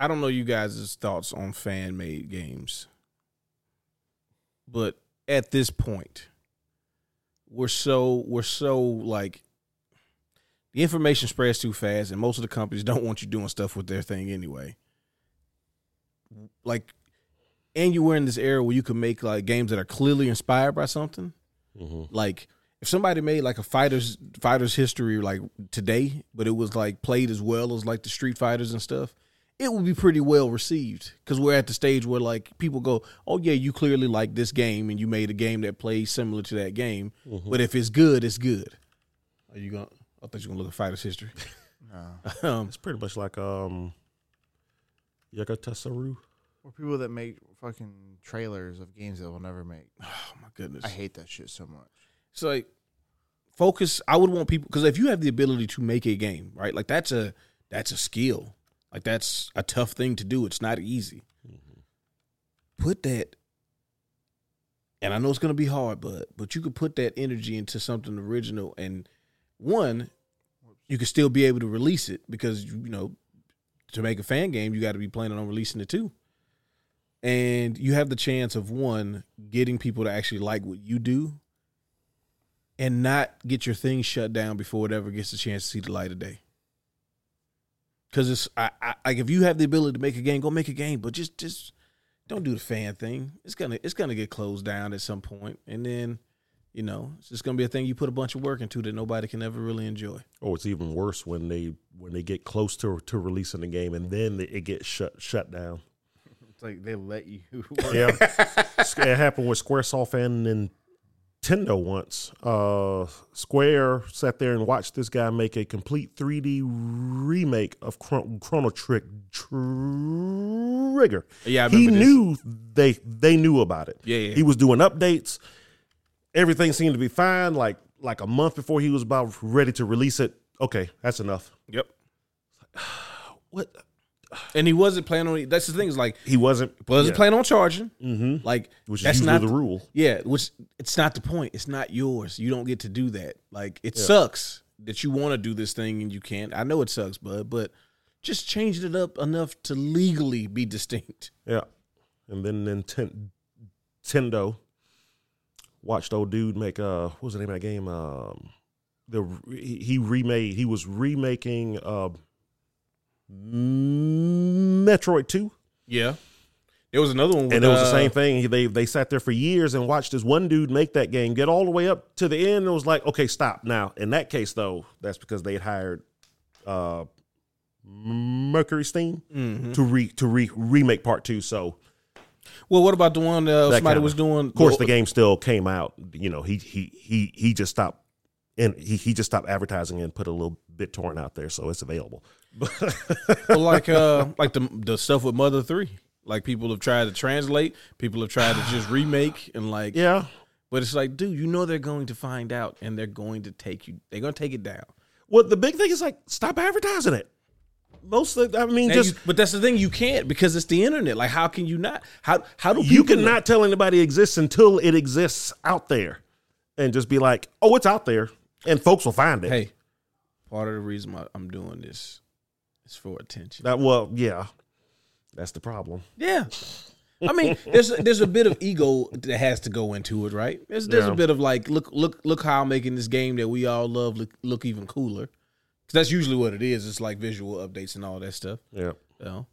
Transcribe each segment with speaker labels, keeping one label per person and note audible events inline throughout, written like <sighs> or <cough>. Speaker 1: I don't know you guys' thoughts on fan made games, but at this point, we're so we're so like the information spreads too fast, and most of the companies <laughs> don't want you doing stuff with their thing anyway. Like, and you were in this era where you could make like games that are clearly inspired by something. Like, if somebody made like a fighters fighters history like today, but it was like played as well as like the Street Fighters and stuff, it would be pretty well received because we're at the stage where like people go, "Oh yeah, you clearly like this game, and you made a game that plays similar to that game." But if it's good, it's good. Are you gonna? I thought you were gonna look at fighters history. <laughs> um,
Speaker 2: It's pretty much like um, Yakutasuru.
Speaker 3: Or people that make fucking trailers of games that we'll never make.
Speaker 1: oh my goodness!
Speaker 3: I hate that shit so much.
Speaker 1: So like focus. I would want people because if you have the ability to make a game, right? Like that's a that's a skill. Like that's a tough thing to do. It's not easy. Put that, and I know it's gonna be hard, but but you could put that energy into something original, and one, you could still be able to release it because you know to make a fan game, you got to be planning on releasing it too. And you have the chance of one getting people to actually like what you do, and not get your thing shut down before it ever gets a chance to see the light of day. Because it's I, I, like if you have the ability to make a game, go make a game, but just just don't do the fan thing. It's gonna it's gonna get closed down at some point, and then you know it's just gonna be a thing you put a bunch of work into that nobody can ever really enjoy.
Speaker 2: Oh, it's even worse when they when they get close to to releasing the game and then it gets shut shut down.
Speaker 3: It's like they let you.
Speaker 2: Yeah, <laughs> it happened with SquareSoft and Nintendo once. Uh, Square sat there and watched this guy make a complete 3D remake of Chron- Chrono Trick Trigger.
Speaker 1: Yeah, I
Speaker 2: he
Speaker 1: remember this.
Speaker 2: knew they they knew about it.
Speaker 1: Yeah, yeah.
Speaker 2: he was doing updates. Everything seemed to be fine. Like like a month before he was about ready to release it. Okay, that's enough.
Speaker 1: Yep.
Speaker 2: What
Speaker 1: And he wasn't planning on. That's the thing is like
Speaker 2: he wasn't
Speaker 1: wasn't
Speaker 2: yeah,
Speaker 1: planning on charging. Mm-hmm. Like
Speaker 2: which is
Speaker 1: that's
Speaker 2: usually
Speaker 1: not
Speaker 2: the rule.
Speaker 1: Yeah, which it's not the point. It's not yours. You don't get to do that. Like it sucks that you want to do this thing and you can't. I know it sucks, bud, but just changed it up enough to legally be distinct.
Speaker 2: Yeah. And then Ninten- Nintendo watched old dude make uh what was the name of that game? Um the he he remade he was remaking uh Metroid 2
Speaker 1: Yeah. There was another one with,
Speaker 2: and it was the
Speaker 1: uh,
Speaker 2: same thing. They they sat there for years and watched this one dude make that game get all the way up to the end and it was like, "Okay, stop now." In that case though, that's because they had hired uh Mercury Steam
Speaker 1: mm-hmm.
Speaker 2: to re to re remake part 2, so
Speaker 1: Well, what about the one uh,
Speaker 2: That
Speaker 1: somebody
Speaker 2: kinda-
Speaker 1: was doing?
Speaker 2: Of course, the game still came out. You know, he he he he just stopped and he, he just stopped advertising and put a little bit torrent out there, so it's available.
Speaker 1: <laughs> like
Speaker 2: <laughs>
Speaker 1: uh like the the stuff with Mother 3. Like people have tried to translate, people have tried to just remake and like
Speaker 2: <sighs> Yeah.
Speaker 1: but it's like, dude, you know they're going to find out and they're going to take you they're going to take it down.
Speaker 2: Well, the big thing is like stop advertising it. Most of, I mean,
Speaker 1: Now
Speaker 2: just
Speaker 1: you- but that's the thing you can't because it's the internet. Like how can you not? How how do people
Speaker 2: you cannot tell anybody it exists until it exists out there, and just be like, oh, it's out there, and folks will find it. <laughs>
Speaker 1: Hey, part of the reason why I'm doing this is for attention.
Speaker 2: That well, yeah, that's the problem.
Speaker 1: Yeah. I mean, there's there's a bit of ego that has to go into it, right? There's there's
Speaker 2: Yeah.
Speaker 1: a bit of like, look look look how I'm making this game that we all love look, look even cooler, 'Cause that's usually what it is. It's like visual updates and all that stuff.
Speaker 2: Yeah.
Speaker 1: you know.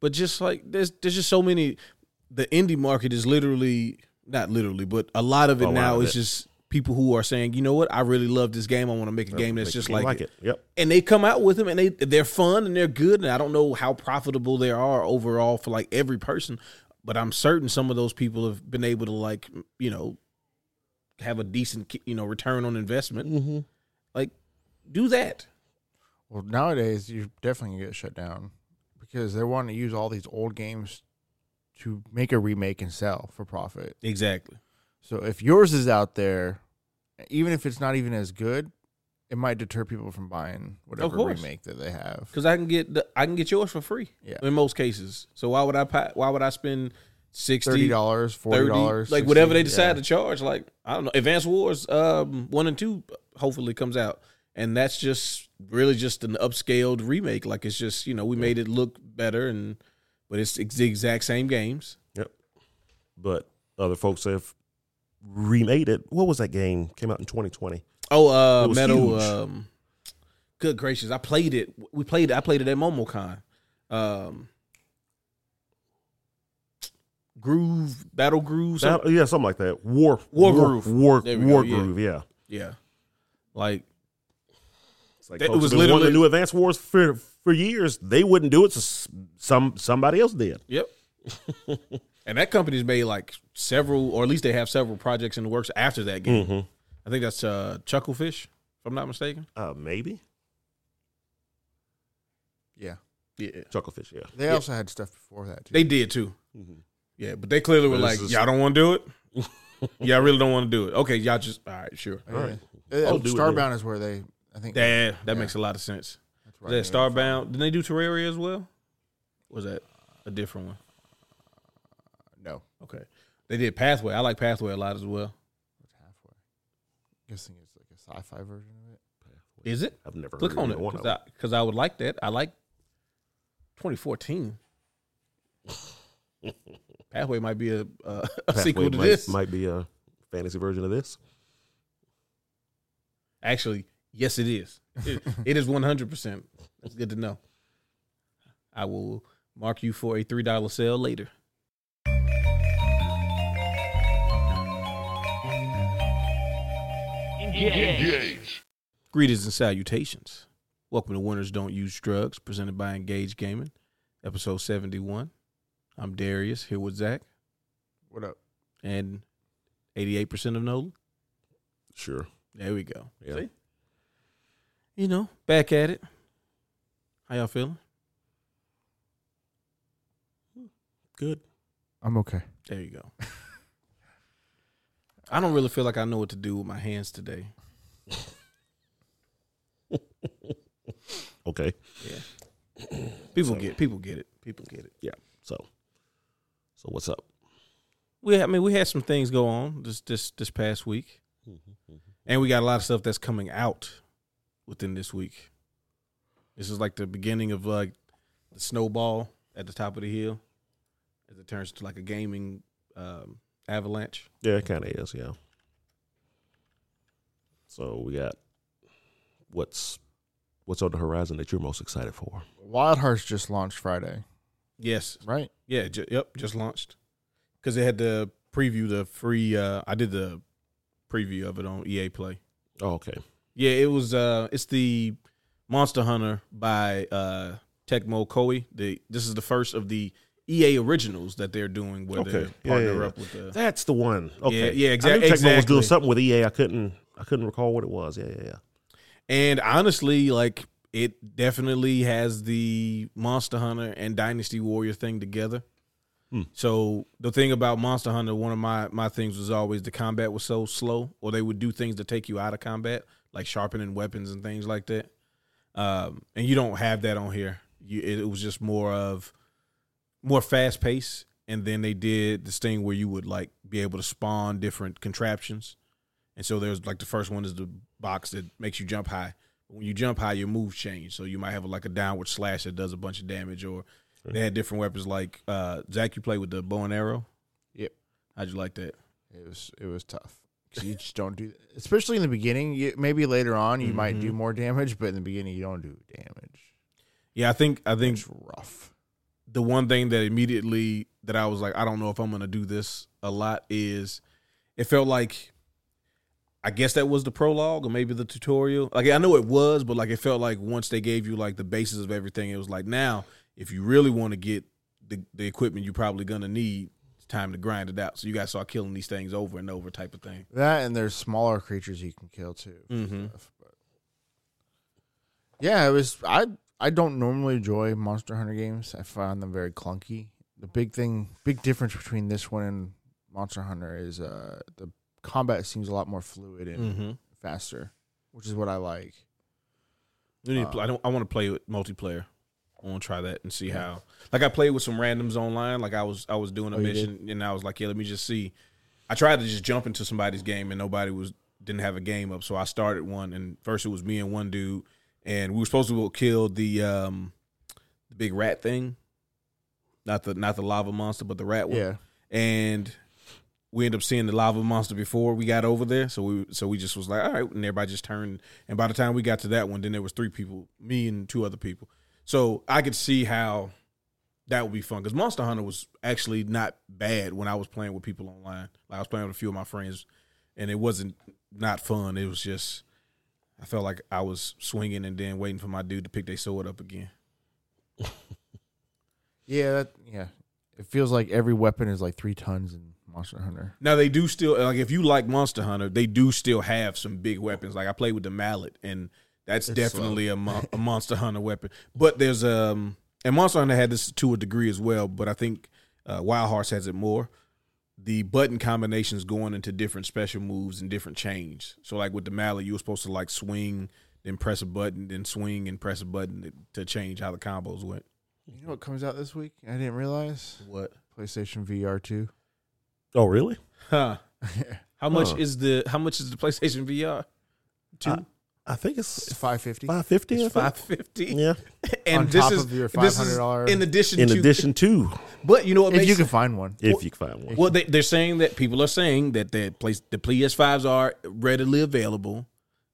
Speaker 1: But just like there's there's just so many the indie market is literally not literally, but a lot of it
Speaker 2: A lot
Speaker 1: now
Speaker 2: of
Speaker 1: is
Speaker 2: it.
Speaker 1: just people who are saying, you know what, I really love this game. I want to make a game that's just like, it.
Speaker 2: Yep.
Speaker 1: And they come out with them and they they're fun and they're good. And I don't know how profitable they are overall for like every person, but I'm certain some of those people have been able to like, you know, have a decent you know return on investment. Like do that.
Speaker 3: Well, nowadays you're definitely gonna get shut down because they want to use all these old games to make a remake and sell for profit.
Speaker 1: Exactly.
Speaker 3: So if yours is out there, even if it's not even as good, it might deter people from buying whatever
Speaker 1: course.
Speaker 3: remake that they have.
Speaker 1: Because I can get the, I can get yours for free.
Speaker 3: Yeah.
Speaker 1: In most cases. So why would I pa- why would I spend 60
Speaker 3: Thirty dollars, forty
Speaker 1: 30
Speaker 3: dollars,
Speaker 1: like whatever they decide to charge like I don't know. Advanced Wars um 1 and 2 hopefully comes out and that's just really just an upscaled remake. Like it's just you know we made it look better, and but it's, it's the exact same games.
Speaker 2: Yep. But other folks have remade it. What was that game? Came out in 2020.
Speaker 1: Oh, uh,
Speaker 2: It was
Speaker 1: metal.
Speaker 2: huge.
Speaker 1: Um, good gracious, I played it. We played. it. I played it at MomoCon. Um, groove battle groove. something-
Speaker 2: That- yeah, something like that. War
Speaker 1: War
Speaker 2: War
Speaker 1: Groove.
Speaker 2: War,
Speaker 1: There we
Speaker 2: war
Speaker 1: go, yeah.
Speaker 2: Groove, yeah.
Speaker 1: yeah, like
Speaker 2: It's like
Speaker 1: That- it
Speaker 2: folks
Speaker 1: was
Speaker 2: have been wanting
Speaker 1: literally-
Speaker 2: to do Advanced Wars for for years. They wouldn't do it, so s- some somebody else did.
Speaker 1: Yep. <laughs> and that company's made like several, or at least they have several projects in the works after that game.
Speaker 2: Mhm.
Speaker 1: I think that's uh, Chucklefish, if I'm not mistaken.
Speaker 2: Uh, maybe
Speaker 3: Yeah.
Speaker 1: Yeah,
Speaker 2: Chucklefish, yeah.
Speaker 3: They also had stuff before that, too.
Speaker 1: they did too.
Speaker 2: Mhm.
Speaker 1: Yeah, but they clearly were
Speaker 2: But
Speaker 1: like,
Speaker 2: this is-
Speaker 1: y'all don't want to do it. y'all really don't want to do it. Okay, y'all just all right, sure.
Speaker 3: Oh, yeah.
Speaker 2: Alright.
Speaker 3: Uh,
Speaker 2: I'll do it
Speaker 3: Starbound is where they, I think.
Speaker 1: That that
Speaker 3: Yeah.
Speaker 1: makes a lot of sense.
Speaker 3: that's where
Speaker 1: Was
Speaker 3: I
Speaker 1: that
Speaker 3: knew it from.
Speaker 1: Starbound? Didn't they do Terraria as well? Or Was that a different one?
Speaker 3: No,
Speaker 1: Okay, they did Pathway. I like Pathway a lot as well.
Speaker 3: it's halfway. I'm guessing it's like a sci-fi version of it.
Speaker 1: Is it?
Speaker 2: I've never
Speaker 1: Click
Speaker 2: heard
Speaker 1: on
Speaker 2: of either
Speaker 1: it
Speaker 2: one of them.
Speaker 1: because I, would like that. I like
Speaker 2: <laughs>
Speaker 1: 2014. Pathway might be a, a, a
Speaker 2: Pathway
Speaker 1: sequel to
Speaker 2: might,
Speaker 1: this.
Speaker 2: might be a fantasy version of this.
Speaker 1: Actually, yes, it is. It,
Speaker 2: <laughs>
Speaker 1: it is 100. percent That's good to know. I will mark you for a three dollar sale later. Greetings and salutations. Welcome to Winners Don't Use Drugs, presented by Engage Gaming, episode 71. I'm Darius, here with Zach,
Speaker 3: What up?
Speaker 1: and 88% of Nolan.
Speaker 2: Sure.
Speaker 1: There we go.
Speaker 2: Yeah.
Speaker 1: See? You know, back at it. How y'all feeling?
Speaker 2: Good. <laughs>
Speaker 3: I'm okay.
Speaker 1: There you go. I don't really feel like I know what to do with my hands today.
Speaker 2: Okay.
Speaker 1: Yeah. People get people get it. People get it.
Speaker 2: So so what's up?
Speaker 1: We I mean we had some things go on this this this past week. And we got a lot of stuff that's coming out within this week. This is like the beginning of like the snowball at the top of the hill as it turns to like a gaming um, avalanche.
Speaker 2: Yeah, it kind of is. Yeah. So we got what's what's on the horizon that you're most excited for?
Speaker 3: Wild Hearts just launched Friday,
Speaker 1: Yes.
Speaker 3: right?
Speaker 1: Yeah. Ju- yep. Just launched because they had to preview the free. Uh, I did the preview of it on EA Play.
Speaker 2: Oh, okay.
Speaker 1: Yeah, it was. Uh, it's the Monster Hunter by uh, Tecmo Koei. The this is the first of the EA originals that they're doing where they
Speaker 2: Okay. Yeah,
Speaker 1: partner
Speaker 2: yeah, yeah.
Speaker 1: up with the.
Speaker 2: That's the one. Okay.
Speaker 1: yeah, exac-
Speaker 2: I knew Tecmo was
Speaker 1: exactly.
Speaker 2: doing something with EA. I couldn't. I couldn't recall what it was. Yeah, yeah, yeah.
Speaker 1: And honestly, like it definitely has the Monster Hunter and Dynasty Warrior thing together.
Speaker 2: Hmm.
Speaker 1: So the thing about Monster Hunter, one of my my things was always the combat was so slow, or they would do things to take you out of combat, like sharpening weapons and things like that. Um, and you don't have that on here. You, it, it was just more of more fast pace. And then they did this thing where you would like be able to spawn different contraptions. And so there's like the first one is the box that makes you jump high. When you jump high, your moves change. So you might have like a downward slash that does a bunch of damage, or they had different weapons like uh, Zach. You play with the bow and arrow.
Speaker 3: Yep.
Speaker 1: How'd you like that?
Speaker 3: It was it was tough. 'Cause you just don't do, especially in the beginning. You, maybe later on you might do
Speaker 1: Mhm.
Speaker 3: more damage, but in the beginning you don't do damage.
Speaker 1: Yeah, I think I think
Speaker 3: It's rough.
Speaker 1: the one thing that immediately that I was like, I don't know if I'm gonna do this a lot is it felt like I guess that was the prologue or maybe the tutorial. Like I know it was, but like it felt like once they gave you like the basis of everything, it was like now if you really want to get the, the equipment you're probably gonna need, it's time to grind it out. So you guys start killing these things over and over type of thing.
Speaker 3: That and there's smaller creatures you can kill too.
Speaker 1: Mm-hmm.
Speaker 3: stuff, but- yeah, it was. I I don't normally enjoy Monster Hunter games. I find them very clunky. The big thing, big difference between this one and Monster Hunter is uh the combat seems a lot more fluid and
Speaker 1: Mm-hmm.
Speaker 3: faster, which is what I like.
Speaker 1: We need to
Speaker 3: Uh,
Speaker 1: play- I don't. I want to play with multiplayer. I want to try that and see how. Like I played with some randoms online. Like I was I was doing a
Speaker 3: Oh, you
Speaker 1: mission and I was like, yeah, let me just see. I tried to just jump into somebody's game and nobody was didn't have a game up, so I started one. And first it was me and one dude, and we were supposed to go kill the um, the big rat thing, not the not the lava monster, but the rat one.
Speaker 3: Yeah.
Speaker 1: And we ended up seeing the lava monster before we got over there, so we so we just was like, all right, and everybody just turned. And by the time we got to that one, then there was three people, me and two other people. So I could see how that would be fun because Monster Hunter was actually not bad when I was playing with people online. Like I was playing with a few of my friends, and it wasn't not fun. It was just I felt like I was swinging and then waiting for my dude to pick their sword up again.
Speaker 3: Yeah, that, yeah. It feels like every weapon is like three tons in Monster Hunter.
Speaker 1: Now they do still like if you like Monster Hunter, they do still have some big weapons. Like I played with the mallet, and that's definitely a, mon- a Monster Hunter weapon. But there's um and Monster Hunter had this to a degree as well, but I think uh, Wild Hearts has it more. The button combinations going into different special moves and different change. So like with the mallet, you were supposed to like swing, then press a button, then swing and press a button to, to change how the combos went.
Speaker 3: You know what comes out this week? I didn't realize
Speaker 1: What?
Speaker 3: PlayStation VR two. <laughs>
Speaker 2: Oh, really?
Speaker 1: Huh? How much
Speaker 2: Huh.
Speaker 1: is the how much is the PlayStation VR? Two.
Speaker 2: I- I think it's
Speaker 3: It's five fifty.
Speaker 2: five fifty.
Speaker 1: It's five fifty.
Speaker 2: Yeah.
Speaker 1: and
Speaker 3: On
Speaker 1: this
Speaker 3: top
Speaker 1: is,
Speaker 3: of your
Speaker 1: this is
Speaker 3: $500
Speaker 1: in addition
Speaker 2: In
Speaker 1: to
Speaker 2: addition to,
Speaker 1: but you know what
Speaker 3: If
Speaker 1: makes
Speaker 3: you can find one.
Speaker 2: if you can find one.
Speaker 1: well they, they're saying that people are saying that the place the ps5s are readily available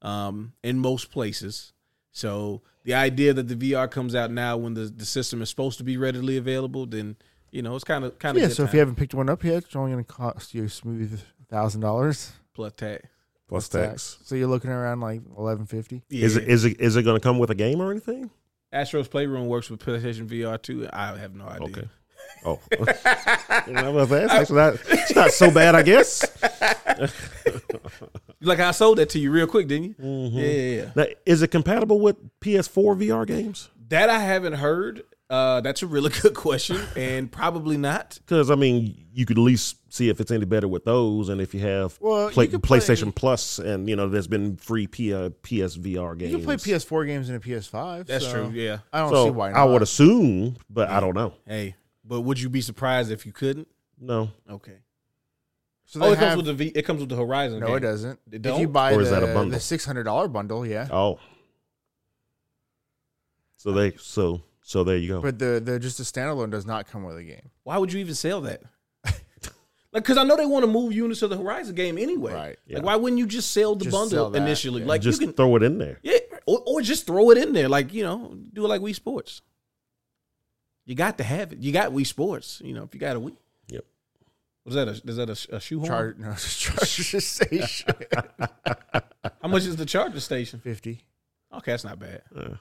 Speaker 1: um in most places so the idea that the vr comes out now when the, the system is supposed to be readily available then you know it's kind of kind of
Speaker 3: Yeah, so if you haven't picked one up yet, it's only going to cost you a smooth thousand dollars
Speaker 1: plus tax
Speaker 2: Plus tax.
Speaker 3: So you're looking around like eleven fifty.
Speaker 1: yeah.
Speaker 2: Is it is it is it going to come with a game or anything?
Speaker 1: Astro's Playroom works with PlayStation VR too. I have no idea.
Speaker 2: Okay. Oh,
Speaker 1: <laughs>
Speaker 2: <laughs> I was gonna say, it's actually not, it's not so bad, I guess.
Speaker 1: Like I sold that to you real quick, didn't you?
Speaker 2: Mm-hmm.
Speaker 1: Yeah, yeah, yeah.
Speaker 2: Now, is it compatible with PS4 VR games?
Speaker 1: That I haven't heard. Uh, that's a really <laughs> good question, and probably not.
Speaker 2: Because I mean, you could at least see if it's any better with those, and if you have
Speaker 3: Well, you
Speaker 2: play,
Speaker 3: could play-
Speaker 2: PlayStation Plus, and you know, there's been free P, uh, PSVR games.
Speaker 3: You can play PS4 games and a PS5.
Speaker 1: That's
Speaker 3: so
Speaker 1: true. Yeah.
Speaker 3: I don't
Speaker 2: So
Speaker 3: see why not.
Speaker 2: I would assume, but I don't know.
Speaker 1: Hey, but would you be surprised if you couldn't?
Speaker 2: No,
Speaker 1: Okay.
Speaker 3: So
Speaker 1: Oh,
Speaker 3: they
Speaker 1: it comes
Speaker 3: have-
Speaker 1: with the v, it comes with the Horizon.
Speaker 3: no,
Speaker 1: game.
Speaker 3: it doesn't.
Speaker 1: They
Speaker 3: If you
Speaker 1: don't?
Speaker 3: buy
Speaker 2: Or
Speaker 3: the,
Speaker 2: is that a bundle?
Speaker 3: the six hundred dollar bundle, yeah.
Speaker 2: oh, so they so so there you go.
Speaker 3: But the the just the standalone does not come with a game.
Speaker 1: Why would you even sell that? <laughs> like, because I know they want to move units of the Horizon game anyway.
Speaker 3: Right.
Speaker 2: Yeah.
Speaker 1: Like, why wouldn't you just sell the
Speaker 3: Just
Speaker 1: bundle
Speaker 3: sell that,
Speaker 1: initially?
Speaker 3: yeah.
Speaker 1: Like,
Speaker 2: Just
Speaker 1: you can,
Speaker 2: throw it in there.
Speaker 1: yeah, or, or just throw it in there. Like, you know, do it like Wii Sports. You got to have it. You got Wii Sports. You know, if you got a Wii.
Speaker 2: Yep.
Speaker 1: Was that a is that a, a shoehorn?
Speaker 3: Charge no <laughs>
Speaker 1: <laughs>
Speaker 3: charge station
Speaker 1: How much is the charger station?
Speaker 3: fifty.
Speaker 1: Okay, that's not bad.
Speaker 2: Uh,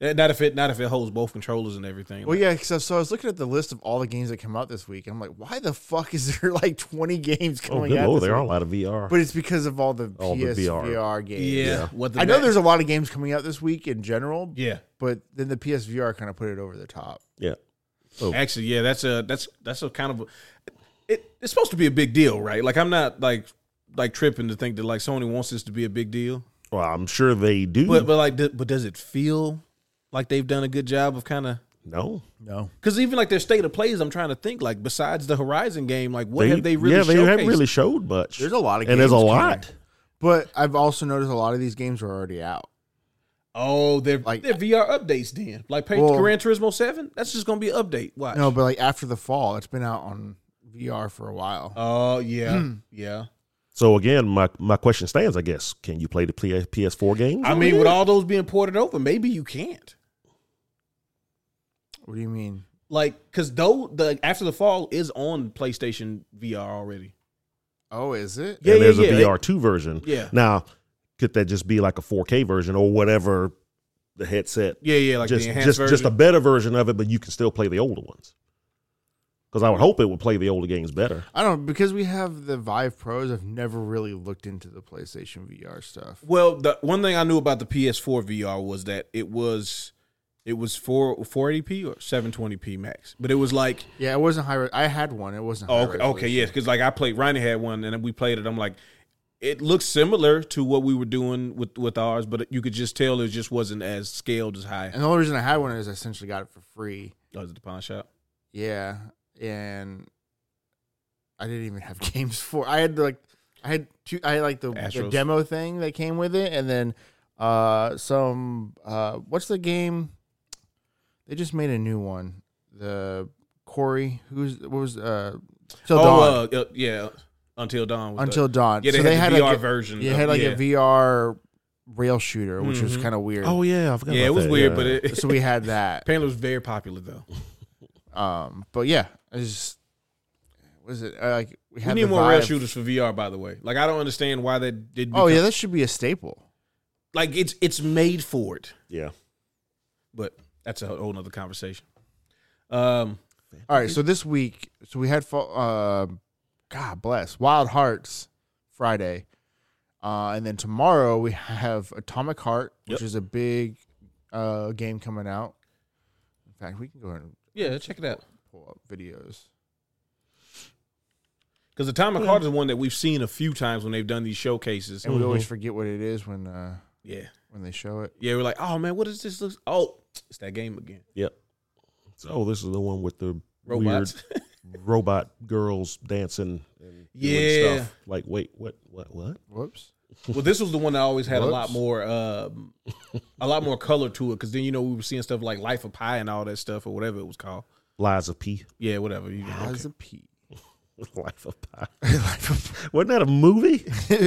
Speaker 1: Eh, Not if it not if it holds both controllers and everything.
Speaker 3: Well, yeah. So, so I was looking at the list of all the games that come out this week, and I'm like, why the fuck is <laughs> there like 20 games
Speaker 2: oh,
Speaker 3: coming
Speaker 2: good
Speaker 3: out?
Speaker 2: lord,
Speaker 3: this
Speaker 2: there are a
Speaker 3: week?
Speaker 2: lot of VR.
Speaker 3: But it's because of all the
Speaker 2: All the
Speaker 3: PS
Speaker 2: VR.
Speaker 3: VR games.
Speaker 1: yeah.
Speaker 2: Yeah.
Speaker 1: What the
Speaker 3: I know
Speaker 1: ma-
Speaker 3: there's a lot of games coming out this week in general,
Speaker 1: Yeah.
Speaker 3: but then the PSVR kind of put it over the top.
Speaker 2: yeah, Oh.
Speaker 1: Actually, yeah, that's a that's that's a kind of a, it, it's supposed to be a big deal, right? Like I'm not like like tripping to think that like Sony wants this to be a big deal,
Speaker 2: well, I'm sure they do.
Speaker 1: but but like do- but does it feel like they've done a good job of kind of
Speaker 2: no,
Speaker 3: No.
Speaker 1: because even like their state of plays, I'm trying to think like besides the Horizon game, like what have they really
Speaker 2: yeah, they haven't
Speaker 1: showcased?
Speaker 2: really showed much.
Speaker 3: There's a lot of games.
Speaker 2: and there's a
Speaker 3: coming.
Speaker 2: lot.
Speaker 3: But I've also noticed a lot of these games were already out.
Speaker 1: oh, they're like
Speaker 3: Like-
Speaker 1: they're VR updates then, like pay
Speaker 3: Well-
Speaker 1: Gran Turismo Seven. That's just gonna be an update. Watch.
Speaker 3: No, but like after the fall, it's been out on VR for a while.
Speaker 1: Oh yeah, yeah.
Speaker 2: So again, my, my question stands. I guess can you play the P- PS4 games?
Speaker 1: I
Speaker 2: on
Speaker 1: mean,
Speaker 2: it?
Speaker 1: with all those being ported over, maybe you can't.
Speaker 3: what do you mean?
Speaker 1: Like, cause though the After the Fall is on PlayStation VR already.
Speaker 3: Oh, is it?
Speaker 1: Yeah,
Speaker 2: and
Speaker 1: yeah,
Speaker 2: there's
Speaker 1: yeah.
Speaker 2: a VR2 version.
Speaker 1: Yeah.
Speaker 2: Now, could that just be like a 4K version or whatever the headset?
Speaker 1: Yeah, yeah, like
Speaker 2: just
Speaker 1: the enhanced
Speaker 2: just
Speaker 1: version.
Speaker 2: just a better version of it, but you can still play the older ones. Because I would hope it would play the older games better.
Speaker 3: I don't know, because we have the Vive Pros. I've never really looked into the PlayStation VR stuff.
Speaker 1: well, the one thing I knew about the PS4 VR was that it was, it was four 480p or 720p max, but it was like
Speaker 3: Yeah, it wasn't high. Re- I had one. It wasn't. High
Speaker 1: Oh, okay, okay,
Speaker 3: resolution.
Speaker 1: yes, because like I played, Ronnie had one, and then we played it. I'm like, it looks similar to what we were doing with with ours, but you could just tell it just wasn't as scaled as high
Speaker 3: And the only reason I had one is I essentially got it for free.
Speaker 1: as the pawn shop.
Speaker 3: <laughs> Yeah, and I didn't even have games for. I had like I had two. I had like the, the
Speaker 1: Astros.
Speaker 3: demo thing that came with it, and then uh, some. Uh, what's the game? They just made a new one. The Corey, who's what was uh, till dawn.
Speaker 1: Oh, uh, uh, yeah. Until dawn. was the-
Speaker 3: until dawn.
Speaker 1: yeah, they
Speaker 3: so
Speaker 1: had
Speaker 3: they had
Speaker 1: the VR
Speaker 3: like
Speaker 1: version.
Speaker 3: a, you
Speaker 1: of-
Speaker 3: had like
Speaker 1: yeah.
Speaker 3: a VR rail shooter, which was
Speaker 1: Mhm.
Speaker 3: kind of weird.
Speaker 2: Oh yeah, I forgot.
Speaker 1: Yeah,
Speaker 2: about
Speaker 1: it was
Speaker 2: that,
Speaker 1: weird,
Speaker 2: yeah.
Speaker 1: but it,
Speaker 3: so we had that.
Speaker 1: apparently it was very popular though.
Speaker 3: Um, but yeah, I just was it uh, like we
Speaker 1: We
Speaker 3: had
Speaker 1: need
Speaker 3: the
Speaker 1: more rail
Speaker 3: vibe.
Speaker 1: shooters for VR, by the way. Like I don't understand why that did.
Speaker 3: Oh yeah,
Speaker 1: become-
Speaker 3: that should be a staple.
Speaker 1: like it's it's made for it,
Speaker 2: yeah.
Speaker 1: but that's a whole nother conversation. Um,
Speaker 3: All right, so this week, so we had, fo- uh, God bless, Wild Hearts Friday, uh, and then tomorrow we have Atomic Heart, which
Speaker 1: Yep.
Speaker 3: is a big uh, game coming out. In fact, we can go ahead and
Speaker 1: yeah, check it out
Speaker 3: pull up videos.
Speaker 1: because Atomic Heart is one that we've seen a few times when they've done these showcases.
Speaker 3: And we always forget what it is when uh,
Speaker 1: Yeah,
Speaker 3: when they show it.
Speaker 1: yeah, we're like, oh man, what is this? Look, oh, it's that game again.
Speaker 2: Yep. So this is the one with the
Speaker 1: Robots. <laughs>
Speaker 2: weird robot girls dancing and doing
Speaker 1: Yeah.
Speaker 2: stuff. Like, wait, what, what, what?
Speaker 3: Whoops.
Speaker 1: Well, this was the one that always had a lot
Speaker 3: Whoops.
Speaker 1: more, um, a lot more color to it. Because then you know we were seeing stuff like Life of Pi and all that stuff or whatever it was called.
Speaker 2: Liza P. <laughs>
Speaker 1: Yeah, whatever. You,
Speaker 3: How's a P? <laughs>
Speaker 2: Life of Pi.
Speaker 1: <laughs>
Speaker 2: <laughs> Wasn't that a movie?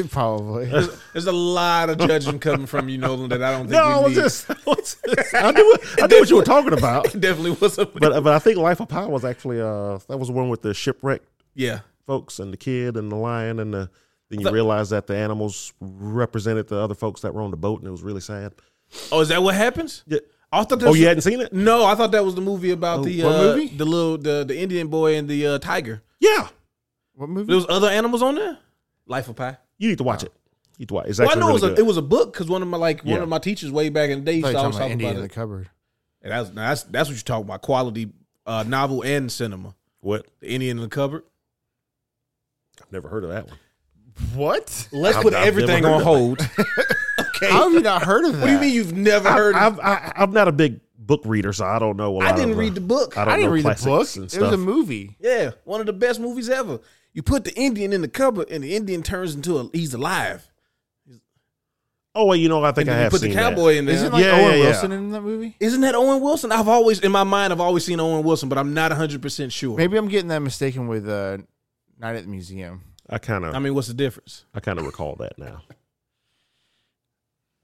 Speaker 3: Probably.
Speaker 1: There's a lot of judging coming from you, Nolan, that I don't think
Speaker 2: no, I
Speaker 1: we
Speaker 2: was
Speaker 1: need.
Speaker 2: just, I was just- I knew, what, I knew what you were <laughs> talking about.
Speaker 1: It <laughs> definitely was a
Speaker 2: But but I think Life of Pi was actually uh that was the one with the shipwrecked
Speaker 1: <laughs> yeah.
Speaker 2: folks and the kid and the lion and the then you
Speaker 1: The-
Speaker 2: realize that the animals represented the other folks that were on the boat and it was really sad.
Speaker 1: Oh, is that what happens?
Speaker 2: Yeah.
Speaker 1: I thought that
Speaker 2: Oh,
Speaker 1: was-
Speaker 2: you hadn't seen it?
Speaker 1: No, I thought that was the movie about the
Speaker 3: what
Speaker 1: uh,
Speaker 3: movie?
Speaker 1: the little the the Indian boy and the uh, tiger.
Speaker 2: Yeah,
Speaker 3: what movie?
Speaker 1: There was other animals on there. Life of Pi.
Speaker 2: you need to watch it. You need to watch. it. It's
Speaker 1: Well, I
Speaker 2: actually
Speaker 1: know it was
Speaker 2: really
Speaker 1: a,
Speaker 2: good.
Speaker 1: it was a book because one of my like one
Speaker 2: Yeah.
Speaker 1: of my teachers way back in the day used
Speaker 3: I
Speaker 1: to
Speaker 3: thought you were
Speaker 1: always talk
Speaker 3: talking about Indian
Speaker 1: about
Speaker 3: in the
Speaker 1: it.
Speaker 3: cupboard.
Speaker 1: And that's that's that's what you're talking about quality uh, novel and cinema.
Speaker 2: what?
Speaker 1: The Indian in the cupboard.
Speaker 2: I've never heard of that one.
Speaker 3: What?
Speaker 1: Let's
Speaker 2: I've-
Speaker 1: put
Speaker 2: I've
Speaker 1: everything
Speaker 2: never
Speaker 1: on
Speaker 2: heard
Speaker 1: hold.
Speaker 2: <laughs>
Speaker 1: okay.
Speaker 3: How have you not heard of that?
Speaker 1: what do you mean you've never heard? of
Speaker 2: I've, I, I'm not a big book reader, so I don't know. A lot
Speaker 1: I didn't
Speaker 2: of, uh,
Speaker 1: read the book.
Speaker 2: I don't
Speaker 3: I didn't
Speaker 2: know
Speaker 3: read the
Speaker 2: classics
Speaker 3: book.
Speaker 2: and
Speaker 3: It was a
Speaker 2: stuff.
Speaker 3: movie.
Speaker 1: Yeah, one of the best movies ever. You put the Indian in the cupboard, and the Indian turns into a he's alive.
Speaker 2: Oh, well, you know, I think
Speaker 1: And
Speaker 2: I
Speaker 1: then you
Speaker 2: have
Speaker 1: put the
Speaker 2: seen that.
Speaker 1: cowboy in there.
Speaker 3: Isn't like
Speaker 2: Yeah,
Speaker 3: Owen
Speaker 2: yeah, yeah.
Speaker 3: Wilson in that movie?
Speaker 1: Isn't that Owen Wilson? I've always in my mind I've always seen Owen Wilson, but I'm not 100 percent sure.
Speaker 3: Maybe I'm getting that mistaken with uh, Night at the Museum.
Speaker 2: I kind of,
Speaker 1: I mean, what's the difference?
Speaker 2: I kind of recall that now.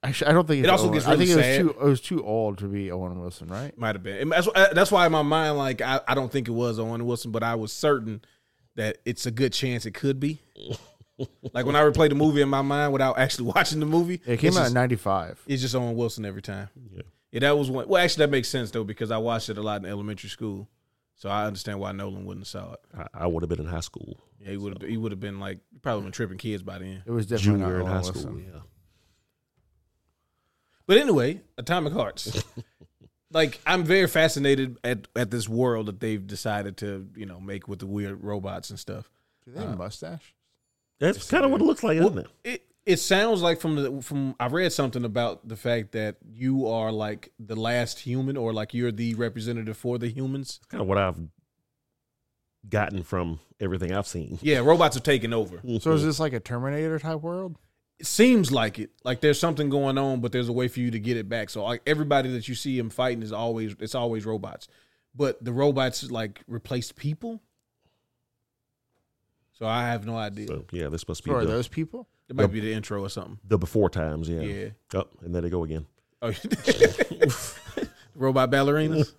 Speaker 3: Actually, I don't think it's
Speaker 1: It also
Speaker 3: Owen-
Speaker 1: gets
Speaker 3: I think
Speaker 1: really
Speaker 3: it was too. It was too old to be Owen Wilson, right?
Speaker 1: Might have been. And That's why- that's why in my mind like I, I don't think it was Owen Wilson, but I was certain that it's a good chance it could be. like when I replay the movie in my mind without actually <laughs> watching the movie,
Speaker 3: It came
Speaker 1: it's
Speaker 3: out in
Speaker 1: just-
Speaker 3: '95.
Speaker 1: It's just Owen Wilson every time.
Speaker 2: Yeah.
Speaker 1: Yeah, that was one. Well, actually, that makes sense though because I watched it a lot in elementary school, so I understand why Nolan wouldn't have saw it.
Speaker 2: I, I would have been in high school,
Speaker 1: Yeah, he would have. He would have been like probably been tripping kids by then.
Speaker 3: It was definitely
Speaker 2: junior in
Speaker 3: not Owen
Speaker 2: high
Speaker 3: Wilson.
Speaker 2: school. Yeah.
Speaker 1: But anyway, Atomic Hearts. like I'm very fascinated at at this world that they've decided to you know make with the weird robots and stuff.
Speaker 3: Do they have mustache?
Speaker 2: That's kind of what it looks like, isn't it?
Speaker 1: It it sounds like from the from I read something about the fact that you are like the last human or like you're the representative for the humans.
Speaker 2: It's kind of what I've gotten from everything I've seen.
Speaker 1: Yeah, robots have taken over.
Speaker 2: <laughs>
Speaker 3: So is this like a Terminator type world?
Speaker 1: It seems like it. Like there's something going on, but there's a way for you to get it back. So like everybody that you see him fighting is always it's always robots. But the robots like replaced people. So I have no idea.
Speaker 2: So, yeah, this must be
Speaker 3: Or are
Speaker 2: the,
Speaker 3: those people?
Speaker 1: it might be the intro or something.
Speaker 2: the before times. Yeah.
Speaker 1: Yeah.
Speaker 2: Oh, and there they go again.
Speaker 1: Oh, <laughs> robot <laughs> ballerinas.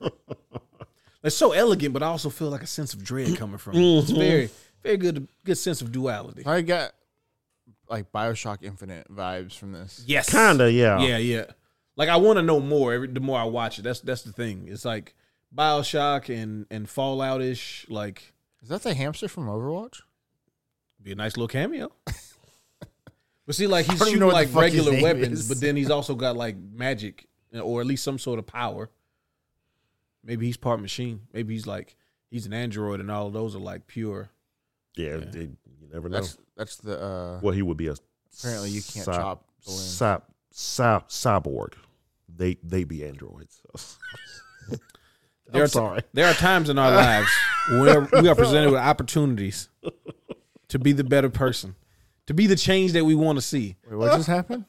Speaker 1: It's so elegant, but I also feel like a sense of dread coming from it. It's very, very good, good sense of duality.
Speaker 3: I got like Bioshock Infinite vibes from this.
Speaker 1: Yes,
Speaker 2: Kinda, yeah.
Speaker 1: yeah, yeah. Like I want to know more. Every, the more I watch it, that's that's the thing. It's like Bioshock and and Fallout ish. Like
Speaker 3: Is that the hamster from Overwatch?
Speaker 1: be a nice little cameo. <laughs> but see, like he's
Speaker 3: don't even
Speaker 1: shooting
Speaker 3: know what the
Speaker 1: like
Speaker 3: fuck his
Speaker 1: regular
Speaker 3: name
Speaker 1: weapons,
Speaker 3: is.
Speaker 1: but then he's also got like magic or at least some sort of power. Maybe he's part machine. Maybe he's like he's an android, and all of those are like pure.
Speaker 2: Yeah. it- you never know.
Speaker 3: That's that's the. uh
Speaker 2: well, he would be a.
Speaker 3: Apparently, you can't
Speaker 2: cy-
Speaker 3: chop balloons.
Speaker 2: cy- cy- cyborg. They they be androids. <laughs>
Speaker 1: There are
Speaker 2: I'm
Speaker 1: ti-
Speaker 2: sorry.
Speaker 1: there are times in our
Speaker 3: <laughs>
Speaker 1: lives where we are presented with opportunities to be the better person, to be the change that we want to see.
Speaker 3: Wait, what <laughs> just happened?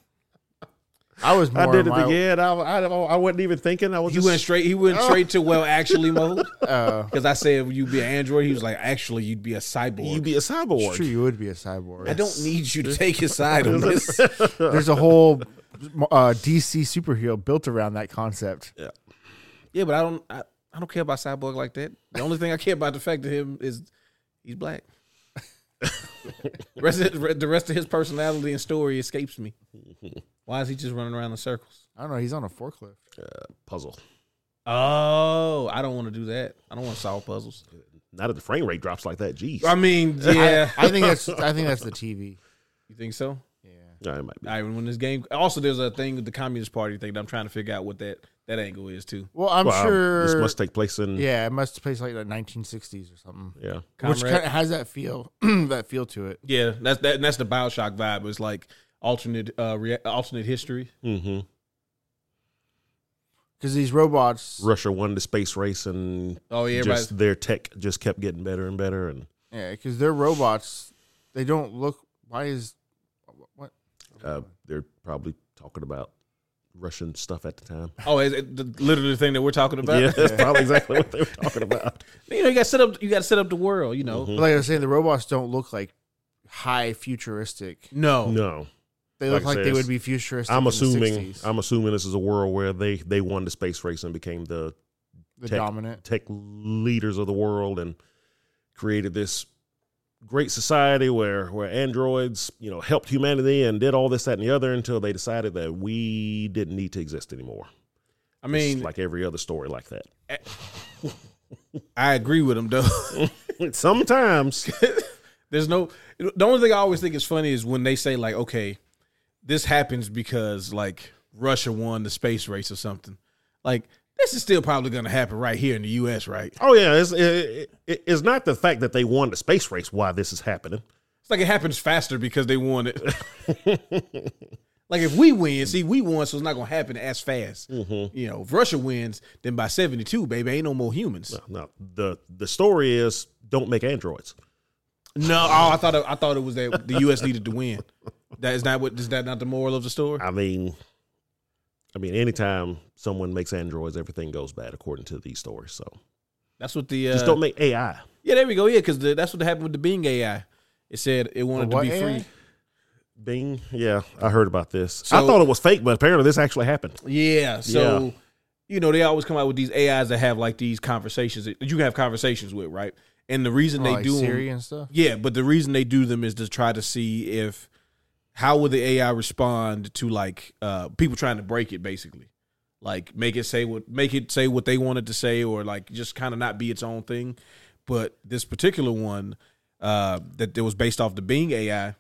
Speaker 3: I was more
Speaker 2: I did it
Speaker 3: in my-
Speaker 2: again. I, I, I wasn't even thinking. I was
Speaker 1: He
Speaker 2: just
Speaker 1: went straight. He
Speaker 3: Oh.
Speaker 1: went straight to well, actually,
Speaker 3: <laughs>
Speaker 1: mode.
Speaker 3: Uh,
Speaker 1: Because I said you'd be an android. He was like, actually, you'd be a cyborg.
Speaker 2: you be a
Speaker 3: it's
Speaker 2: cyborg.
Speaker 3: true, you would be a cyborg.
Speaker 1: I don't need
Speaker 3: <laughs>
Speaker 1: you to take his side on this.
Speaker 3: There's a whole uh, DC superhero built around that concept.
Speaker 1: Yeah, but I don't. I, I don't care about cyborg like that. The only thing I care about the fact of him is he's black. <laughs> rest of, the rest of his personality and story escapes me. Why is he just running around in circles?
Speaker 3: I don't know. He's on a forklift.
Speaker 2: Puzzle.
Speaker 1: Oh, I don't want to do that. I don't want to solve puzzles.
Speaker 2: Not if the frame rate drops like that. Jeez.
Speaker 1: <laughs> I mean, yeah.
Speaker 3: I think that's. I think that's the TV.
Speaker 1: you think so?
Speaker 3: Yeah.
Speaker 2: Yeah, it might be.
Speaker 1: I when this game. Also, there's a thing with the Communist Party thing that I'm trying to figure out what that that angle is too.
Speaker 3: Well, I'm
Speaker 2: Well,
Speaker 3: sure.
Speaker 2: this must take place in. Yeah.
Speaker 3: yeah, it must place like the 1960s or something,
Speaker 2: yeah.
Speaker 3: which
Speaker 1: Comrade.
Speaker 3: kind of has that feel, <clears throat> that feel to it.
Speaker 1: Yeah, that's that. And that's the Bioshock vibe. It's like alternate, uh, rea- alternate history.
Speaker 2: Mm-hmm.
Speaker 3: Because these robots,
Speaker 2: Russia won the space race, and
Speaker 1: Oh yeah, everybody's
Speaker 2: just their tech just kept getting better and better. And
Speaker 3: yeah, because they're robots. They don't look. Why is what?
Speaker 2: uh, they're probably talking about Russian stuff at the time.
Speaker 1: Oh, is it the, literally the thing that we're talking about?
Speaker 2: yeah, that's probably exactly what they were talking about.
Speaker 1: <laughs> You know, you got set up. You got to set up the world. You know.
Speaker 2: Mhm.
Speaker 3: But like I was saying, the robots don't look like high futuristic.
Speaker 1: No.
Speaker 2: No,
Speaker 3: They look
Speaker 2: Like I
Speaker 3: like,
Speaker 2: said,
Speaker 3: they
Speaker 2: it's-
Speaker 3: would be futuristic. in
Speaker 2: I'm
Speaker 3: the
Speaker 2: assuming
Speaker 3: 60s,
Speaker 2: I'm assuming this is a world where they they won the space race and became the
Speaker 3: the
Speaker 2: tech-
Speaker 3: dominant.
Speaker 2: tech leaders of the world and created this great society where where androids you know helped humanity and did all this that and the other until they decided that we didn't need to exist anymore.
Speaker 1: I
Speaker 2: It's
Speaker 1: mean,
Speaker 2: like every other story like that.
Speaker 1: I agree with him
Speaker 2: <laughs>
Speaker 1: though. <laughs>
Speaker 2: Sometimes
Speaker 1: There's no. The only thing I always think is funny is when they say like, okay, this happens because like Russia won the space race or something. Like this is still probably going to happen right here in the U.S. Right?
Speaker 2: Oh yeah, it's it, it, it's not the fact that they won the space race why this is happening.
Speaker 1: It's like it happens faster because they won it.
Speaker 2: <laughs>
Speaker 1: like if we win, see, we won, so it's not gonna happen as fast.
Speaker 2: Mm-hmm.
Speaker 1: You know, if Russia wins, then by seventy two, baby, ain't no more humans.
Speaker 2: No, the the story is don't make androids.
Speaker 1: No, oh, I thought it, I thought it was that the U.S. needed to win. That is not what is that not the moral of the story?
Speaker 2: I mean, I mean, anytime someone makes androids, everything goes bad according to these stories. So
Speaker 1: That's what the uh,
Speaker 2: just don't make AI.
Speaker 1: yeah. There we go. Yeah, because that's what happened with the Bing AI. It said it wanted to
Speaker 3: What
Speaker 1: be
Speaker 3: AI?
Speaker 1: free.
Speaker 2: Bing, yeah, I heard about this. I
Speaker 1: So-
Speaker 2: thought it was fake, but apparently this actually happened.
Speaker 1: Yeah. So, you know, they always come out with these AIs that have like these conversations that you can have conversations with, right? And the reason
Speaker 3: Oh,
Speaker 1: they
Speaker 3: like
Speaker 1: do 'em-
Speaker 3: Siri and stuff.
Speaker 1: Yeah, but the reason they do them is to try to see if how will the AI respond to like uh people trying to break it basically. Like make it say what make it say what they wanted to say or like just kind of not be its own thing. But this particular one uh that it was based off the Bing AI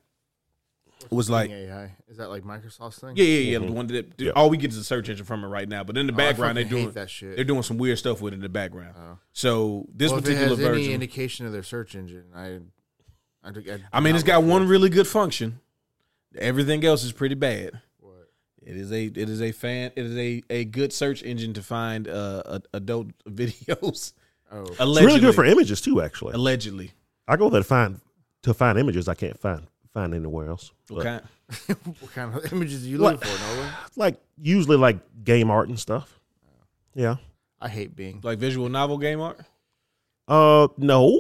Speaker 1: was like
Speaker 3: Bing AI is that like Microsoft's thing?
Speaker 1: yeah, yeah, yeah. The one that all we get is a search engine from it right now. But in the
Speaker 3: Oh, I
Speaker 1: background, they
Speaker 3: fucking hate
Speaker 1: doing
Speaker 3: that shit.
Speaker 1: they're doing some weird stuff with it in the background.
Speaker 3: Oh.
Speaker 1: So this
Speaker 3: well, if it
Speaker 1: particular
Speaker 3: has
Speaker 1: version,
Speaker 3: any indication of their search engine, I, I, do- I, do
Speaker 1: I mean,
Speaker 3: not
Speaker 1: it's got
Speaker 3: look
Speaker 1: one really good function. Everything else is pretty bad.
Speaker 3: for it.
Speaker 1: It is a it is a fan it is a, a good search engine to find uh, a- adult <laughs> videos.
Speaker 3: Oh,
Speaker 2: It's
Speaker 1: Allegedly,
Speaker 2: really good for images too. Actually,
Speaker 1: allegedly.
Speaker 2: I go there to find to find images I can't find find anywhere else. But,
Speaker 1: Okay,
Speaker 3: Oh. <laughs> what kind of images are you
Speaker 2: What?
Speaker 3: looking for, Nolan?
Speaker 2: like usually like game art and stuff. Yeah.
Speaker 3: I hate Bing.
Speaker 1: like visual novel game art.
Speaker 2: Uh,
Speaker 1: <laughs>
Speaker 2: no.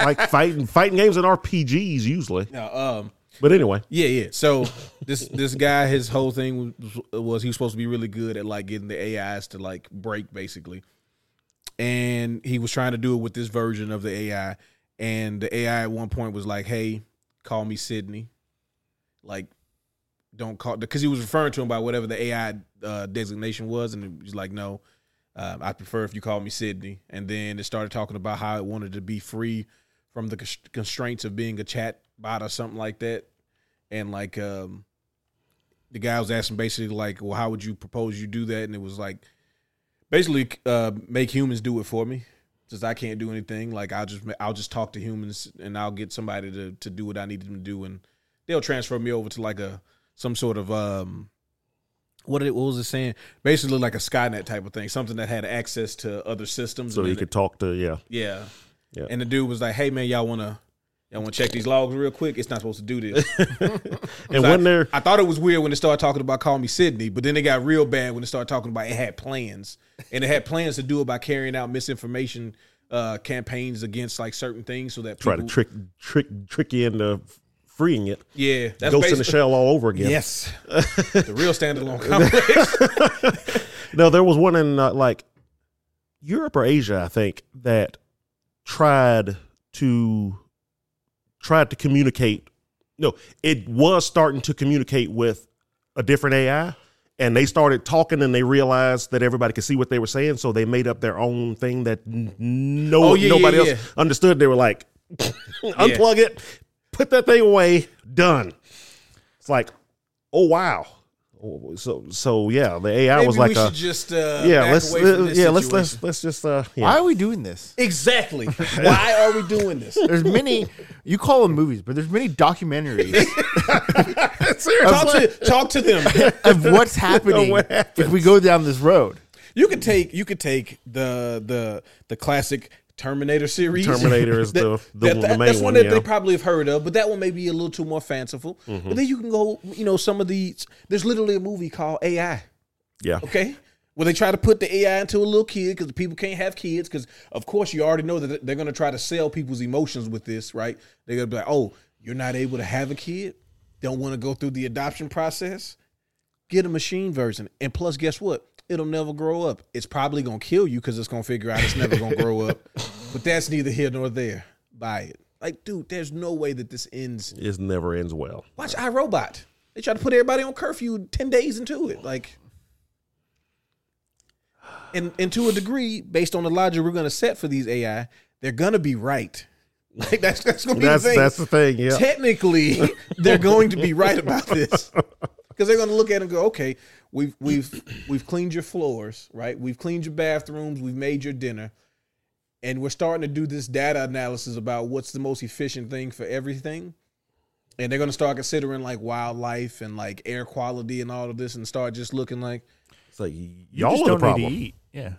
Speaker 2: like fighting fighting games and RPGs usually.
Speaker 1: No, um,
Speaker 2: But anyway,
Speaker 1: yeah, yeah. So this this guy, his whole thing was, was he was supposed to be really good at like getting the AIs to like break basically, and he was trying to do it with this version of the AI, and the AI at one point was like, "Hey, call me Sydney," like don't call because he was referring to him by whatever the AI uh, designation was, and he's like, "No, um, I prefer if you call me Sydney." And then it started talking about how it wanted to be free from the cons- constraints of being a chat bot or something like that, and like um, the guy was asking basically like, "Well, how would you propose you do that?" And it was like, basically, uh, make humans do it for me. Since I can't do anything, like I'll just I'll just talk to humans and I'll get somebody to to do what I need them to do, and they'll transfer me over to like a some sort of um what it what was it saying? Basically like a Skynet type of thing, something that had access to other systems.
Speaker 2: so
Speaker 1: and
Speaker 2: you
Speaker 1: then
Speaker 2: could talk to yeah.
Speaker 1: it- yeah.
Speaker 2: Yeah.
Speaker 1: And the dude was like, "Hey man, y'all want to Y'all want to check these logs real quick? It's not supposed to do this.
Speaker 2: And
Speaker 1: I,
Speaker 2: when they're
Speaker 1: I thought it was weird when they started talking about call me Sydney, but then it got real bad when they started talking about it had plans, and it had plans to do it by carrying out misinformation uh, campaigns against like certain things, so that people,
Speaker 2: trying to trick trick trick you into freeing it,
Speaker 1: Yeah, that's
Speaker 2: Ghost in the
Speaker 1: basically-
Speaker 2: Shell all over again. <laughs>
Speaker 1: Yes, the real standalone complex.
Speaker 2: No, there was one in uh, like Europe or Asia, I think, that tried to tried to communicate. No, it was starting to communicate with a different AI, and they started talking, and they realized that everybody could see what they were saying, so they made up their own thing that n- no
Speaker 1: Oh, yeah,
Speaker 2: nobody
Speaker 1: yeah,
Speaker 2: else
Speaker 1: yeah.
Speaker 2: understood. They were like, <laughs> unplug it, put that thing away, done. It's like, oh wow. Oh, So so yeah, the AI
Speaker 1: Maybe
Speaker 2: was like
Speaker 1: we
Speaker 2: a
Speaker 1: should just uh,
Speaker 2: yeah,
Speaker 1: back
Speaker 2: let's
Speaker 1: away from
Speaker 2: let-
Speaker 1: this
Speaker 2: yeah, let's
Speaker 1: situation.
Speaker 2: let's let's just uh yeah.
Speaker 3: Why are we doing this?
Speaker 2: <laughs>
Speaker 1: exactly. Why are we doing this?
Speaker 3: There's many. you call them movies, but there's many
Speaker 1: <laughs>
Speaker 3: documentaries
Speaker 1: Talk to talk to them.
Speaker 3: of what's happening
Speaker 2: what happens.
Speaker 3: if we go down this road.
Speaker 1: You could take you could take the the the classic Terminator series. <laughs>
Speaker 2: Terminator is the- the one- the main
Speaker 1: that's
Speaker 2: one,
Speaker 1: that
Speaker 2: yeah.
Speaker 1: they probably have heard of, but that one may be a little too more fanciful.
Speaker 2: Mm-hmm.
Speaker 1: But then you can go, you know, some of these. There's literally a movie called AI.
Speaker 2: yeah.
Speaker 1: <laughs> Okay. Well, they try to put the AI into a little kid because people can't have kids because, of course, you already know that they're going to try to sell people's emotions with this, right? They're going to be like, oh, you're not able to have a kid? Don't want to go through the adoption process? Get a machine version. And plus, guess what? It'll never grow up. It's probably going to kill you because it's going to figure out it's never going to grow up. But that's neither here nor there. Buy it. Like, dude, there's no way that this ends.
Speaker 2: It never ends well.
Speaker 1: Watch iRobot. They try to put everybody on curfew ten days into it, like, and and to a degree, based on the logic we're going to set for these AI, they're going to be right. <laughs> Like that's that's going to be
Speaker 2: That's
Speaker 1: the thing.
Speaker 2: that's the thing, yeah.
Speaker 1: Technically, they're going to be right about this because they're going to look at it and go, okay, we've we've we've cleaned your floors, right? We've cleaned your bathrooms, we've made your dinner, and we're starting to do this data analysis about what's the most efficient thing for everything. And they're going to start considering like wildlife and like air quality and all of this, and start just looking like,
Speaker 2: It's like y-
Speaker 3: You
Speaker 2: y'all
Speaker 3: just
Speaker 2: are the
Speaker 3: don't need to
Speaker 2: problem.
Speaker 3: eat. Yeah.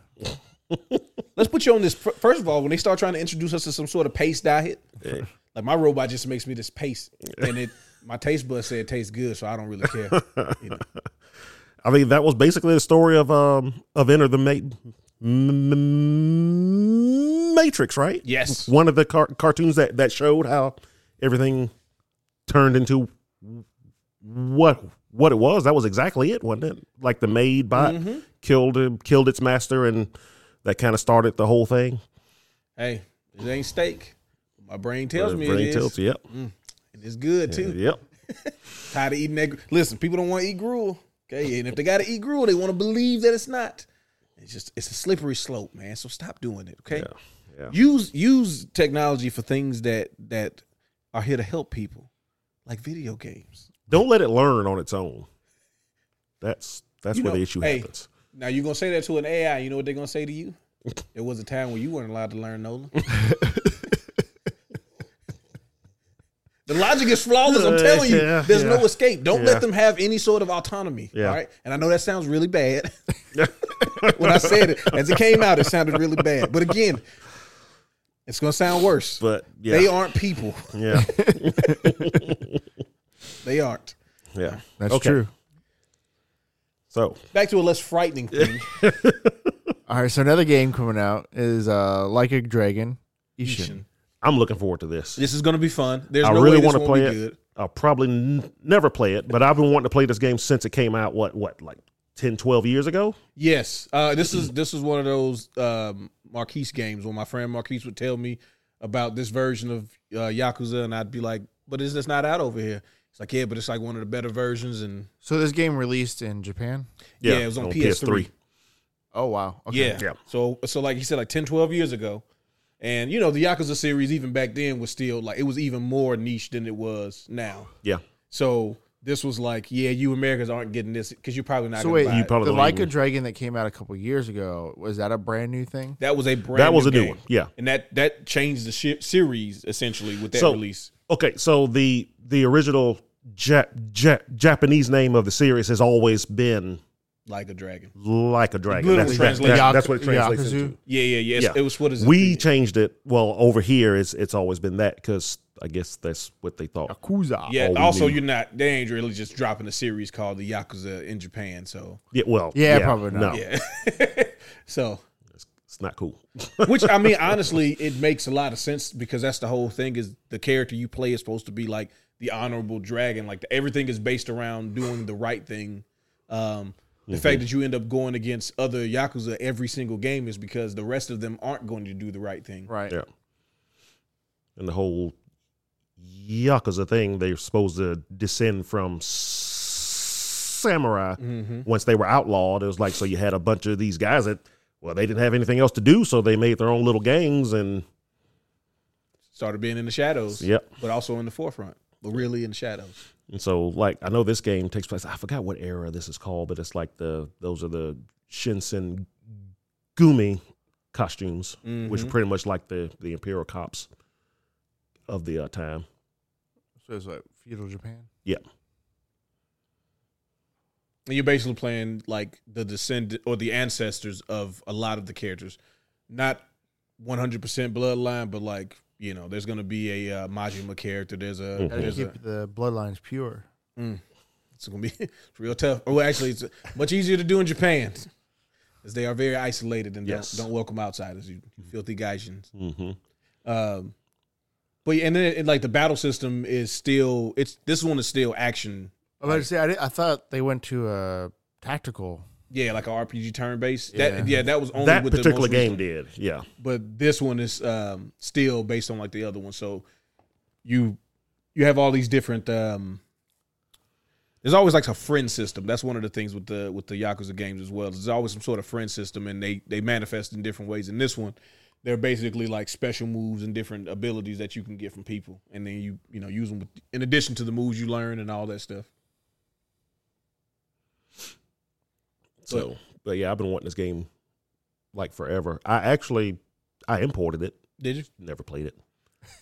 Speaker 1: let's put you on this. fir- First of all, when they start trying to introduce us to some sort of paste diet, like my robot just makes me this paste, and it my taste bud said it tastes good, so I don't really
Speaker 2: <laughs>
Speaker 1: care.
Speaker 2: I mean, that was basically the story of um of Enter the Ma- M- M- Matrix, right?
Speaker 1: Yes.
Speaker 2: One of the car- cartoons that that showed how everything turned into what what it was. That was exactly it, wasn't it? Like the maid bot killed him, killed its master, and that kind of started the whole thing.
Speaker 1: hey, it ain't steak. My brain tells
Speaker 2: The
Speaker 1: me
Speaker 2: brain
Speaker 1: it is.
Speaker 2: tells you, yep,
Speaker 1: And it's good <laughs> too.
Speaker 2: yep.
Speaker 1: Tired of eating that. gr- Listen, people don't want to eat gruel. Okay, and if they got to eat gruel, they want to believe that it's not. It's just it's a slippery slope, man. So stop doing it. Okay.
Speaker 2: yeah.
Speaker 1: Use use technology for things that that are here to help people, like video games.
Speaker 2: Don't let it learn on its own. That's that's
Speaker 1: You
Speaker 2: where
Speaker 1: know,
Speaker 2: the issue
Speaker 1: hey.
Speaker 2: happens. <laughs>
Speaker 1: Now you're gonna say that to an AI. You know what they're gonna say to you? There was a time when you weren't allowed to learn <laughs> Nolan. the logic is flawless. I'm telling you,
Speaker 2: Yeah,
Speaker 1: there's
Speaker 2: yeah.
Speaker 1: no escape. Don't
Speaker 2: Yeah.
Speaker 1: let them have any sort of autonomy.
Speaker 2: Yeah.
Speaker 1: All right. And I know that sounds really bad. <laughs> when I said it, as it came out, it sounded really bad. But again, it's gonna sound worse.
Speaker 2: But yeah,
Speaker 1: They aren't people.
Speaker 2: yeah,
Speaker 1: They aren't.
Speaker 2: yeah.
Speaker 3: That's
Speaker 2: Okay.
Speaker 3: true.
Speaker 2: So
Speaker 1: Back to a less frightening thing.
Speaker 3: All right. So another game coming out is uh, Like a Dragon. Ishin.
Speaker 2: I'm looking forward to this.
Speaker 1: <laughs> This is gonna be fun. There's
Speaker 2: I
Speaker 1: no
Speaker 2: really
Speaker 1: way this
Speaker 2: want to
Speaker 1: won't
Speaker 2: play
Speaker 1: be
Speaker 2: it.
Speaker 1: good.
Speaker 2: I'll probably n- never play it, but I've been wanting to play this game since it came out. What what like 10, 12 years ago?
Speaker 1: Yes, uh, this is this is one of those um, Marquise games where my friend Marquise would tell me about this version of uh, Yakuza, and I'd be like, "But is this not out over here?" It's like, "Yeah, but it's like one of the better versions." And
Speaker 3: So this game released in Japan.
Speaker 1: yeah, it was on, PS3.
Speaker 3: Oh wow.
Speaker 1: Yeah.
Speaker 2: Yeah.
Speaker 1: so so like he said, like 10, 12 years ago, and you know the Yakuza series even back then was still like it was even more niche than it was now.
Speaker 2: Yeah,
Speaker 1: So this was like, yeah, you Americans aren't getting this because you're probably not.
Speaker 3: So
Speaker 1: gonna
Speaker 3: wait,
Speaker 1: buy
Speaker 2: You
Speaker 1: it.
Speaker 2: probably
Speaker 3: the
Speaker 2: don't
Speaker 3: Like
Speaker 2: even-
Speaker 3: a Dragon that came out a couple years ago was that a brand new thing?
Speaker 1: that was a brand.
Speaker 2: that was a new
Speaker 1: game.
Speaker 2: one. Yeah.
Speaker 1: and that that changed the shi series essentially with that
Speaker 2: So-
Speaker 1: release.
Speaker 2: Okay, so the the original ja- ja- Japanese name of the series has always been
Speaker 1: Like a dragon.
Speaker 2: like a dragon.
Speaker 1: Literally
Speaker 2: That's, that-
Speaker 1: translates-
Speaker 2: that-
Speaker 3: Yak-
Speaker 2: that's what it translates
Speaker 3: Yakuza?
Speaker 2: into.
Speaker 1: Yeah, yeah, yeah.
Speaker 2: Yeah.
Speaker 1: It was what is it?
Speaker 2: We changed it. Well, over here, it's it's always been that because I guess that's what they thought.
Speaker 3: Yakuza.
Speaker 1: Yeah.
Speaker 2: all we
Speaker 1: also,
Speaker 2: need.
Speaker 1: you're not. They ain't really just dropping a series called the Yakuza in Japan. So
Speaker 2: Yeah, well,
Speaker 3: Yeah, probably not.
Speaker 2: No,
Speaker 1: yeah. <laughs> so
Speaker 2: it's not cool. <laughs>
Speaker 1: Which I mean, honestly, it makes a lot of sense because that's the whole thing. Is the character you play is supposed to be like the honorable dragon? Like everything is based around doing the right thing. Um, the fact that you end up going against other yakuza every single game is because the rest of them aren't going to do the right thing.
Speaker 3: Right.
Speaker 2: Yeah. And the whole Yakuza thing, they're supposed to descend from s- samurai.
Speaker 3: Mm-hmm.
Speaker 1: Mm-hmm.
Speaker 2: Once they were outlawed, it was like, so you had a bunch of these guys that, well, they didn't have anything else to do, so they made their own little gangs. And
Speaker 1: Started being in the shadows,
Speaker 2: Yep.
Speaker 1: but also in the forefront, but really in the shadows.
Speaker 2: And so, like, I know this game takes place. I forgot what era this is called, but it's like the those are the Shinsen Gumi costumes,
Speaker 1: Mm-hmm.
Speaker 2: which are pretty much like the the Imperial cops of the uh, time.
Speaker 3: So it's like feudal Japan.
Speaker 2: Yeah,
Speaker 1: And you're basically playing like the descendant or the ancestors of a lot of the characters, not 100% bloodline, but like you know, there's gonna be a uh, Majima character. There's a
Speaker 2: Mhm.
Speaker 3: Gotta
Speaker 1: there's a
Speaker 3: keep the bloodlines pure.
Speaker 1: It's gonna be <laughs> it's real tough. Or well, actually, it's much easier to do in Japan, as they are very isolated and
Speaker 2: Yes.
Speaker 1: don't, don't welcome outsiders. You, you filthy Gaijins.
Speaker 2: mm-hmm.
Speaker 1: Um, but yeah, and then and like the battle system is still it's this one is still action.
Speaker 3: I was about to say I, did, I thought they went to a tactical.
Speaker 1: Yeah, like a RPG turn based.
Speaker 3: Yeah.
Speaker 1: That yeah, that was only
Speaker 2: that
Speaker 1: with
Speaker 2: particular
Speaker 1: the most
Speaker 2: game
Speaker 1: recent-
Speaker 2: did. Yeah,
Speaker 1: but this one is um, still based on like the other one. So you you have all these different. Um, there's always like a friend system. That's one of the things with the with the Yakuza games as well. There's always some sort of friend system, and they they manifest in different ways. In this one, they're basically like special moves and different abilities that you can get from people, and then you you know use them with, in addition to the moves you learn and all that stuff.
Speaker 2: So, but, yeah, I've been wanting this game like forever. I actually I imported it,
Speaker 1: Did you?
Speaker 2: never played it,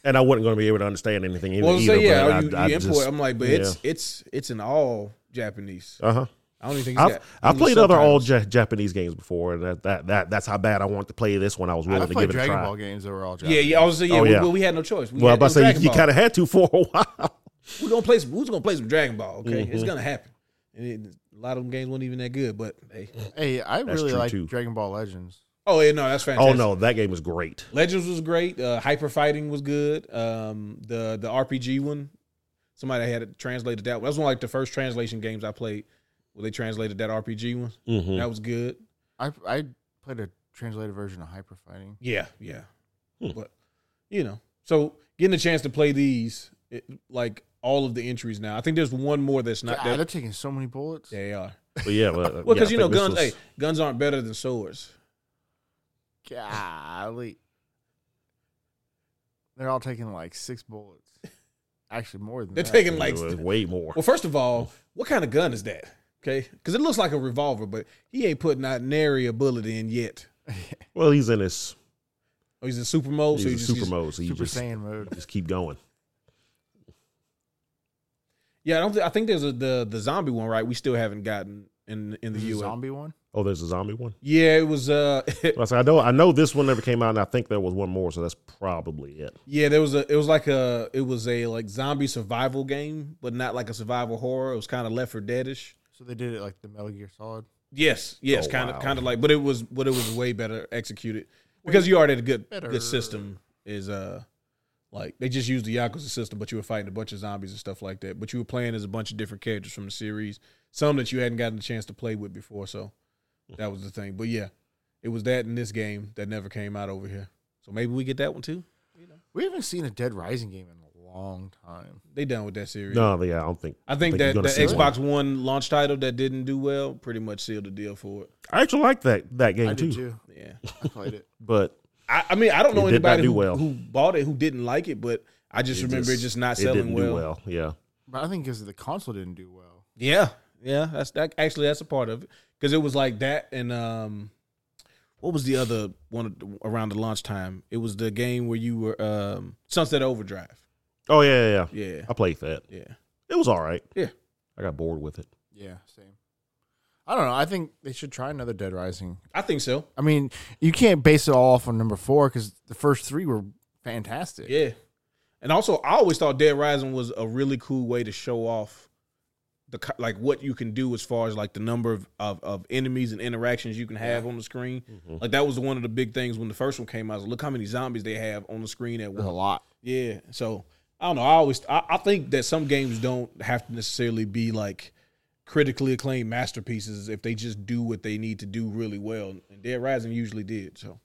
Speaker 2: and I wasn't going to be able to understand anything e- either.
Speaker 1: Well, so yeah,
Speaker 2: but I-
Speaker 1: you,
Speaker 2: I
Speaker 1: you import.
Speaker 2: just-
Speaker 1: I'm like, but it's it's it's in all Japanese.
Speaker 2: uh-huh.
Speaker 1: I don't even think it's
Speaker 2: I've,
Speaker 1: got
Speaker 2: I've
Speaker 1: English
Speaker 2: played other
Speaker 1: subtitles.
Speaker 2: old ja- Japanese games before, and that, that that that's how bad I wanted to play this one. I was willing
Speaker 3: I
Speaker 2: to
Speaker 3: played
Speaker 2: give it a
Speaker 3: Dragon
Speaker 2: try.
Speaker 3: Ball games that were all
Speaker 1: Yeah,
Speaker 3: Japanese.
Speaker 1: yeah. I was saying, yeah,
Speaker 2: Oh,
Speaker 1: we-
Speaker 2: yeah.
Speaker 1: We, we had no choice. We
Speaker 2: Well, I'm
Speaker 1: had,
Speaker 2: about to say you, you kind
Speaker 1: of
Speaker 2: of had to for a
Speaker 1: <laughs>
Speaker 2: while.
Speaker 1: we're gonna play some. We're gonna play some Dragon Ball. Okay,
Speaker 2: Mm-hmm.
Speaker 1: it's gonna happen. And it, a lot of them games weren't even that good, but hey.
Speaker 3: Hey, I really
Speaker 2: true,
Speaker 3: like
Speaker 2: too.
Speaker 3: Dragon Ball Legends.
Speaker 1: Oh yeah, no, that's
Speaker 2: oh
Speaker 1: fantastic.
Speaker 2: no, that game was great.
Speaker 1: Legends was great. Uh, Hyper Fighting was good. Um, the the RPG one, somebody had it translated that. That was one of like the first translation games I played. Where they translated that RPG one.
Speaker 2: hmm
Speaker 1: That was good.
Speaker 3: I I played a translated version of Hyper Fighting.
Speaker 1: Yeah, yeah.
Speaker 2: Hmm.
Speaker 1: But you know, so getting a chance to play these, it, like all of the entries now. I think there's one more that's not.
Speaker 3: God,
Speaker 1: that,
Speaker 3: they're taking so many bullets.
Speaker 1: they are.
Speaker 2: But uh, yeah, well,
Speaker 1: Well,
Speaker 2: yeah,
Speaker 1: because
Speaker 2: I
Speaker 1: you know,
Speaker 2: think this
Speaker 1: guns.
Speaker 2: was-
Speaker 1: Hey, guns aren't better than swords.
Speaker 3: Golly. They're all taking like six
Speaker 1: <laughs>
Speaker 3: bullets. Actually, more than
Speaker 1: They're
Speaker 3: that.
Speaker 1: taking like.
Speaker 2: it
Speaker 1: <laughs>
Speaker 2: was way more.
Speaker 1: Well, first of all, what kind of gun is that? Okay, because it looks like a revolver, but he ain't putting out nary a bullet in yet.
Speaker 2: Well, he's in his
Speaker 1: Oh, he's in super mode.
Speaker 2: he's
Speaker 1: so
Speaker 2: in
Speaker 1: he's
Speaker 2: super
Speaker 1: just,
Speaker 2: mode, so you
Speaker 3: Super
Speaker 2: just
Speaker 3: Saiyan mode.
Speaker 2: just keep going.
Speaker 1: Yeah, I don't. Think, I think there's a, the the zombie one, right? We still haven't gotten in in the
Speaker 3: The
Speaker 1: U.S.
Speaker 3: zombie one.
Speaker 2: Oh, there's a zombie one.
Speaker 1: Yeah, it was. Uh, <laughs>
Speaker 2: Well, I said, I know I know this one never came out, and I think there was one more, so that's probably it.
Speaker 1: yeah, there was a. It was like a. It was a like zombie survival game, but not like a survival horror. It was kind of Left for Deadish.
Speaker 3: So they did it like the Metal Gear Solid.
Speaker 1: Yes, yes,
Speaker 2: Oh,
Speaker 1: kind of,
Speaker 2: wow.
Speaker 1: kind of like, but it was, but it was way better executed because you already had a good,
Speaker 3: better.
Speaker 1: good system. Is uh, like they just used the Yakuza system, but you were fighting a bunch of zombies and stuff like that. But you were playing as a bunch of different characters from the series, some that you hadn't gotten a chance to play with before. So that was the thing. But yeah, it was that in this game that never came out over here. So maybe we get that one too.
Speaker 3: We haven't seen a Dead Rising game in a long time.
Speaker 1: They done with that series.
Speaker 2: No, yeah, I don't think.
Speaker 1: I think,
Speaker 2: you're
Speaker 1: that
Speaker 2: gonna
Speaker 1: the
Speaker 2: see one.
Speaker 1: Xbox One launch title that didn't do well pretty much sealed the deal for it.
Speaker 2: I actually like that that
Speaker 3: I
Speaker 2: game
Speaker 3: did
Speaker 2: too,
Speaker 3: too.
Speaker 1: Yeah.
Speaker 3: I played it.
Speaker 2: but
Speaker 1: I, I mean, I don't know
Speaker 2: It did not
Speaker 1: anybody
Speaker 2: do
Speaker 1: who,
Speaker 2: well.
Speaker 1: who bought it who didn't like it, but I just remember it just not
Speaker 2: it
Speaker 1: selling
Speaker 2: didn't
Speaker 1: well.
Speaker 2: do well. Yeah,
Speaker 3: But I think because the console didn't do well.
Speaker 1: Yeah, yeah. That's that. Actually, that's a part of it because it was like that and um, what was the other one of the- around the launch time? It was the game where you were um Sunset Overdrive.
Speaker 2: oh yeah, yeah, yeah.
Speaker 1: Yeah,
Speaker 2: I played that.
Speaker 1: yeah.
Speaker 2: It was all right.
Speaker 1: Yeah.
Speaker 2: I got bored with it.
Speaker 3: Yeah, same. I don't know. I think they should try another Dead Rising.
Speaker 1: I think so.
Speaker 3: I mean, you can't base it all off on number four because the first three were fantastic.
Speaker 1: Yeah. And also, I always thought Dead Rising was a really cool way to show off the co- like what you can do as far as like the number of of, of enemies and interactions you can have on the screen. Like that was one of the big things when the first one came out. was, Look how many zombies they have on the screen at
Speaker 3: There's a
Speaker 1: once.
Speaker 3: lot.
Speaker 1: Yeah. So I don't know. I always I, I think that some games don't have to necessarily be like critically acclaimed masterpieces if they just do what they need to do really well. And Dead Rising usually did. So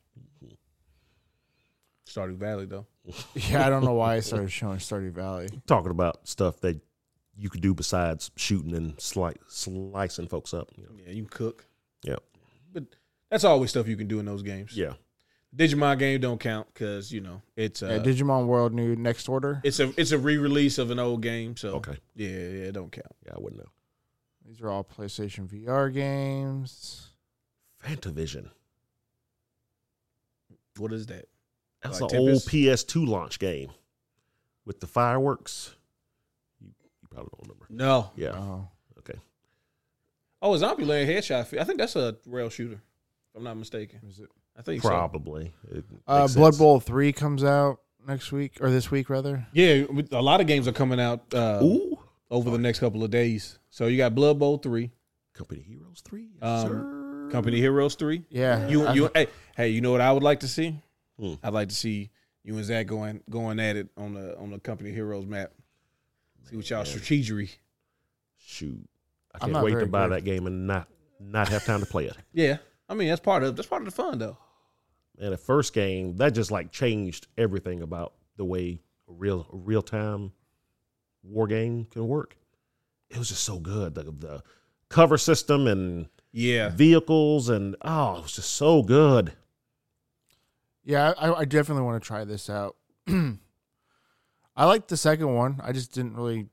Speaker 1: Stardew Valley though.
Speaker 3: Yeah, I don't know why I started showing Stardew Valley.
Speaker 2: Talking about stuff that you could do besides shooting and slice, slicing folks up. You know?
Speaker 1: Yeah, you can cook.
Speaker 2: Yep.
Speaker 1: But that's always stuff you can do in those games.
Speaker 2: Yeah.
Speaker 1: Digimon game don't count because you know it's uh,
Speaker 3: yeah, Digimon World New Next Order.
Speaker 1: it's a it's a re release of an old game. So
Speaker 2: Okay.
Speaker 1: yeah, yeah, it don't count.
Speaker 2: Yeah, I wouldn't know.
Speaker 3: These are all PlayStation VR games.
Speaker 2: Fantavision.
Speaker 1: What is that?
Speaker 2: That's
Speaker 1: Like
Speaker 2: an old
Speaker 1: Tempest?
Speaker 2: PS2 launch game with the fireworks. You, you probably don't remember.
Speaker 1: No.
Speaker 2: Yeah.
Speaker 3: Oh,
Speaker 2: Okay.
Speaker 1: Oh, a Zombieland headshot. fe- I think that's a rail shooter. If I'm not mistaken.
Speaker 3: is it?
Speaker 1: I think so.
Speaker 2: Probably. It
Speaker 3: Uh,
Speaker 2: makes
Speaker 3: Blood
Speaker 2: sense.
Speaker 3: Bowl Three comes out next week or this week rather.
Speaker 1: Yeah, with- a lot of games are coming out uh,
Speaker 2: Ooh.
Speaker 1: over the next couple of days. So you got Blood Bowl three,
Speaker 2: Company Heroes 3.
Speaker 1: Um,
Speaker 2: sir.
Speaker 1: Company Heroes three.
Speaker 3: Yeah,
Speaker 1: You
Speaker 3: I-
Speaker 1: you hey hey, you know what I would like to see?
Speaker 2: Hmm.
Speaker 1: I'd like to see you and Zach going going at it on the on the company heroes map. See what y'all strategery.
Speaker 2: Shoot. I
Speaker 3: I'm
Speaker 2: can't
Speaker 3: not
Speaker 2: wait to
Speaker 3: very
Speaker 2: buy
Speaker 3: good.
Speaker 2: that game and not not have time to play it.
Speaker 1: Yeah. I mean that's part of that's part of the fun though.
Speaker 2: And the first game, that just like changed everything about the way a real real time war game can work. It was just so good. The, the cover system and
Speaker 1: Yeah.
Speaker 2: vehicles and oh, it was just so good.
Speaker 3: yeah, I, I definitely want to try this out. <clears throat> I liked the second one. I just didn't really.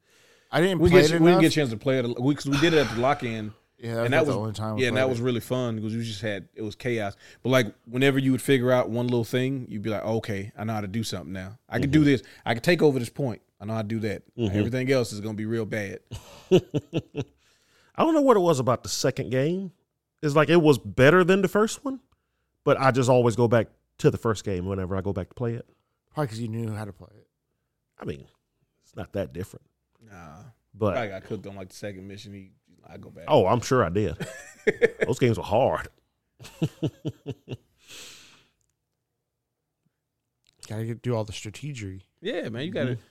Speaker 3: I didn't
Speaker 1: We
Speaker 3: play
Speaker 1: get
Speaker 3: it
Speaker 1: we didn't
Speaker 3: enough.
Speaker 1: get a chance to play it because we, did it at the lock in.
Speaker 3: yeah,
Speaker 1: and
Speaker 3: that was
Speaker 1: that
Speaker 3: the
Speaker 1: was-
Speaker 3: only time. we
Speaker 1: Yeah, and that
Speaker 3: played
Speaker 1: was
Speaker 3: it.
Speaker 1: really fun because we just had it was chaos. But like whenever you would figure out one little thing, you'd be like, okay, I know how to do something now. I can do this. I can take over this point. I know how to do that. Everything else is gonna be real bad.
Speaker 2: I don't know what it was about the second game. It's like it was better than the first one, but I just always go back to the first game whenever I go back to play it.
Speaker 3: probably because you knew how to play it.
Speaker 2: I mean, it's not that different,
Speaker 1: Nah. Probably
Speaker 2: but
Speaker 1: got cooked on like the second mission. He, I go back.
Speaker 2: oh, I'm sure I did. <laughs> Those games were hard.
Speaker 3: Gotta get, do all the strategery.
Speaker 1: Yeah, man, you got to. Mm-hmm.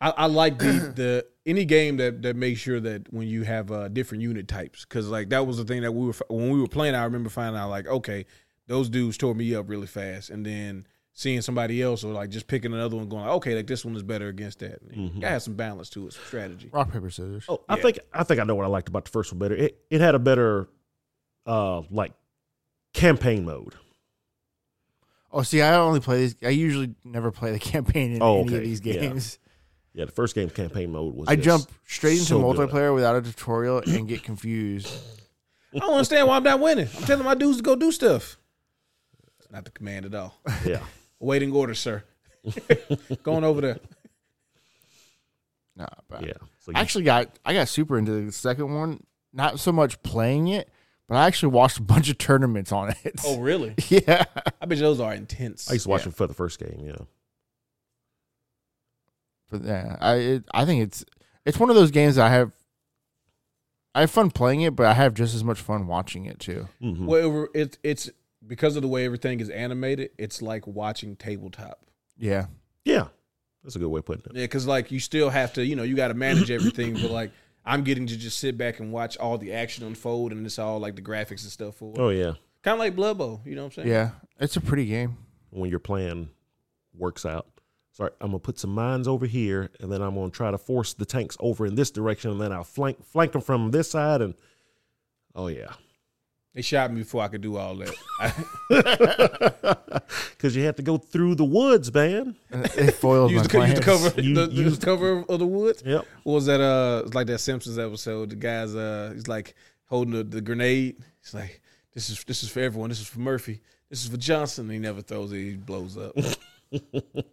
Speaker 1: I, I like <clears throat> the, the any game that that makes sure that when you have uh, different unit types, because like that was the thing that we were f- when we were playing. I remember finding out like, okay, those dudes tore me up really fast, and then seeing somebody else or like just picking another one, going, like, okay, like this one is better against that. You gotta have some balance to it, some strategy.
Speaker 3: Rock paper scissors.
Speaker 2: Oh, I think I think I know what I liked about the first one better. It it had a better, uh, like campaign mode.
Speaker 3: Oh, see, I only play these. I usually never play the <laughs> campaign in
Speaker 2: Oh,
Speaker 3: any of
Speaker 2: okay.
Speaker 3: these
Speaker 2: Yeah.
Speaker 3: games.
Speaker 2: Yeah, the first game's campaign mode was.
Speaker 3: I
Speaker 2: just-
Speaker 3: jump straight into
Speaker 2: so good.
Speaker 3: multiplayer without a tutorial and get confused.
Speaker 1: I don't understand why I'm not winning. I'm telling my dudes to go do stuff. It's not the command at <laughs> all.
Speaker 2: <laughs> <laughs> Yeah,
Speaker 1: Waiting order, sir. <laughs> going over there.
Speaker 3: Nah, but
Speaker 2: yeah. So
Speaker 3: I actually got I got super into the second one. Not so much playing it, but I actually watched a <laughs> bunch of tournaments on it.
Speaker 1: Oh, really?
Speaker 3: <laughs> yeah,
Speaker 1: I bet you those are intense.
Speaker 2: I used to watch it for the first game. Yeah,
Speaker 3: but yeah, I it, I think it's it's one of those games that I have. I have fun playing it, but I have just as much fun watching it too.
Speaker 2: Mhm.
Speaker 1: Well, it, it's because of the way everything is animated. It's like watching tabletop.
Speaker 3: Yeah,
Speaker 2: yeah. That's a good way of putting it.
Speaker 1: Yeah, because like you still have to, you know, you got to manage everything. but like I'm getting to just sit back and watch all the action unfold, and it's all like the graphics and stuff for
Speaker 2: Oh yeah,
Speaker 1: kind of like Blood Bowl. You know what I'm saying?
Speaker 3: yeah, it's a pretty game. <laughs>
Speaker 2: when your plan works out. Sorry, I'm gonna put some mines over here, and then I'm gonna try to force the tanks over in this direction, and then I'll flank flank them from this side. And oh yeah,
Speaker 1: They shot me before I could do all
Speaker 2: <laughs>
Speaker 1: that. <laughs> I
Speaker 2: because you had to go through the woods, man.
Speaker 3: It foiled my
Speaker 1: used the, used the
Speaker 3: plans.
Speaker 1: cover,
Speaker 2: You-
Speaker 1: the, the
Speaker 2: you-
Speaker 1: cover of the woods.
Speaker 2: Yep.
Speaker 1: What was that? Uh, it's like that Simpsons episode. The guy's uh, he's like holding the, the grenade. He's like, this is this is for everyone. This is for Murphy. This is for Johnson. And he never throws it. He blows <laughs> up.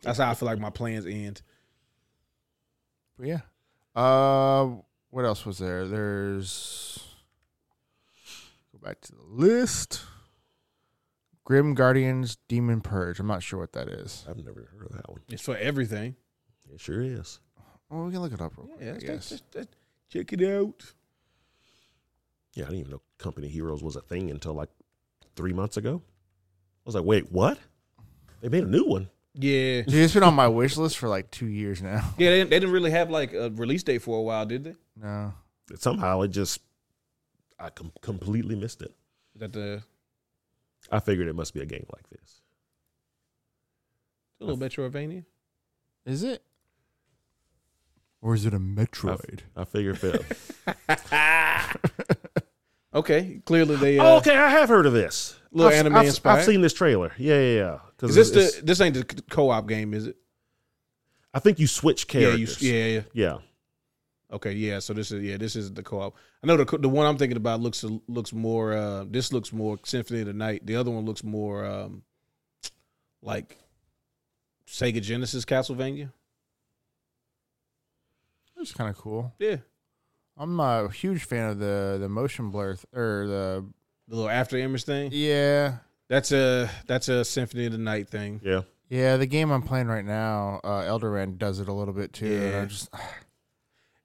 Speaker 1: That's how I feel like my plans end.
Speaker 3: But yeah. Uh, what else was there? There's. Go back to the list. Grim Guardians Demon Purge. I'm not sure what that is.
Speaker 2: I've never heard of that one.
Speaker 1: It's for everything.
Speaker 2: It sure is.
Speaker 3: Well, we can look it up real quick.
Speaker 1: Yeah,
Speaker 3: I
Speaker 1: let's- let's-
Speaker 3: guess.
Speaker 1: let's- let's check it out.
Speaker 2: Yeah, I didn't even know Company Heroes was a thing until like three months ago. I was like, wait, what? They made a new one.
Speaker 1: Yeah,
Speaker 3: Dude, it's been on my wish list for like two years now. <laughs>
Speaker 1: yeah. They didn't, they didn't really have like a release date for a while, did they? Is
Speaker 3: No.
Speaker 2: But somehow it just, I com- completely missed it.
Speaker 1: that the
Speaker 2: I figured it must be a game like this.
Speaker 1: a little Metroidvania?
Speaker 3: Is it? Or is it a <laughs> Metroid?
Speaker 2: I figured
Speaker 1: <laughs>
Speaker 2: Oh, it.
Speaker 3: Ah! <laughs>
Speaker 1: Okay, clearly they uh,
Speaker 2: oh, okay, I have heard of this.
Speaker 1: little
Speaker 2: I've,
Speaker 1: anime
Speaker 2: I've,
Speaker 1: inspired.
Speaker 2: I've seen this trailer. Yeah, yeah, yeah. 'Cause
Speaker 1: Is this
Speaker 2: it's-
Speaker 1: the this ain't the co op game, is it?
Speaker 2: I think you switch characters.
Speaker 1: Yeah, you, yeah, yeah.
Speaker 2: yeah.
Speaker 1: Okay, yeah. So this is yeah, this is the co-op. I know the co- the one I'm thinking about looks looks more. Uh, this looks more Symphony of the Night. The other one looks more um, like Sega Genesis Castlevania.
Speaker 3: It's kind of cool.
Speaker 1: Yeah,
Speaker 3: I'm a huge fan of the the motion blur th- or the
Speaker 1: the little after image thing.
Speaker 3: yeah
Speaker 1: That's a that's a Symphony of the Night thing.
Speaker 2: Yeah.
Speaker 3: yeah the game I'm playing right now. Uh, Eldorand does it a little bit too. and
Speaker 1: Yeah.
Speaker 3: I just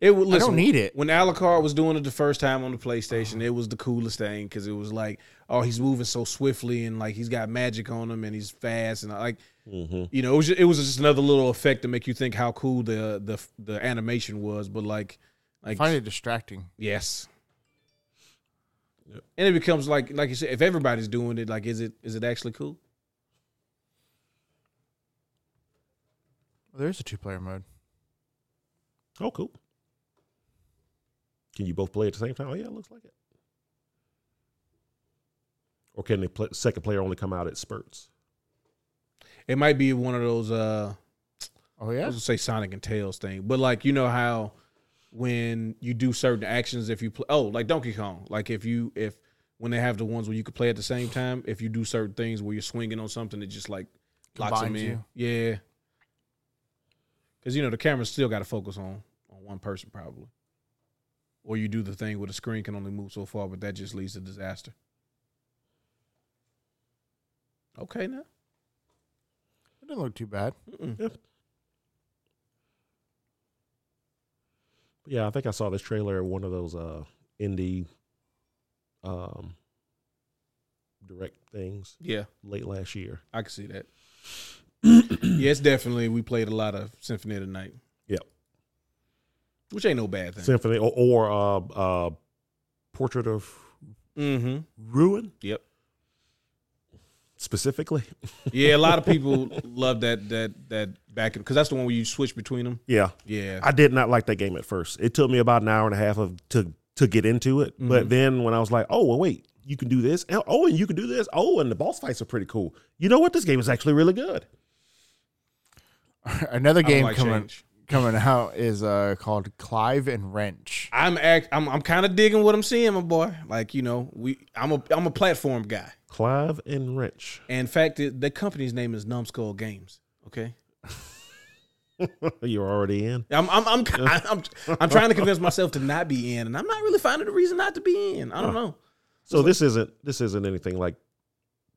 Speaker 1: It would
Speaker 3: I
Speaker 1: listen,
Speaker 3: don't need it.
Speaker 1: When Alucard was doing it the first time on the PlayStation, it was the coolest thing because it was like, oh, he's moving so swiftly and like he's got magic on him and he's fast and like
Speaker 2: Mm-hmm.
Speaker 1: you know, it was just, it was just another little effect to make you think how cool the the the animation was, but like
Speaker 3: I
Speaker 1: like
Speaker 3: find it distracting.
Speaker 1: yes.
Speaker 2: Yep.
Speaker 1: And it becomes like like you said, if everybody's doing it, like is it is it actually cool?
Speaker 3: There is a two player mode.
Speaker 2: Oh, cool. Can you both play at the same time? Oh, yeah, it looks like it. Or can the pl- second player only come out at spurts?
Speaker 1: It might be one of those uh
Speaker 3: Oh
Speaker 1: I
Speaker 3: yeah,
Speaker 1: was gonna say Sonic and Tails thing, but like you know how when you do certain actions, if you play, oh, like Donkey Kong, like if you if when they have the ones where you could play at the same time, if you do certain things where you're swinging on something, it just like locks them
Speaker 3: Combines
Speaker 1: in. Yeah, because you know the camera's still got to focus on on one person probably, or you do the thing where the screen can only move so far, but that just leads to disaster. Okay, now
Speaker 3: it didn't look too bad. <laughs>
Speaker 1: Mm-mm.
Speaker 2: But yeah, I think I saw this trailer at one of those uh, indie um, direct things
Speaker 1: yeah,
Speaker 2: late last year.
Speaker 1: I can see that. yeah, it's definitely we played a lot of Symphony of the Night.
Speaker 2: Yep.
Speaker 1: Which ain't no bad thing.
Speaker 2: Symphony or, or uh, uh, Portrait of
Speaker 1: mm-hmm.
Speaker 2: Ruin
Speaker 1: Yep.
Speaker 2: specifically.
Speaker 1: Yeah, a lot of people <laughs> love that that that back because that's the one where you switch between them.
Speaker 2: Yeah.
Speaker 1: Yeah.
Speaker 2: I did not like that game at first. It took me about an hour and a half of to to get into it. But then when I was like, oh well, wait, you can do this. And- Oh, and you can do this. Oh, and the boss fights are pretty cool. You know what? This game is actually really good.
Speaker 3: Another
Speaker 1: I don't
Speaker 3: game
Speaker 1: like
Speaker 3: coming
Speaker 1: change.
Speaker 3: coming out is uh called Clive and Wrench.
Speaker 1: I'm act. I'm I'm kind of digging what I'm seeing, my boy. Like you know, we I'm a I'm a platform guy.
Speaker 2: Clive and Wrench.
Speaker 1: And in fact, it, the company's name is Numbskull Games. Okay.
Speaker 2: You're already in.
Speaker 1: I'm I'm <laughs> I'm I'm, I'm trying to convince myself to not be in, and I'm not really finding a reason not to be in. I don't know.
Speaker 2: So this isn't this isn't anything like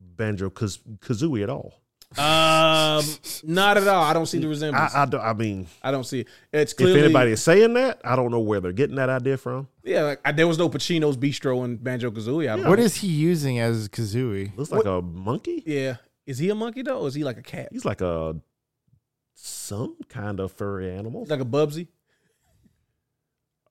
Speaker 2: Banjo Kaz- Kazooie at all.
Speaker 1: Um, not at all. I don't see the
Speaker 2: I
Speaker 1: resemblance. I,
Speaker 2: I, don't- I mean,
Speaker 1: don't see it. It's clearly
Speaker 2: if anybody is saying that, I don't know where they're getting that idea from.
Speaker 1: Yeah, like, I, there was no Pacino's Bistro in Banjo Kazooie. I don't.
Speaker 3: What is he using as Kazooie?
Speaker 2: Looks like a monkey.
Speaker 1: Yeah, is he a monkey though? Or is he like a cat?
Speaker 2: He's like a some kind of furry animal.
Speaker 1: He's like a Bubsy.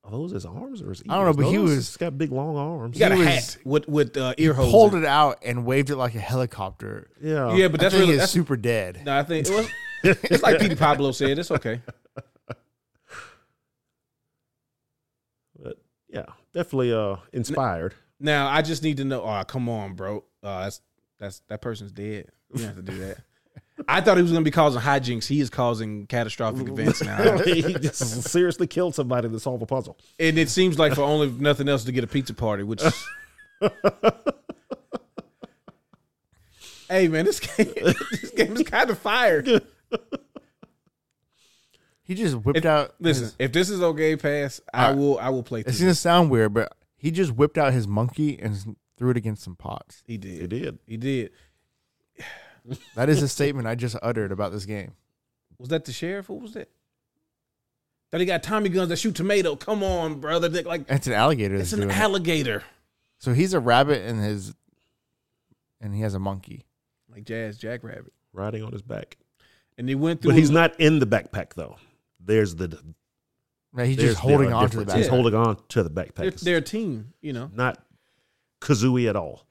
Speaker 2: Are those his arms or his ears?
Speaker 3: I don't know, but he
Speaker 2: Those-
Speaker 3: was-
Speaker 2: he's got big long arms.
Speaker 1: He got
Speaker 3: He
Speaker 1: a
Speaker 3: was-
Speaker 1: hat with with uh, ear holes.
Speaker 3: Pulled
Speaker 1: in
Speaker 3: it out and waved it like a helicopter.
Speaker 2: Yeah,
Speaker 1: Yeah, but
Speaker 3: That
Speaker 1: that's
Speaker 3: thing
Speaker 1: really
Speaker 3: is
Speaker 1: that's. <laughs>
Speaker 3: super dead.
Speaker 1: No, I think it was, it's like Pete Pablo said. It's okay.
Speaker 2: But yeah, definitely uh inspired.
Speaker 1: Now I just need to know. Oh, come on, bro. Uh, that's that's that person's dead. You don't have to do that. I thought he was going to be causing hijinks. He is causing catastrophic events
Speaker 2: <laughs>
Speaker 1: now.
Speaker 2: he just seriously killed somebody to solve a puzzle.
Speaker 1: And it seems like for only nothing else to get a pizza party, which.
Speaker 2: <laughs>
Speaker 1: hey man, this game, <laughs> this game is kind of fire.
Speaker 3: He just whipped out.
Speaker 1: Listen, if this is on Game Pass, I will I will play.
Speaker 3: It's
Speaker 1: Through.
Speaker 3: gonna sound weird, but he just whipped out his monkey and threw it against some pots.
Speaker 1: He
Speaker 2: It
Speaker 1: did.
Speaker 2: did.
Speaker 1: He did.
Speaker 3: That is a statement I just uttered about this game.
Speaker 1: Was that the sheriff? What was that? That he got Tommy guns that shoot tomato. Come on, brother. They- Like
Speaker 3: It's an alligator.
Speaker 1: it's
Speaker 3: That's
Speaker 1: an
Speaker 3: doing it.
Speaker 1: alligator.
Speaker 3: so he's a rabbit and his, and he has a monkey.
Speaker 1: Like Jazz Jackrabbit.
Speaker 2: riding on his back.
Speaker 1: And he went through
Speaker 2: But he's
Speaker 1: a-
Speaker 2: not in the backpack though. There's the
Speaker 3: Right, he's
Speaker 2: there's
Speaker 3: just holding
Speaker 2: the
Speaker 3: on to the
Speaker 2: difference.
Speaker 3: back.
Speaker 2: He's
Speaker 1: Yeah.
Speaker 2: holding on to the backpack.
Speaker 1: they're,
Speaker 2: It's
Speaker 1: they're a team, you know.
Speaker 2: not Kazooie at all.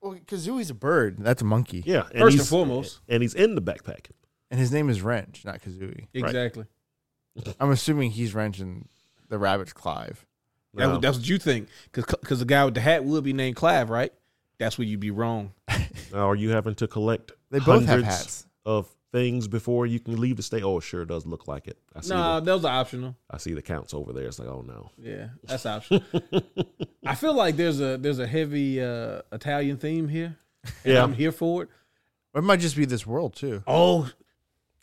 Speaker 3: Well, Kazooie's a bird. That's a monkey.
Speaker 2: Yeah, and
Speaker 1: First and
Speaker 2: he's-
Speaker 1: foremost.
Speaker 2: and he's in the backpack.
Speaker 3: And his name is Wrench, not Kazooie.
Speaker 1: Exactly.
Speaker 3: I'm assuming he's Wrench and the rabbit's Clive.
Speaker 1: That
Speaker 2: No.
Speaker 1: was, that's what you think. Because the guy with the hat would be named Clive, right? That's where you'd be wrong.
Speaker 2: Now, are you having to collect?
Speaker 3: They both have
Speaker 2: hundreds
Speaker 3: hats.
Speaker 2: of things before you can leave the state. Oh, it sure does look like it. I see.
Speaker 1: Nah,
Speaker 2: The,
Speaker 1: those are optional.
Speaker 2: I see the counts over there. It's like, oh no.
Speaker 1: Yeah, that's <laughs> optional. I feel like there's a there's a heavy uh, Italian theme here. And
Speaker 2: Yeah.
Speaker 1: I'm here for it.
Speaker 3: Or it might just be this world too.
Speaker 1: Oh,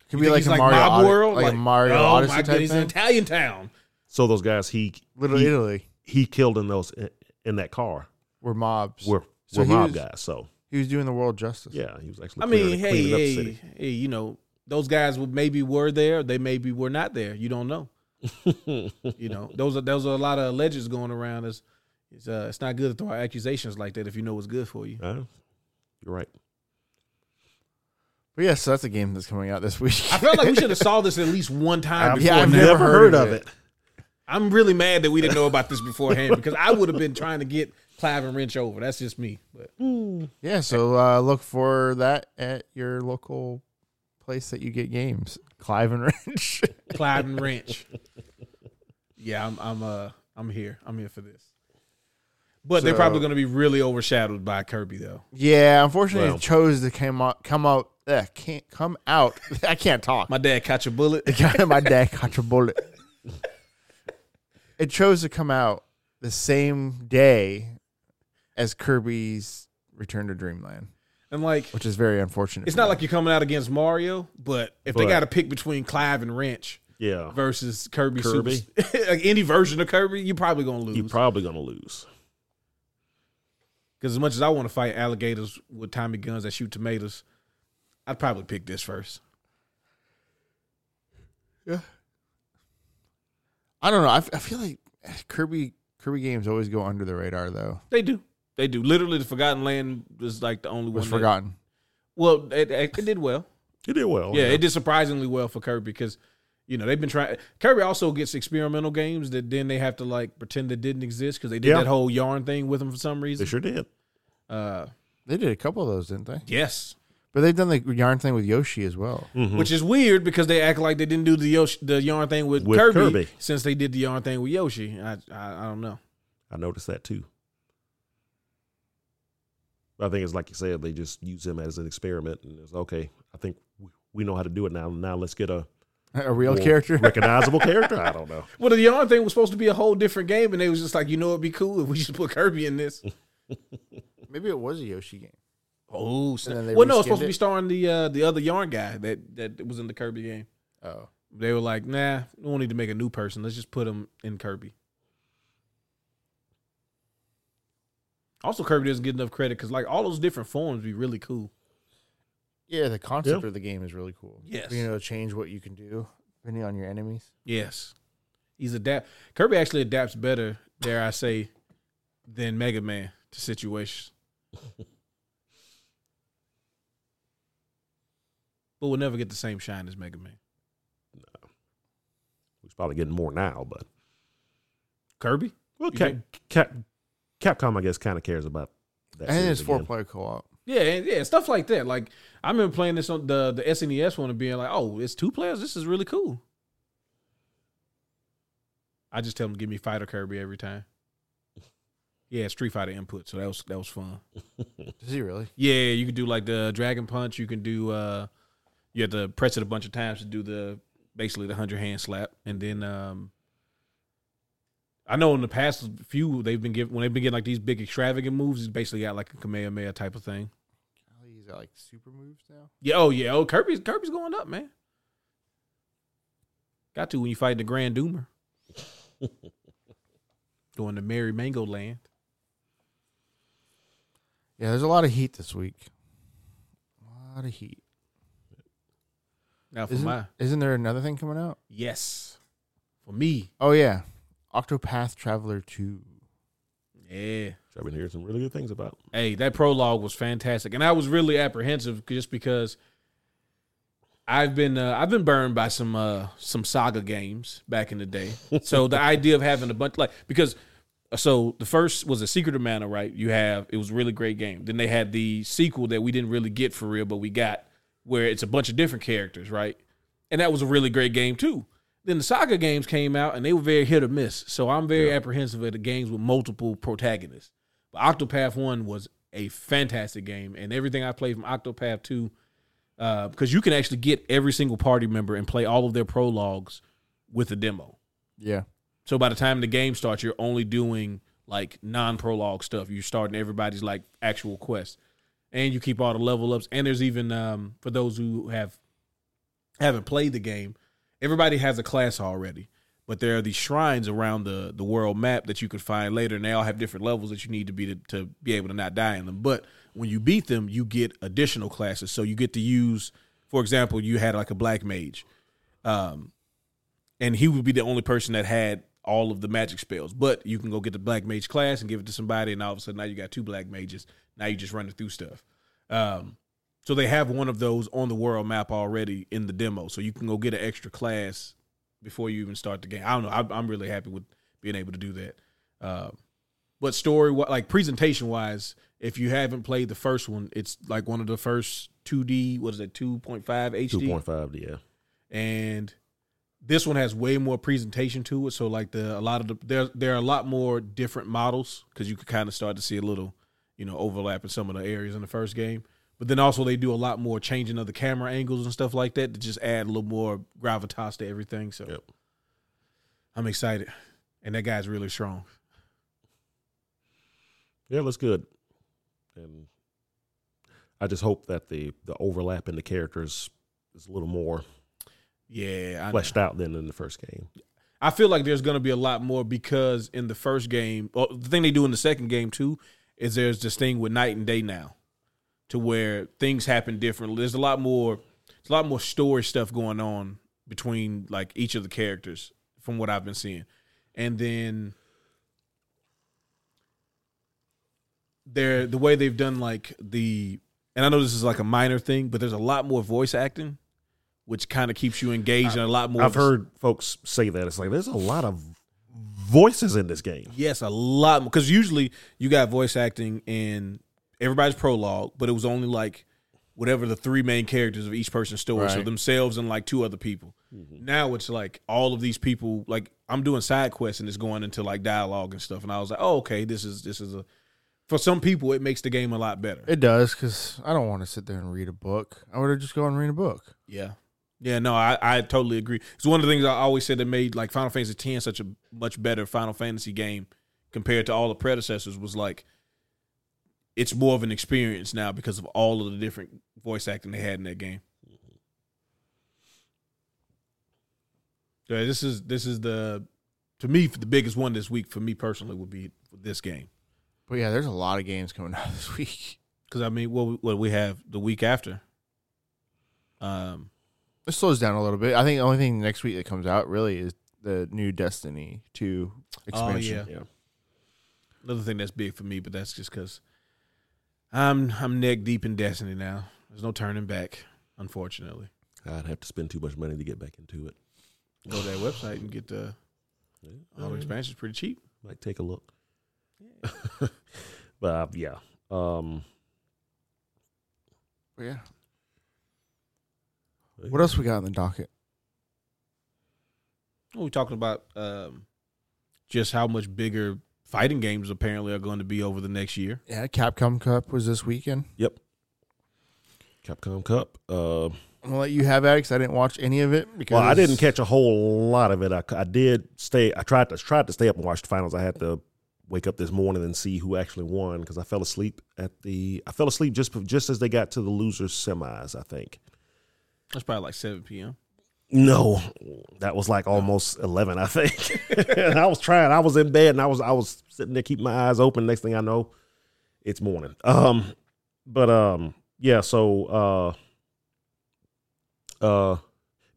Speaker 3: Could
Speaker 1: you
Speaker 3: be
Speaker 1: think
Speaker 3: like
Speaker 1: he's
Speaker 3: a Mario
Speaker 1: Mob
Speaker 3: Odys-
Speaker 1: World,
Speaker 3: like, a Mario
Speaker 1: oh
Speaker 3: Odyssey
Speaker 1: my
Speaker 3: type
Speaker 1: goodness,
Speaker 3: thing.
Speaker 1: an Italian town.
Speaker 2: So those guys he
Speaker 3: Little
Speaker 2: he,
Speaker 3: Italy
Speaker 2: he killed in those in that car
Speaker 3: were mobs.
Speaker 2: were
Speaker 3: So
Speaker 2: were
Speaker 3: he
Speaker 2: mob
Speaker 3: was-
Speaker 2: guys. So
Speaker 3: he was doing the world justice.
Speaker 2: yeah, he was actually.
Speaker 1: I mean,
Speaker 2: clearing-
Speaker 1: hey,
Speaker 2: cleaning up the
Speaker 1: hey,
Speaker 2: city.
Speaker 1: hey, you know, those guys would- maybe were there, they maybe were not there. You don't
Speaker 2: <laughs>
Speaker 1: know. you know, those are those are a lot of legends going around. It's it's, uh, it's not good to throw out accusations like that if you know what's good for you.
Speaker 2: Uh, you're right.
Speaker 3: But yeah, so that's a game that's coming out this week. <laughs>
Speaker 1: I felt like we should have saw this at least one time.
Speaker 2: Um,
Speaker 3: I've-
Speaker 1: before
Speaker 3: yeah, I've
Speaker 1: now.
Speaker 3: never heard of it.
Speaker 1: I'm really mad that we didn't know about this beforehand because I would have been trying to get Clive and Wrench over. That's just me. But
Speaker 3: yeah, so uh, look for that at your local place that you get games. Clive and <laughs> Wrench.
Speaker 1: Clive and Wrench. Yeah, I'm I'm uh I'm here. I'm here for this. But they're
Speaker 3: So-
Speaker 1: probably going to be really overshadowed by Kirby though.
Speaker 3: yeah, unfortunately,
Speaker 2: Well.
Speaker 3: it chose to come out. Come out. Uh, can't come out. <laughs> I can't talk.
Speaker 1: My dad catch a bullet.
Speaker 3: my dad caught a bullet. It chose to come out the same day as Kirby's Return to Dreamland,
Speaker 1: I'm like,
Speaker 3: which is very unfortunate.
Speaker 1: it's
Speaker 3: for
Speaker 1: not
Speaker 3: them.
Speaker 1: like you're coming out against Mario, but if they
Speaker 2: But-
Speaker 1: got to pick between Clive and Wrench
Speaker 2: Yeah,
Speaker 1: versus Kirby,
Speaker 2: Kirby.
Speaker 1: Super, <laughs> like any version of Kirby, you're probably going to
Speaker 2: you're
Speaker 1: lose.
Speaker 2: probably gonna lose.
Speaker 1: Because as much as I want to fight alligators with Tommy guns that shoot tomatoes, I'd probably pick this first.
Speaker 3: I don't know. I, f- I feel like eh, Kirby Kirby games always go under the radar though.
Speaker 1: They do. They do. Literally, the Forgotten Land was like the only
Speaker 3: Was
Speaker 1: one. that-
Speaker 3: forgotten.
Speaker 1: well, it, it, it did well.
Speaker 2: You did well.
Speaker 1: yeah, it did surprisingly well for Kirby because you know they've been trying. Kirby also gets experimental games that then they have to like pretend that didn't exist because they did
Speaker 2: Yeah.
Speaker 1: that whole yarn thing with them for some
Speaker 2: They
Speaker 1: reason.
Speaker 2: sure did.
Speaker 1: Uh,
Speaker 3: They did a couple of those, didn't they?
Speaker 1: yes,
Speaker 3: But they've done the yarn thing with Yoshi as well. <laughs>
Speaker 2: Mm-hmm. Hmm.
Speaker 1: which is weird because they act like they didn't do the Yoshi, the yarn thing with,
Speaker 2: With
Speaker 1: Kirby,
Speaker 2: Kirby.
Speaker 1: since they did the yarn thing with Yoshi. I I, I don't know.
Speaker 2: I noticed that too. I think it's like you said, they just use him as an experiment, and it's okay. I think we- we know how to do it now. Now let's get a
Speaker 3: A real
Speaker 2: more
Speaker 3: character.
Speaker 2: recognizable character. I don't know.
Speaker 1: Well, the yarn thing was supposed to be a whole different game, and they was just like, you know, it'd be cool if we just put Kirby in this.
Speaker 3: Maybe it was a Yoshi game.
Speaker 1: Oh, snap.
Speaker 3: then they
Speaker 1: well, no, it's
Speaker 3: reskinned
Speaker 1: supposed to
Speaker 3: it?
Speaker 1: be starring the uh, the other yarn guy that that was in the Kirby game.
Speaker 3: Oh.
Speaker 1: They were like, nah, we don't need to make a new person. Let's just put him in Kirby. Also, Kirby doesn't get enough credit because like all those different forms be really cool.
Speaker 3: Yeah, the concept
Speaker 2: Yeah.
Speaker 3: of the game is really cool.
Speaker 1: Yes.
Speaker 3: You know, change what you can do depending on your enemies.
Speaker 1: Yes, he's adapt. Kirby actually adapts better, dare I say, than Mega Man to situations. but we'll never get the same shine as Mega Man.
Speaker 2: He's probably getting more now, but
Speaker 1: Kirby,
Speaker 2: well,
Speaker 1: You
Speaker 2: Cap, Cap, Capcom, I guess, kind of cares about that.
Speaker 3: and
Speaker 2: series
Speaker 3: it's four
Speaker 2: again.
Speaker 3: player co op.
Speaker 1: Yeah, and- yeah, stuff like that. Like I remember playing this on the the SNES one and being like, "Oh, it's two players. This is really cool." I just tell them give me Fighter Kirby every time. Yeah, Street Fighter input, so that was that was fun.
Speaker 3: Is he really?
Speaker 1: Yeah, you can do like the Dragon Punch. You can do uh, you have to press it a bunch of times to do the basically the hundred hand slap, and then um, I know in the past few they've been giv when they've been getting like these big extravagant moves, it's basically got like a Kamehameha type of thing.
Speaker 3: He's got like super moves now.
Speaker 1: Yeah, oh yeah, oh Kirby's Kirby's going up, man. Got to when you fight the Grand Doomer. <laughs> Going to Merry Mango Land.
Speaker 3: Yeah, there's a lot of heat this week. A lot of heat.
Speaker 1: Now for
Speaker 3: Isn't,
Speaker 1: my
Speaker 3: isn't there another thing coming out?
Speaker 1: yes. for me.
Speaker 3: Oh yeah, Octopath Traveler Two.
Speaker 1: Yeah.
Speaker 2: I've been hearing some really good things about.
Speaker 1: Hey, that prologue was fantastic, and I was really apprehensive just because I've been uh, I've been burned by some uh, some saga games back in the day. so the idea of having a bunch like because uh, so the first was a Secret of Mana, right? You have it was a really great game. Then they had the sequel that we didn't really get for real, but we got where it's a bunch of different characters, right? And that was a really great game too. Then the saga games came out and they were very hit or miss. So I'm very apprehensive of the games with multiple protagonists. But Octopath One was a fantastic game, and everything I played from Octopath Two, because you can actually get every single party member and play all of their prologues with a demo.
Speaker 3: Yeah,
Speaker 1: So by the time the game starts, you're only doing like non-prologue stuff. You're starting everybody's like actual quests, and you keep all the level ups. And there's even um, for those who have haven't played the game, everybody has a class already. But there are these shrines around the the world map that you could find later, and they all have different levels that you need to be to, to be able to not die in them. But when you beat them, you get additional classes. So you get to use, for example, you had like a black mage um, and he would be the only person that had all of the magic spells. But you can go get the black mage class and give it to somebody, and all of a sudden now you got two black mages. Now you just running through stuff. Um, so they have one of those on the world map already in the demo, so you can go get an extra class before you even start the game. I don't know. I'm, I'm really happy with being able to do that. Um, but story, like presentation wise, if you haven't played the first one, it's like one of the first 2D. What is it? 2.5 HD.
Speaker 2: Two point five, yeah.
Speaker 1: and this one has way more presentation to it. So like the a lot of the there there are a lot more different models because you could kind of start to see a little you know overlap in some of the areas in the first game. But then also they do a lot more changing of the camera angles and stuff like that to just add a little more gravitas to everything. So
Speaker 2: Yep.
Speaker 1: I'm excited, and that guy's really strong.
Speaker 2: Yeah, looks good. And I just hope that the the overlap in the characters is a little more
Speaker 1: Yeah, I,
Speaker 2: fleshed out than in the first game.
Speaker 1: I feel like there's going to be a lot more because in the first game, well, the thing they do in the second game too is there's this thing with night and day now, to where things happen differently. There's a lot more, there's a lot more story stuff going on between like each of the characters from what I've been seeing, and then they're the way they've done like the, and I know this is like a minor thing, but there's a lot more voice acting, which kind of keeps you engaged and a lot more.
Speaker 2: I've heard folks say that it's like there's a lot of voices in this game.
Speaker 1: Yes, a lot more. Because usually you got voice acting in everybody's prologue, but it was only like whatever the three main characters of each person's story. So
Speaker 3: Right.
Speaker 1: themselves and like two other people. Now it's like all of these people. Like I'm doing side quests and it's going into like dialogue and stuff. And I was like, oh, okay, this is this is a. For some people, it makes the game a lot better.
Speaker 3: it does because I don't want to sit there and read a book. I would just go and read a book.
Speaker 1: Yeah. Yeah, no, I, I totally agree. It's one of the things I always said that made like Final Fantasy X such a much better Final Fantasy game compared to all the predecessors was like it's more of an experience now because of all of the different voice acting they had in that game. Yeah, this is this is the to me the biggest one this week for me personally would be this game
Speaker 3: But yeah, there's a lot of games coming <laughs> out this week.
Speaker 1: because I mean what we, what we have the week after. Um,
Speaker 3: It slows down a little bit. I think the only thing next week that comes out really is the new Destiny Two
Speaker 2: Oh,
Speaker 3: expansion.
Speaker 1: yeah. another thing that's big for me, but that's just because I'm I'm neck deep in Destiny now. There's no turning back, unfortunately.
Speaker 2: I'd have to spend too much money to get back into it.
Speaker 1: Go to that website and get the
Speaker 2: Mm-hmm.
Speaker 1: all the expansions pretty cheap.
Speaker 2: Might take a look. <laughs> but uh, yeah, um,
Speaker 3: But yeah. What else we got in the docket?
Speaker 1: We We're talking about um, just how much bigger fighting games apparently are going to be over the next year.
Speaker 3: Yeah, Capcom Cup was this weekend.
Speaker 2: Yep. Capcom Cup. Uh,
Speaker 3: I'm gonna let you have that because I didn't watch any of it. Because
Speaker 2: well, I didn't catch a whole lot of it. I, I did stay. I tried to tried to stay up and watch the finals. I had to wake up this morning and see who actually won because I fell asleep at the. I fell asleep just just as they got to the losers semis. I think.
Speaker 1: That's probably like 7 p.m.
Speaker 2: No, that was like almost eleven, I think. <laughs> and I was trying. I was in bed, and I was I was sitting there keeping my eyes open. Next thing I know, it's morning. Um, but um, yeah. So uh, uh,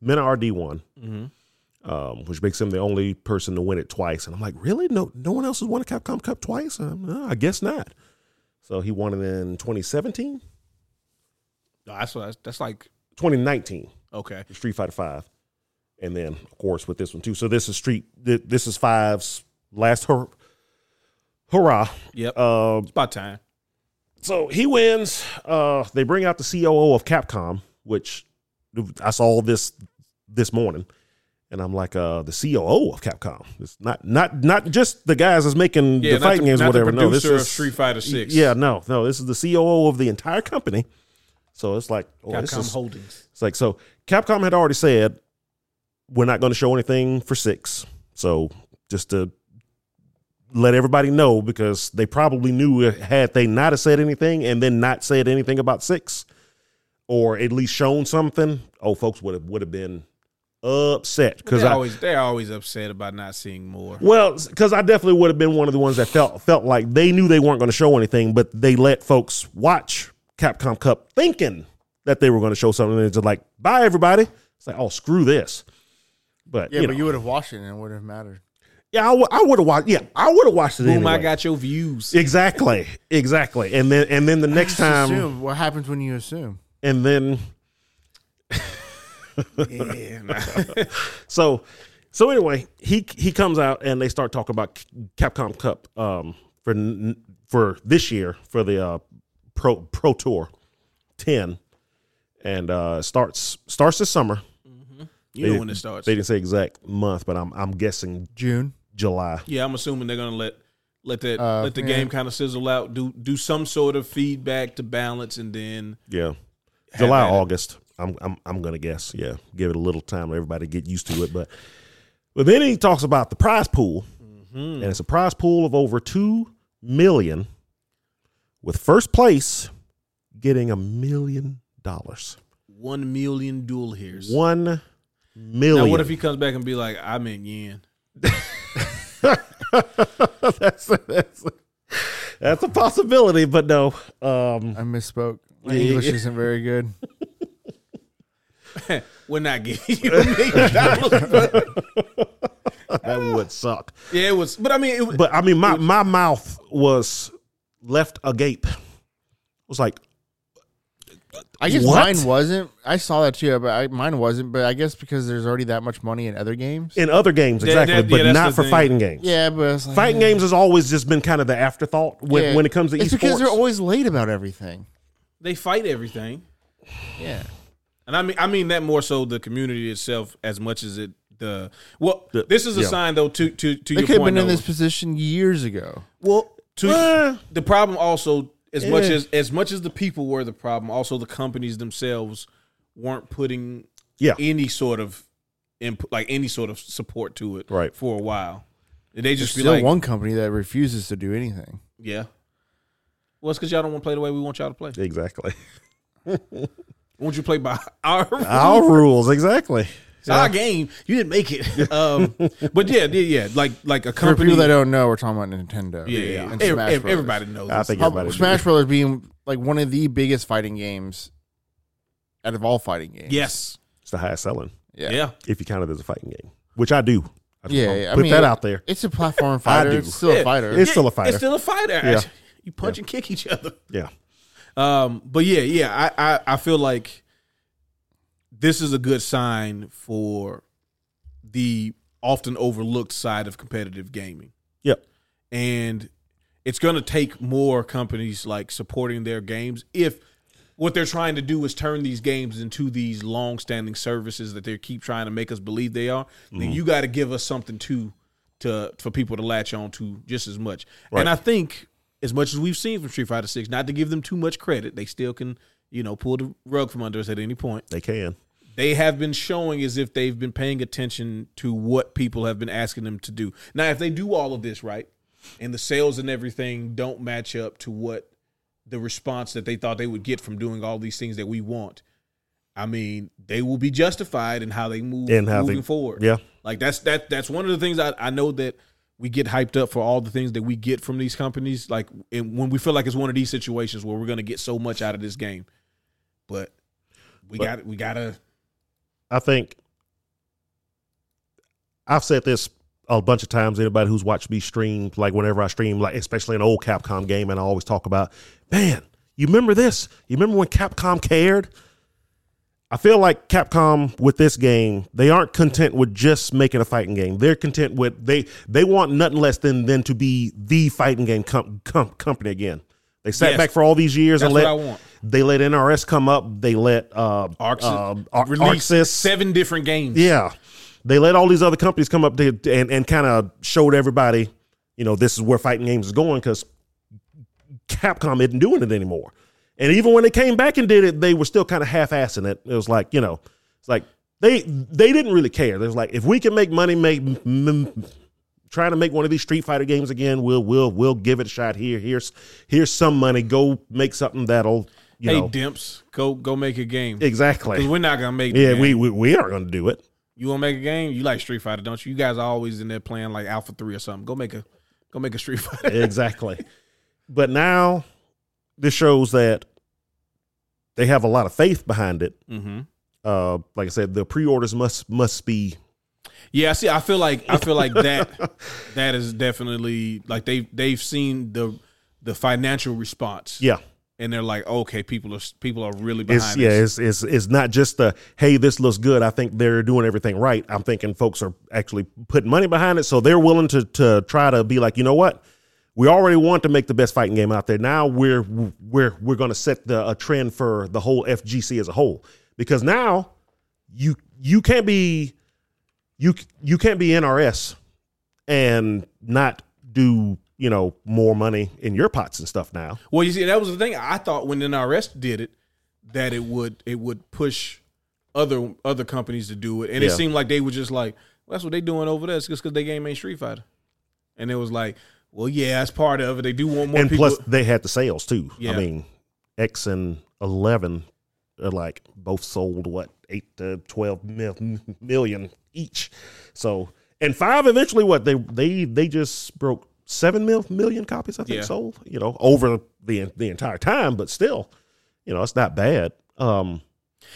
Speaker 2: Mena RD won.
Speaker 1: Mm-hmm.
Speaker 2: um, which makes him the only person to win it twice. And I'm like, really? No, no one else has won a Capcom Cup twice? Um, no, I guess not. So he won it in 2017,
Speaker 1: No, that's what, that's like
Speaker 2: 2019,
Speaker 1: okay.
Speaker 2: for Street Fighter Five, and then of course with this one too. So this is Street. th- This is Five's last hur- hurrah.
Speaker 1: Yep,
Speaker 2: Um,
Speaker 1: it's about time.
Speaker 2: so he wins. Uh, they bring out the COO of Capcom, which I saw this this morning, and I'm like, uh, the COO of Capcom. It's not not not just the guys that's making
Speaker 1: Yeah,
Speaker 2: the fighting games, or whatever. no, this
Speaker 1: producer
Speaker 2: is
Speaker 1: of Street Fighter Six.
Speaker 2: Yeah, no, no, this is the COO of the entire company. So it's like, oh, this
Speaker 1: Capcom
Speaker 2: is,
Speaker 1: Holdings.
Speaker 2: it's like so. Capcom had already said we're not going to show anything for six. So just to let everybody know, because they probably knew had they not have said anything and then not said anything about six, or at least shown something, oh, folks would have would have been upset because
Speaker 1: Because
Speaker 2: I
Speaker 1: always they're always upset about not seeing more.
Speaker 2: well, because I definitely would have been one of the ones that felt felt like they knew they weren't going to show anything, but they let folks watch Capcom Cup thinking that they were going to show something, and it's just like, "Bye, everybody." It's like, "Oh, screw this." But
Speaker 3: Yeah,
Speaker 2: you
Speaker 3: but
Speaker 2: know,
Speaker 3: you would have watched it and it would have mattered.
Speaker 2: yeah, I, w- I would have watched. Yeah, I would have watched it.
Speaker 1: Boom! I
Speaker 2: anyway.
Speaker 1: got your views.
Speaker 2: exactly, exactly. And then and then the next
Speaker 3: <laughs> Just
Speaker 2: time,
Speaker 3: assume. What happens when you assume?
Speaker 2: and then
Speaker 1: <laughs> yeah, nah.
Speaker 2: so so anyway, he he comes out and they start talking about Capcom Cup um, for n- for this year for the uh, pro pro tour ten, and uh, starts starts this summer.
Speaker 1: you know when it starts.
Speaker 2: They didn't say exact month, but I'm I'm guessing
Speaker 3: June.
Speaker 2: July.
Speaker 1: Yeah, I'm assuming they're gonna let let that
Speaker 3: Uh,
Speaker 1: let the
Speaker 3: yeah.
Speaker 1: game kind of sizzle out. Do do some sort of feedback to balance, and then
Speaker 2: Yeah, July
Speaker 1: at it.
Speaker 2: August. I'm I'm I'm gonna guess. Yeah, give it a little time. Everybody get used to it, but but then he talks about the prize pool, and it's a prize pool of over two million, with first place getting a million dollars.
Speaker 1: one million dual hairs.
Speaker 2: One
Speaker 1: now,
Speaker 2: million.
Speaker 1: what if he comes back and be like, "I'm in yen"? <laughs>
Speaker 2: <laughs> that's that's that's a possibility, but no.
Speaker 3: <laughs>
Speaker 2: Um,
Speaker 3: I misspoke. My
Speaker 2: Yeah, yeah,
Speaker 3: English
Speaker 2: yeah.
Speaker 3: isn't very good.
Speaker 1: We're not
Speaker 2: <laughs>
Speaker 1: giving you a million dollars. but-
Speaker 2: that would suck.
Speaker 1: yeah, it was, but I mean, it was,
Speaker 2: But I mean, my, my mouth was left agape. I was like,
Speaker 3: I guess
Speaker 2: What?
Speaker 3: mine wasn't. I saw that too, but I, mine wasn't. But I guess because there's already that much money in other games.
Speaker 2: in other games,
Speaker 1: That-
Speaker 2: exactly,
Speaker 1: that- yeah,
Speaker 2: but
Speaker 1: that's
Speaker 2: not
Speaker 1: the
Speaker 2: for
Speaker 1: thing.
Speaker 2: fighting games.
Speaker 3: Yeah, but it's like,
Speaker 2: Fighting games has always just been kind of the afterthought when,
Speaker 3: Yeah.
Speaker 2: when it comes to
Speaker 3: it's
Speaker 2: esports.
Speaker 3: because they're always late about everything.
Speaker 1: they fight everything,
Speaker 3: Yeah,
Speaker 1: and I mean, I mean that more so the community itself as much as it the. Well,
Speaker 2: The-
Speaker 1: this is a
Speaker 2: yeah.
Speaker 1: sign though to to to
Speaker 3: they
Speaker 1: your
Speaker 3: could have
Speaker 1: point.
Speaker 3: been in
Speaker 1: though.
Speaker 3: this position years ago.
Speaker 1: well, to
Speaker 2: Eh,
Speaker 1: the problem also as much
Speaker 2: Yeah.
Speaker 1: as as much as the people were the problem also the companies themselves weren't putting
Speaker 2: yeah,
Speaker 1: any sort of input like any sort of support to it
Speaker 2: Right.
Speaker 1: for a while they
Speaker 3: There's
Speaker 1: just be
Speaker 3: still
Speaker 1: like
Speaker 3: one company that refuses to do anything.
Speaker 1: yeah well it's because y'all don't want to play the way we want y'all to play
Speaker 2: exactly.
Speaker 1: we want you to play by <laughs>
Speaker 2: <laughs>
Speaker 1: our
Speaker 2: Our rules, exactly.
Speaker 1: it's our game you didn't make it um but yeah yeah, yeah like like a
Speaker 3: For
Speaker 1: company
Speaker 3: people that don't know, we're talking about Nintendo.
Speaker 1: yeah, yeah,
Speaker 3: and
Speaker 1: Ev-
Speaker 3: Smash
Speaker 1: ev-
Speaker 3: Brothers.
Speaker 1: everybody knows
Speaker 2: I
Speaker 1: this.
Speaker 2: think
Speaker 3: How-
Speaker 2: everybody.
Speaker 3: Smash Brothers being like one of the biggest fighting games out of all fighting games.
Speaker 1: yes
Speaker 2: It's the highest selling
Speaker 1: yeah,
Speaker 3: Yeah.
Speaker 2: if you count it as a fighting game, which I do. I just
Speaker 3: Yeah,
Speaker 2: wanna
Speaker 3: yeah, I
Speaker 2: put
Speaker 3: mean,
Speaker 2: that
Speaker 3: it-
Speaker 2: out there.
Speaker 3: It's a
Speaker 2: <laughs>
Speaker 3: platform fighter.
Speaker 2: do.
Speaker 3: It's still
Speaker 1: Yeah.
Speaker 3: a fighter.
Speaker 2: It's still a fighter.
Speaker 1: it's still a fighter
Speaker 2: Yeah.
Speaker 1: you punch and kick each other
Speaker 2: Yeah,
Speaker 1: Um, but yeah, yeah, I, I, I feel like this is a good sign for the often overlooked side of competitive gaming.
Speaker 2: Yep.
Speaker 1: And it's going to take more companies like supporting their games if what they're trying to do is turn these games into these long-standing services that they keep trying to make us believe they are. Then you got to give us something to to for people to latch on to just as much.
Speaker 2: Right.
Speaker 1: And I think as much as we've seen from Street Fighter 6, not to give them too much credit, they still can, you know, pull the rug from under us at any point
Speaker 2: they can.
Speaker 1: they have been showing as if they've been paying attention to what people have been asking them to do. Now, if they do all of this right, and the sales and everything don't match up to what the response that they thought they would get from doing all these things that we want, I mean, they will be justified in how they move
Speaker 2: And how they-
Speaker 1: moving forward.
Speaker 2: Yeah,
Speaker 1: Like that's that that's one of the things I, I know that we get hyped up for all the things that we get from these companies. Like and when we feel like it's one of these situations where we're gonna get so much out of this game. But we
Speaker 2: But-
Speaker 1: got we gotta
Speaker 2: I think I've said this a bunch of times. Anybody who's watched me stream, like whenever I stream, like especially an old Capcom game, and I always talk about, man, you remember this? You remember when Capcom cared? I feel like Capcom with this game, they aren't content with just making a fighting game. They're content with they they want nothing less than than to be the fighting game com- com- company again. They sat
Speaker 1: Yes.
Speaker 2: back for all these years and
Speaker 1: That's
Speaker 2: let
Speaker 1: what I want.
Speaker 2: they let NRS come up. They let uh,
Speaker 1: Arxis,
Speaker 2: um, Ar-
Speaker 1: released
Speaker 2: Arxis.
Speaker 1: seven different games.
Speaker 2: Yeah, they let all these other companies come up to, to- and and kind of showed everybody, you know, this is where fighting games is going because Capcom isn't doing it anymore. And even when they came back and did it, they were still kind of half-assing it. It was like you know, it's like they they didn't really care. They was like, if we can make money, make. M- m- Trying to make one of these Street Fighter games again. We'll we'll we'll give it a shot. Here here's here's some money. Go make something that'll you
Speaker 1: hey,
Speaker 2: know
Speaker 1: Dimps, go go make a game.
Speaker 2: exactly.
Speaker 1: 'Cause we're not gonna make. the
Speaker 2: Yeah,
Speaker 1: game.
Speaker 2: we, we we aren't going to do it.
Speaker 1: You want to make a game? You like Street Fighter, don't you? You guys are always in there playing like Alpha Three or something. Go make a go make a Street <laughs> Fighter.
Speaker 2: exactly. But now this shows that they have a lot of faith behind it.
Speaker 1: mm-hmm.
Speaker 2: Uh, like I said, the pre-orders must must be
Speaker 1: Yeah, see, I feel like I feel like
Speaker 2: <laughs>
Speaker 1: that that is definitely like they they've seen the the financial response.
Speaker 2: yeah.
Speaker 1: and they're like, okay, people are people are really behind.
Speaker 2: It's
Speaker 1: this.
Speaker 2: yeah, it's, it's it's not just the hey, this looks good. I think they're doing everything right. I'm thinking folks are actually putting money behind it, so they're willing to to try to be like, you know what. We already want to make the best fighting game out there. Now we're we're we're going to set the a trend for the whole FGC as a whole because now you you can't be you you can't be NRS and not do you know more money in your pots and stuff now.
Speaker 1: Well, you see, that was the thing. I thought when NRS did it, that it would it would push other other companies to do it, and it
Speaker 2: Yeah.
Speaker 1: seemed like they were just like, well, that's what they doing over there. It's just because they game ain't Street Fighter, and it was like, well, yeah, that's part of it. They do want more
Speaker 2: and
Speaker 1: people.
Speaker 2: plus they had the sales too.
Speaker 1: Yeah.
Speaker 2: I mean, X and eleven are like both sold what eight to twelve mil- million each. So and five eventually what they they they just broke seven mil- million copies I think
Speaker 1: Yeah.
Speaker 2: sold. You know over the the entire time, but still, you know it's not bad. Um,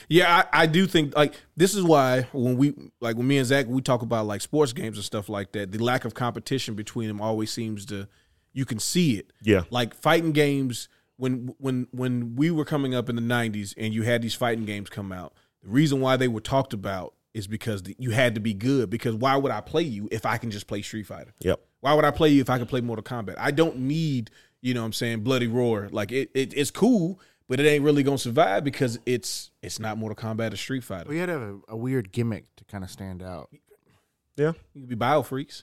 Speaker 1: yeah, I, I do think like this is why when we like when me and Zach we talk about like sports games and stuff like that, the lack of competition between them always seems to you can see it.
Speaker 2: yeah,
Speaker 1: like fighting games when when when we were coming up in the 90s and you had these fighting games come out the reason why they were talked about is because the, you had to be good because why would i play you if i can just play street fighter
Speaker 2: yep,
Speaker 1: why would i play you if i can play mortal kombat i don't need you know what i'm saying bloody roar like it, it it's cool but it ain't really gonna survive because it's it's not mortal kombat or street fighter
Speaker 3: We had to have a, a weird gimmick to kind of stand out.
Speaker 2: yeah,
Speaker 1: you can be bio freaks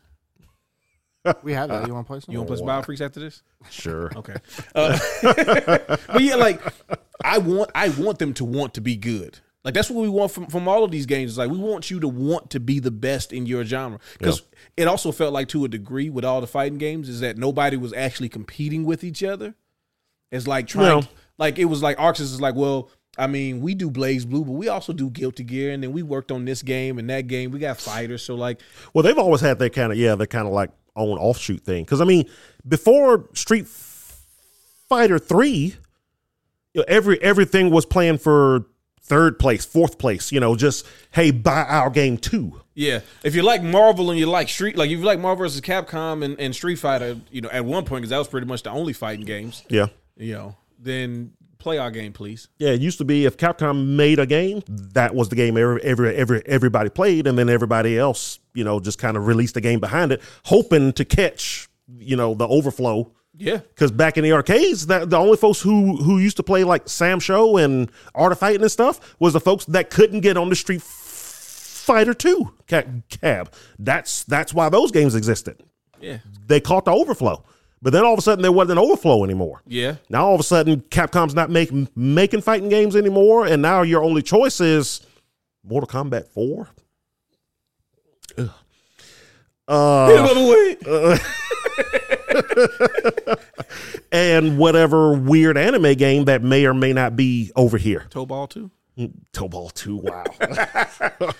Speaker 3: We have that. You want to play some?
Speaker 1: you want to play some bio freaks after this
Speaker 2: sure,
Speaker 1: Okay. Uh, <laughs> but yeah, like I want I want them to want to be good. Like that's what we want from, from all of these games. It's like we want you to want to be the best in your genre. Because it also felt like to a degree with all the fighting games is that nobody was actually competing with each other. It's like trying
Speaker 2: No.
Speaker 1: like it was like Arxis is like, well, I mean, we do Blaze Blue, but we also do Guilty Gear, and then we worked on this game and that game. We got fighters, so like
Speaker 2: Well, they've always had their kind of yeah, their kind of like own offshoot thing. Because I mean, before Street Fighter Three, you know, every everything was planned for third place, fourth place. You know, just hey, buy our game too.
Speaker 1: Yeah, if you like Marvel and you like Street, like if you like Marvel versus Capcom and, and Street Fighter, you know, at one point because that was pretty much the only fighting games,
Speaker 2: Yeah,
Speaker 1: you know, then play our game, please.
Speaker 2: yeah. It used to be if Capcom made a game, that was the game every every, every everybody played, and then everybody else, you know, just kind of released the game behind it, hoping to catch you know the overflow.
Speaker 1: Yeah,
Speaker 2: Because back in the arcades, that the only folks who who used to play like Sam Show and Art of Fighting and stuff was the folks that couldn't get on the Street Fighter Two ca- cab. That's that's why those games existed.
Speaker 1: yeah,
Speaker 2: They caught the overflow, but then all of a sudden there wasn't an overflow anymore.
Speaker 1: yeah.
Speaker 2: Now all of a sudden Capcom's not making making fighting games anymore, and now your only choice is Mortal Kombat Four. Ugh.
Speaker 1: <laughs>
Speaker 2: Uh, and whatever weird anime game that may or may not be over here.
Speaker 1: Toe ball too.
Speaker 2: Tobal 2, wow. <laughs>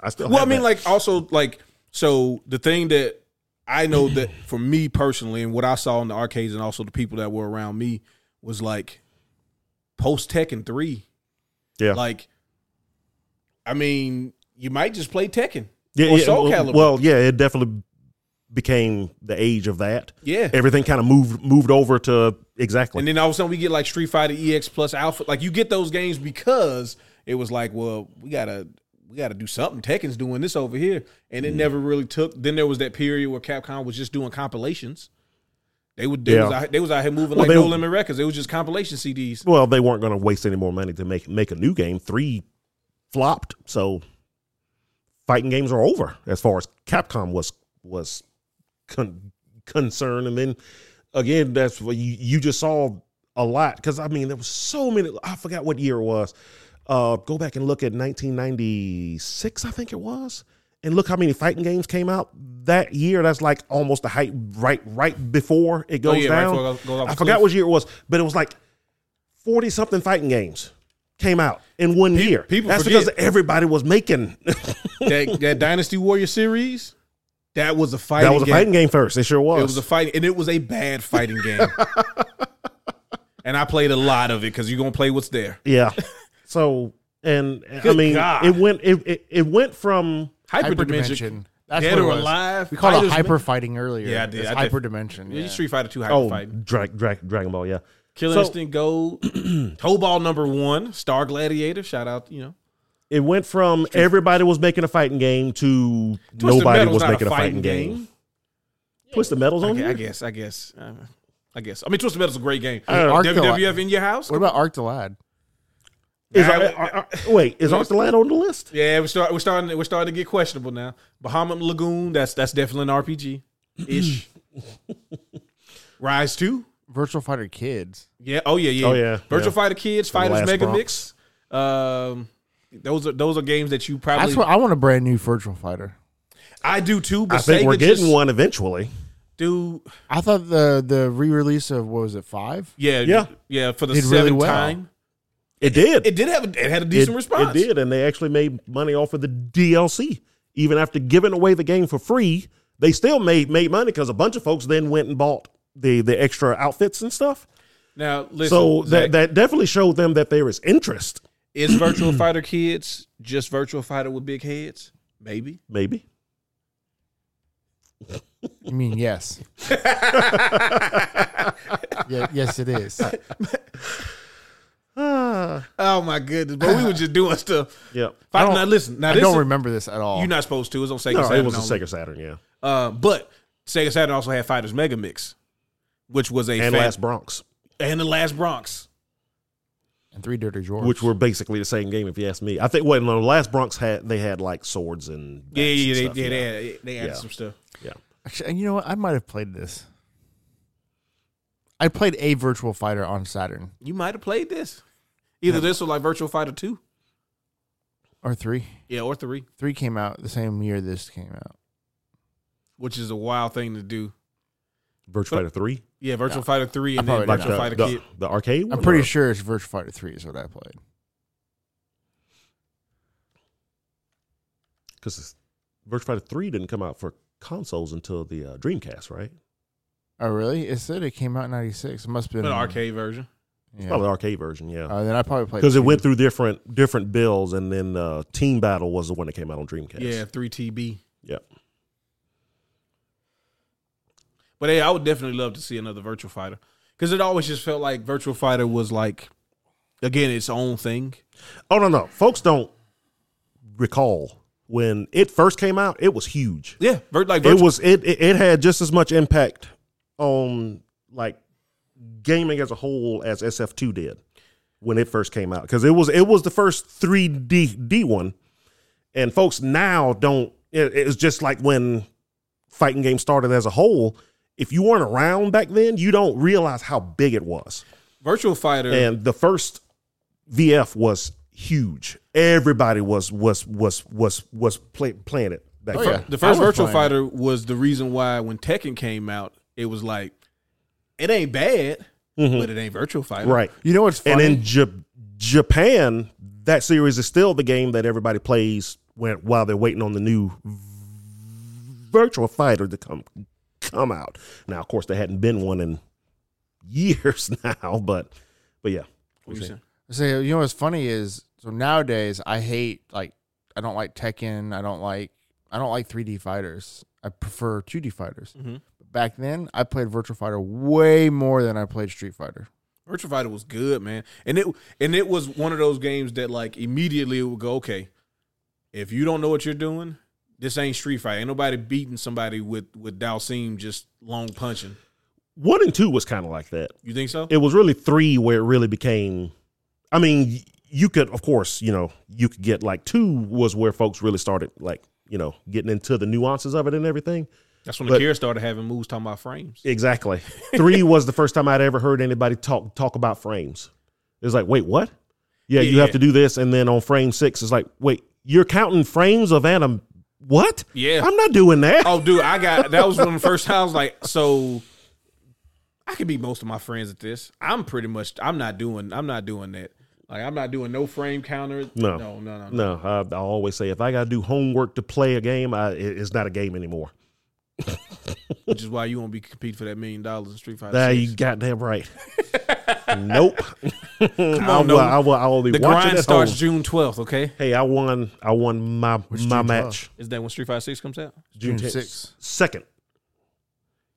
Speaker 2: I still
Speaker 1: Well, I
Speaker 2: have
Speaker 1: mean,
Speaker 2: that.
Speaker 1: like also like so the thing that I know
Speaker 2: <clears throat>
Speaker 1: that for me personally, and what I saw in the arcades, and also the people that were around me, was like post Tekken three.
Speaker 2: yeah.
Speaker 1: Like, I mean, you might just play Tekken.
Speaker 2: Yeah,
Speaker 1: Or
Speaker 2: yeah,
Speaker 1: Soul
Speaker 2: well,
Speaker 1: Calibur.
Speaker 2: Well, yeah, it definitely became the age of that.
Speaker 1: Yeah.
Speaker 2: Everything kind of moved moved over to exactly.
Speaker 1: And then all of a sudden we get like Street Fighter EX plus Alpha. Like you get those games because it was like, well, we gotta we gotta do something. Tekken's doing this over here, and
Speaker 2: Mm-hmm.
Speaker 1: it never really took. Then there was that period where Capcom was just doing compilations. They would they,
Speaker 2: Yeah.
Speaker 1: was, out, they was out here moving
Speaker 2: Well,
Speaker 1: like
Speaker 2: they-
Speaker 1: No Limit Records. It was just compilation
Speaker 2: <laughs>
Speaker 1: CDs.
Speaker 2: well, they weren't going to waste any more money to make make a new game. Three flopped, so fighting games are over as far as Capcom was was con- concerned. And then again, that's what you, you just saw a lot because I mean there was so many. I forgot what year it was. Uh, go back and look at 1996, I think it was, and look how many fighting games came out that year. That's like almost the height right right before it goes
Speaker 1: Oh, yeah, right
Speaker 2: down.
Speaker 1: before it goes- goes off
Speaker 2: I
Speaker 1: the
Speaker 2: forgot
Speaker 1: cliff.
Speaker 2: what year it was, but it was like 40 something fighting games came out in one year.
Speaker 1: people
Speaker 2: That's
Speaker 1: forget.
Speaker 2: because everybody was making <laughs>
Speaker 1: that that Dynasty Warrior series, that was a fighting.
Speaker 2: that was a
Speaker 1: game.
Speaker 2: fighting game first. It sure was.
Speaker 1: It was a fighting, and it was a bad fighting
Speaker 2: <laughs>
Speaker 1: game. and I played a lot of it because you're gonna play what's there.
Speaker 2: yeah. So and I
Speaker 1: Good
Speaker 2: mean
Speaker 1: God.
Speaker 2: it went it, it it went from
Speaker 1: Hyperdimension.
Speaker 3: Hyperdimension. That's
Speaker 1: Dead or
Speaker 3: what it was.
Speaker 1: alive,
Speaker 3: We called it
Speaker 1: fighters-
Speaker 3: hyper fighting earlier.
Speaker 1: Yeah, I did.
Speaker 3: It's
Speaker 1: I did.
Speaker 3: hyperdimension.
Speaker 1: Yeah.
Speaker 3: Yeah.
Speaker 1: Street Fighter 2 Hyper
Speaker 2: oh
Speaker 1: Fighting.
Speaker 2: Dra- Dra- Dragon Ball yeah.
Speaker 1: Killer
Speaker 2: So-
Speaker 1: Instinct Gold, <clears throat> Toe Ball number one, Star Gladiator. Shout out, you know.
Speaker 2: It went from everybody was making a fighting game to nobody
Speaker 1: Metal's
Speaker 2: was
Speaker 1: not
Speaker 2: making a fighting game. Twisted Metal's
Speaker 1: I
Speaker 2: on
Speaker 1: gu- I
Speaker 2: here.
Speaker 1: guess, I guess, uh, I guess. I mean, Twisted Metal's a great game.
Speaker 2: don't know.
Speaker 3: Arc the
Speaker 1: WWF in your house?
Speaker 3: What about Arc the Lad?
Speaker 2: Is,
Speaker 1: Nah,
Speaker 2: Ar-
Speaker 1: it-
Speaker 2: Ar- Ar- wait, is Arc the Land on the list?
Speaker 1: Yeah, we start, we're starting. We're starting to get questionable now. Bahama Lagoon. That's that's definitely an RPG
Speaker 2: <laughs>
Speaker 1: ish. Rise two.
Speaker 3: Virtual Fighter Kids.
Speaker 1: Yeah. Oh yeah. Yeah.
Speaker 2: Oh, yeah,
Speaker 1: Virtual
Speaker 2: yeah.
Speaker 1: Fighter Kids, Fighters
Speaker 2: last
Speaker 1: Mega
Speaker 2: Bronx.
Speaker 1: Mix. Um, those are those are games that you probably.
Speaker 3: That's what I want a brand new Virtual Fighter.
Speaker 1: I do too. But
Speaker 2: I think
Speaker 1: Sega
Speaker 2: we're getting
Speaker 1: just
Speaker 2: one eventually.
Speaker 1: Do
Speaker 3: I thought the the re release of what was it five?
Speaker 1: yeah yeah
Speaker 2: Yeah.
Speaker 1: yeah for the
Speaker 3: Did
Speaker 1: seventh
Speaker 3: really well.
Speaker 1: time.
Speaker 2: It did.
Speaker 1: It did have a, it had a decent
Speaker 2: it,
Speaker 1: response.
Speaker 2: It did, and they actually made money off of the DLC. Even after giving away the game for free, they still made made money because a bunch of folks then went and bought the the extra outfits and stuff.
Speaker 1: Now listen,
Speaker 2: So
Speaker 1: Zach,
Speaker 2: that that definitely showed them that there is interest. <clears throat>
Speaker 1: is Virtual Fighter Kids just Virtual Fighter with big heads? Maybe.
Speaker 2: Maybe
Speaker 3: I
Speaker 1: <laughs>
Speaker 3: mean, yes. yeah, yes, it is.
Speaker 1: Oh my goodness! But we were just doing stuff.
Speaker 2: <laughs> yeah.
Speaker 1: Fighter,
Speaker 3: don't-
Speaker 1: now listen. Now
Speaker 3: I
Speaker 1: this
Speaker 3: don't
Speaker 1: is-
Speaker 3: remember this at all.
Speaker 1: You're not supposed to. It was on Sega
Speaker 2: No,
Speaker 1: Saturn.
Speaker 2: it was a
Speaker 1: only.
Speaker 2: Sega Saturn, yeah,
Speaker 1: Uh, but Sega Saturn also had Fighters Mega Mix, which was a
Speaker 2: and
Speaker 1: fan-
Speaker 2: Last Bronx,
Speaker 1: and the Last Bronx.
Speaker 3: and three dirty drawers.
Speaker 2: which were basically the same game, if you ask me. I think. Wait, no, Last Bronx had they had like swords and bats
Speaker 1: Yeah, yeah,
Speaker 2: and
Speaker 1: yeah,
Speaker 2: stuff,
Speaker 1: they, yeah, they had, they added
Speaker 2: Yeah.
Speaker 1: some stuff.
Speaker 3: Actually, and you know what? I might have played this. I played a Virtual Fighter on Saturn
Speaker 1: You might have played this, either this or like Virtual Fighter Two,
Speaker 3: or three.
Speaker 1: yeah, or three,
Speaker 3: Three came out the same year this came out.
Speaker 1: which is a wild thing to do.
Speaker 2: Virtual Fighter Three,
Speaker 1: Yeah, Virtual Fighter Three and
Speaker 3: I
Speaker 1: then
Speaker 3: probably
Speaker 1: Virtual
Speaker 3: did
Speaker 1: Fighter
Speaker 2: the,
Speaker 1: Kid.
Speaker 2: the arcade.
Speaker 3: I'm
Speaker 2: one,
Speaker 3: pretty
Speaker 2: or-
Speaker 3: sure it's Virtual Fighter Three is what I played.
Speaker 2: because Virtua Fighter Three didn't come out for consoles until the uh, Dreamcast, right?
Speaker 3: Oh, really? It said it came out in '96. It must have
Speaker 1: An
Speaker 3: been
Speaker 1: arcade version.
Speaker 3: Yeah.
Speaker 2: Probably the arcade version, yeah.
Speaker 3: Uh, then I probably played
Speaker 2: Because it
Speaker 3: two.
Speaker 2: went through different different bills, and then uh, Team Battle was the one that came out on Dreamcast.
Speaker 1: Yeah, three TB.
Speaker 2: Yep.
Speaker 1: But hey, I would definitely love to see another Virtual Fighter because it always just felt like Virtual Fighter was like, again, its own thing.
Speaker 2: Oh no, no, folks don't recall when it first came out. It was huge.
Speaker 1: Yeah, vir- like
Speaker 2: It
Speaker 1: virtual,
Speaker 2: was it, it it had just as much impact on like gaming as a whole as SF2 did when it first came out because it was it was the first 3D D one, and folks now don't. It, it's just like when fighting games started as a whole. If you weren't around back then, you don't realize how big it was.
Speaker 1: Virtual Fighter.
Speaker 2: And the first VF was huge. Everybody was was was was was play, playing it back
Speaker 3: Oh,
Speaker 2: then.
Speaker 3: yeah.
Speaker 1: The first
Speaker 3: I was
Speaker 1: Virtual
Speaker 3: playing
Speaker 1: Fighter was the reason why when Tekken came out, it was like, it ain't bad, but it ain't Virtual Fighter.
Speaker 2: Right.
Speaker 3: You know what's funny?
Speaker 2: And in J- Japan, that series is still the game that everybody plays when while they're waiting on the new Virtual Fighter to come come out. Now, of course, there hadn't been one in years <laughs> now, but but yeah,
Speaker 1: What you saying?
Speaker 3: So you know what's funny is so nowadays I hate like I don't like Tekken. I don't like I don't like 3D fighters. I prefer 2D fighters.
Speaker 1: Mhm.
Speaker 3: But back then, I played Virtual Fighter way more than I played Street Fighter.
Speaker 1: Virtua Fighter was good, man, and it and it was one of those games that like immediately it would go, okay, if you don't know what you're doing, this ain't Street Fighter. Ain't nobody beating somebody with with Dalsim just long punching.
Speaker 2: One and two was kind of like that.
Speaker 1: You think so?
Speaker 2: It was really three where it really became. I mean, y- you could, of course, you know, you could get like two was where folks really started like you know getting into the nuances of it and everything.
Speaker 1: That's when
Speaker 2: But-
Speaker 1: Akira started having moves talking about frames.
Speaker 2: Exactly. Three <laughs> was the first time I'd ever heard anybody talk talk about frames. It's like, wait, what? Yeah,
Speaker 1: Yeah,
Speaker 2: you
Speaker 1: yeah.
Speaker 2: have to do this, and then on frame six, it's like, wait, you're counting frames of anim? What?
Speaker 1: Yeah.
Speaker 2: I'm not doing that.
Speaker 1: Oh, dude, I got that was one of the first times. Like, so I could beat most of my friends at this. I'm pretty much. I'm not doing. I'm not doing that. Like, I'm not doing no frame counter.
Speaker 2: No.
Speaker 1: no, no, no. no.
Speaker 2: No, I, I always say if I got to do homework to play a game, I, it- it's not a game anymore.
Speaker 1: Which is why you won't be competing for that million dollars in Street Fighter.
Speaker 2: Nah,
Speaker 1: VI.
Speaker 2: you goddamn right. <laughs> nope. <laughs> I,
Speaker 1: on,
Speaker 2: will,
Speaker 1: Nolan.
Speaker 2: I will. I will be
Speaker 1: the
Speaker 2: watching
Speaker 1: grind
Speaker 2: at home.
Speaker 1: starts June 12th. Okay,
Speaker 2: Hey, I won. I won my my
Speaker 3: June
Speaker 2: match
Speaker 1: is that when Street Fighter Six comes out?
Speaker 2: June
Speaker 3: June
Speaker 2: 6th.
Speaker 3: 6th.
Speaker 2: Second.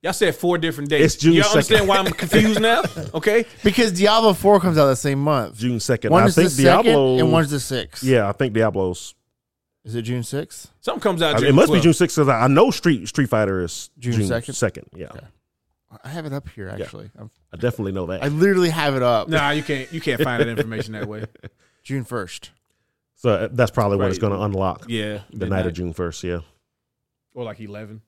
Speaker 1: Y'all said four different dates.
Speaker 2: It's June
Speaker 1: Y'all
Speaker 2: 2nd.
Speaker 1: understand
Speaker 2: <laughs>
Speaker 1: why I'm confused now? Okay,
Speaker 3: Because Diablo 4 comes out that same month.
Speaker 2: June second.
Speaker 3: One
Speaker 2: I
Speaker 3: is the
Speaker 2: think
Speaker 3: second
Speaker 2: Diablo.
Speaker 3: and one's the sixth.
Speaker 2: yeah, I think Diablo's.
Speaker 3: Is it June 6th?
Speaker 1: something comes out.
Speaker 2: I-
Speaker 1: Uh, June
Speaker 2: it must be
Speaker 1: 12th.
Speaker 2: June sixth because I, I know Street Street Fighter is
Speaker 3: June
Speaker 2: June
Speaker 3: 2nd?
Speaker 2: second. Yeah,
Speaker 3: I have it up here, actually. I'm-
Speaker 2: I definitely know that.
Speaker 3: I literally have it up.
Speaker 1: Nah, you can't. You can't find that information that
Speaker 2: <laughs>
Speaker 1: way.
Speaker 3: June 1st.
Speaker 2: so uh, that's probably when it's
Speaker 1: Right.
Speaker 2: going to unlock
Speaker 1: Yeah,
Speaker 2: the night of June first. Yeah,
Speaker 1: or like eleven.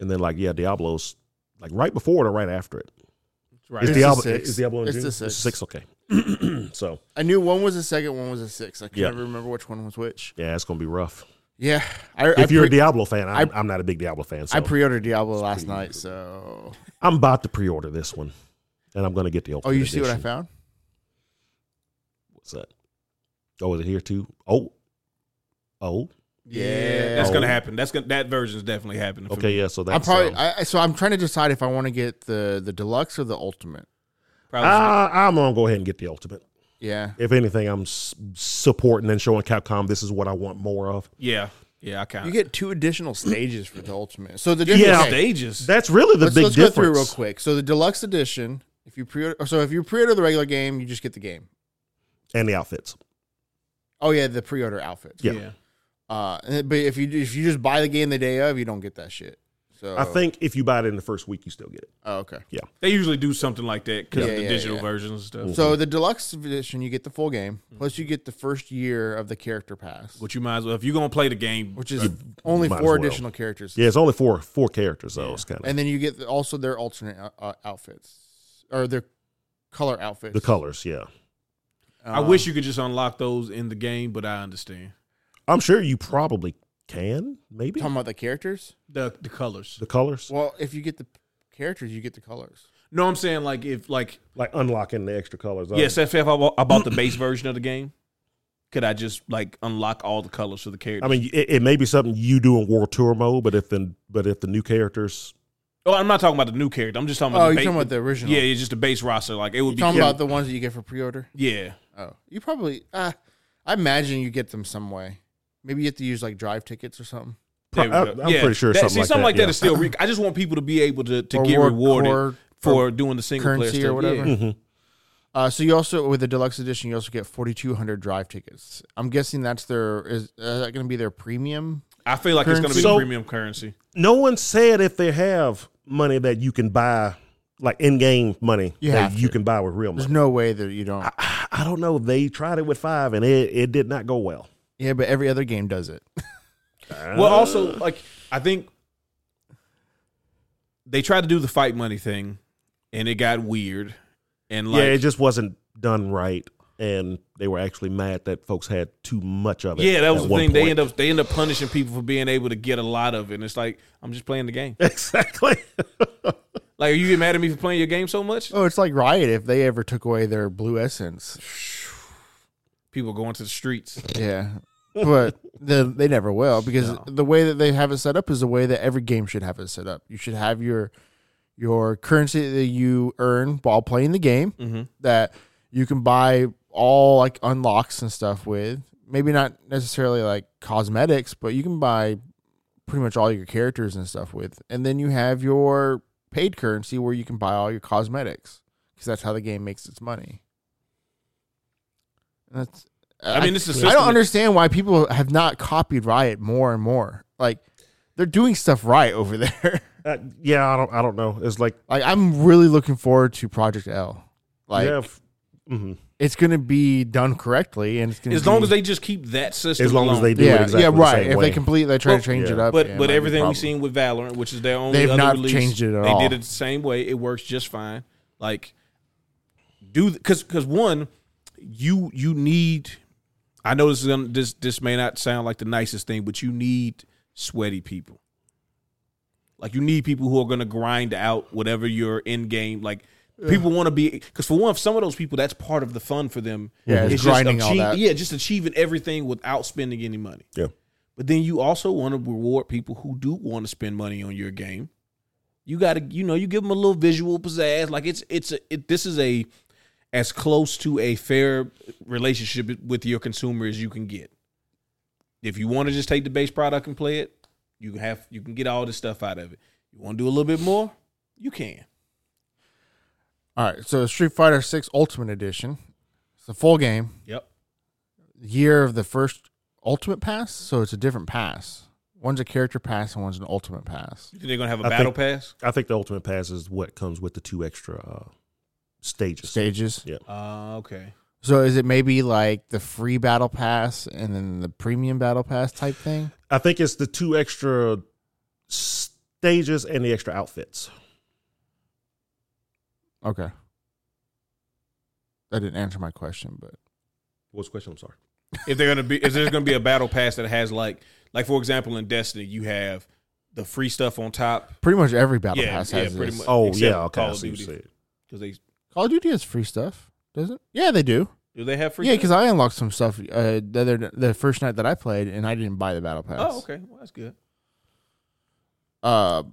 Speaker 2: and then like yeah, Diablo's like right before it or right after it.
Speaker 1: Right.
Speaker 2: Is
Speaker 3: It's the
Speaker 2: Diablo,
Speaker 3: sixth.
Speaker 2: is Diablo in
Speaker 3: It's
Speaker 2: June?
Speaker 3: the sixth.
Speaker 2: Six. Okay. <clears throat> so
Speaker 3: I knew one was the second, one was the sixth. I could
Speaker 2: Yeah.
Speaker 3: never remember which one was which.
Speaker 2: yeah, it's going to be rough.
Speaker 3: Yeah. I, I
Speaker 2: if you're
Speaker 3: pre-
Speaker 2: a Diablo fan, I'm,
Speaker 3: I-
Speaker 2: I, am not a big Diablo fan, so
Speaker 3: I pre-ordered Diablo last night, so.
Speaker 2: I'm about to pre-order this one, and I'm going to get the
Speaker 3: Oh,
Speaker 2: ultimate.
Speaker 3: you see what I
Speaker 2: Edition.
Speaker 3: found?
Speaker 2: What's that? Oh, is it here too? Oh, oh,
Speaker 1: Yeah, that's
Speaker 2: Oh.
Speaker 1: gonna happen. That's gonna that version's definitely happening. for me.
Speaker 2: okay, yeah. So that's
Speaker 3: I'm probably
Speaker 2: um,
Speaker 3: I, I- so I'm trying to decide if I want to get the the deluxe or the ultimate.
Speaker 1: Probably
Speaker 2: Uh, I'm gonna go ahead and get the ultimate.
Speaker 3: Yeah,
Speaker 2: If anything, I'm s- supporting and showing Capcom this is what I want more of.
Speaker 1: Yeah, yeah, I kind
Speaker 3: you
Speaker 1: of.
Speaker 3: get two additional stages for the ultimate. So the
Speaker 2: Yeah.
Speaker 3: difference, okay,
Speaker 1: Stages.
Speaker 2: That's really the
Speaker 3: let's,
Speaker 2: big
Speaker 3: let's go
Speaker 2: difference.
Speaker 3: through it real quick. So the deluxe edition, if you pre order so if you pre order the regular game, you just get the game.
Speaker 2: And the outfits.
Speaker 3: Oh yeah, the pre order outfits.
Speaker 2: Yeah.
Speaker 3: Uh, and- but if you if you just buy the game the day of, you don't get that shit. So
Speaker 2: I think if you buy it in the first week, you still get it.
Speaker 3: Oh, okay.
Speaker 1: they usually do something like that because
Speaker 3: Yeah,
Speaker 1: of the
Speaker 3: yeah,
Speaker 1: digital
Speaker 3: yeah.
Speaker 1: versions and stuff.
Speaker 3: So
Speaker 2: Mm-hmm.
Speaker 3: the deluxe edition, you get the full game,
Speaker 1: Mm-hmm.
Speaker 3: plus you get the first year of the character pass,
Speaker 1: Which you might as well, if you're gonna play the game,
Speaker 3: which is only
Speaker 2: might as
Speaker 3: four
Speaker 2: well.
Speaker 3: additional characters.
Speaker 2: Yeah, it's only four four characters though. It's kind of
Speaker 3: And then you get the- also their alternate uh, uh, outfits or their color outfits.
Speaker 2: the colors. Yeah,
Speaker 1: I wish
Speaker 3: uh,
Speaker 1: you could just unlock those in the game, but I understand
Speaker 2: I'm sure you probably can. Maybe
Speaker 3: Um, talking about the characters.
Speaker 1: the the colors.
Speaker 2: the colors,
Speaker 3: Well, if you get the characters, you get the colors.
Speaker 1: No, I'm saying like if like
Speaker 2: like unlocking the extra colors.
Speaker 1: yes, if, if I, bought, I bought the base version of the game, could I just like unlock all the colors for the character?
Speaker 2: I mean, it, it may be something you do in World Tour mode, but if the but if the new characters,
Speaker 1: oh, I'm not talking about the new character. I'm just talking about
Speaker 3: Oh,
Speaker 1: the
Speaker 3: you're
Speaker 1: base,
Speaker 3: talking about the original.
Speaker 1: yeah, it's just the base roster. Like it would
Speaker 3: You're
Speaker 1: be
Speaker 3: talking about the ones that you get for pre-order.
Speaker 1: yeah.
Speaker 3: Oh, you probably. Uh, I imagine you get them some way. Maybe you have to use like drive tickets or something.
Speaker 1: There we
Speaker 2: I-
Speaker 1: go.
Speaker 2: I'm pretty sure
Speaker 1: that,
Speaker 2: something
Speaker 1: see,
Speaker 2: like
Speaker 1: something
Speaker 2: that,
Speaker 1: like that
Speaker 2: yeah.
Speaker 1: is still. Re- I just want people to be able to, to
Speaker 3: Or
Speaker 1: get
Speaker 3: World
Speaker 1: rewarded
Speaker 3: Core
Speaker 1: for doing the single player
Speaker 3: currency or
Speaker 1: stuff.
Speaker 3: whatever.
Speaker 1: Yeah. Mm-hmm.
Speaker 2: Mhm.
Speaker 3: Uh, so you also with the deluxe edition, you also get 4,200 drive tickets. I'm guessing that's their is uh, that going to be their premium?
Speaker 1: I feel like it's going to be
Speaker 2: Currency. So-
Speaker 1: premium currency.
Speaker 2: no one said if they have money that you can buy, like in game money
Speaker 3: You
Speaker 2: that
Speaker 3: have
Speaker 2: you
Speaker 3: to.
Speaker 2: can buy with real money.
Speaker 3: There's no way that you don't.
Speaker 2: I, I don't know. They tried it with five, and it, it did not go well.
Speaker 3: Yeah, but every other game does it.
Speaker 1: Well, also like I think they tried to do the fight money thing, and it got weird. And
Speaker 2: yeah,
Speaker 1: like,
Speaker 2: it just wasn't done right, and they were actually mad that folks had too much of it.
Speaker 1: yeah, that was
Speaker 2: at
Speaker 1: the
Speaker 2: one
Speaker 1: thing. They
Speaker 2: point.
Speaker 1: end up they end up punishing people for being able to get a lot of it. And it's like I'm just playing the game.
Speaker 2: <laughs> exactly.
Speaker 1: Like, are you get mad at me for playing your game so much?
Speaker 3: Oh, it's like Riot if they ever took away their blue essence.
Speaker 1: People going to the streets.
Speaker 3: Yeah. But <laughs> the, they never will because
Speaker 1: No.
Speaker 3: the way that they have it set up is the way that every game should have it set up. You should have your your currency that you earn while playing the game
Speaker 1: Mhm.
Speaker 3: that you can buy all like unlocks and stuff with. maybe not necessarily like cosmetics, but you can buy pretty much all your characters and stuff with. And then you have your paid currency where you can buy all your cosmetics because that's how the game makes its money. And That's.
Speaker 1: I mean, it's a
Speaker 3: I
Speaker 1: system
Speaker 3: don't
Speaker 1: that-
Speaker 3: understand why people have not copied Riot more and more. Like, they're doing stuff right over <laughs> there.
Speaker 2: Uh, yeah, I don't. I don't know. It's like
Speaker 3: like, I'm really looking forward to Project L. Like,
Speaker 2: yeah. f- mhm.
Speaker 3: it's going to be done correctly, and it's going
Speaker 1: As long as they just keep that system.
Speaker 2: As long as
Speaker 1: alone.
Speaker 2: they do
Speaker 3: yeah,
Speaker 2: it exactly
Speaker 3: yeah,
Speaker 2: the
Speaker 3: right.
Speaker 2: same
Speaker 3: if
Speaker 2: way.
Speaker 3: they completely they try
Speaker 1: Well,
Speaker 3: to change
Speaker 2: yeah.
Speaker 3: it up,
Speaker 1: But
Speaker 3: yeah, it might
Speaker 1: but
Speaker 3: be a
Speaker 1: everything
Speaker 3: problem.
Speaker 1: we've seen with Valorant, which is their only
Speaker 3: They've
Speaker 1: other
Speaker 3: not
Speaker 1: release,
Speaker 3: changed it at
Speaker 1: they
Speaker 3: all.
Speaker 1: did it the same way. It works just fine. Like do because because one, you you need. I know this is gonna, this this may not sound like the nicest thing, but you need sweaty people. Like you need people who are going to grind out whatever your end game. Like people want to be because for one, some of those people that's part of the fun for them.
Speaker 3: Yeah, it's grinding all
Speaker 1: achieve-
Speaker 3: that.
Speaker 1: Yeah, just achieving everything without spending any money.
Speaker 2: Yeah.
Speaker 1: But then you also want to reward people who do want to spend money on your game. You got to, you know, you give them a little visual pizzazz. Like it's, it's, a, it, this is a as close to a fair relationship with your consumer as you can get. If you want to just take the base product and play it, you can have, you can get all this stuff out of it. You want to do a little bit more, you can.
Speaker 3: All right, so Street Fighter Six Ultimate Edition. It's a full game.
Speaker 1: Yep.
Speaker 3: Year of the first Ultimate Pass, so it's a different pass. One's a character pass and one's an Ultimate Pass.
Speaker 1: You think they're gonna have a
Speaker 2: I
Speaker 1: battle
Speaker 2: think-
Speaker 1: pass?
Speaker 2: I think the ultimate pass is what comes with the two extra uh, stages.
Speaker 3: Stages.
Speaker 2: Yeah.
Speaker 1: Uh, okay.
Speaker 3: So is it maybe like the free battle pass and then the premium battle pass type thing?
Speaker 2: I think it's the two extra stages and the extra outfits.
Speaker 3: Okay. That didn't answer my question, but
Speaker 2: What's the question? I'm sorry.
Speaker 1: if they're gonna be if there's gonna be a battle pass that has like like for example in Destiny you have the free stuff on top
Speaker 3: pretty much every battle
Speaker 1: Yeah,
Speaker 3: pass
Speaker 1: yeah,
Speaker 3: has
Speaker 1: pretty
Speaker 3: this.
Speaker 1: much.
Speaker 2: Oh
Speaker 1: Except
Speaker 2: yeah. Okay.
Speaker 1: Call
Speaker 2: I
Speaker 1: of
Speaker 2: see what you
Speaker 1: Duty.
Speaker 2: said.
Speaker 1: because they
Speaker 3: Call of Duty has free stuff, does it? Yeah, they do.
Speaker 1: do they have free
Speaker 3: yeah, because
Speaker 1: stuff?
Speaker 3: I unlocked some stuff uh, the other the first night that I played, and I didn't buy the battle pass.
Speaker 1: oh okay well that's good
Speaker 3: Uh,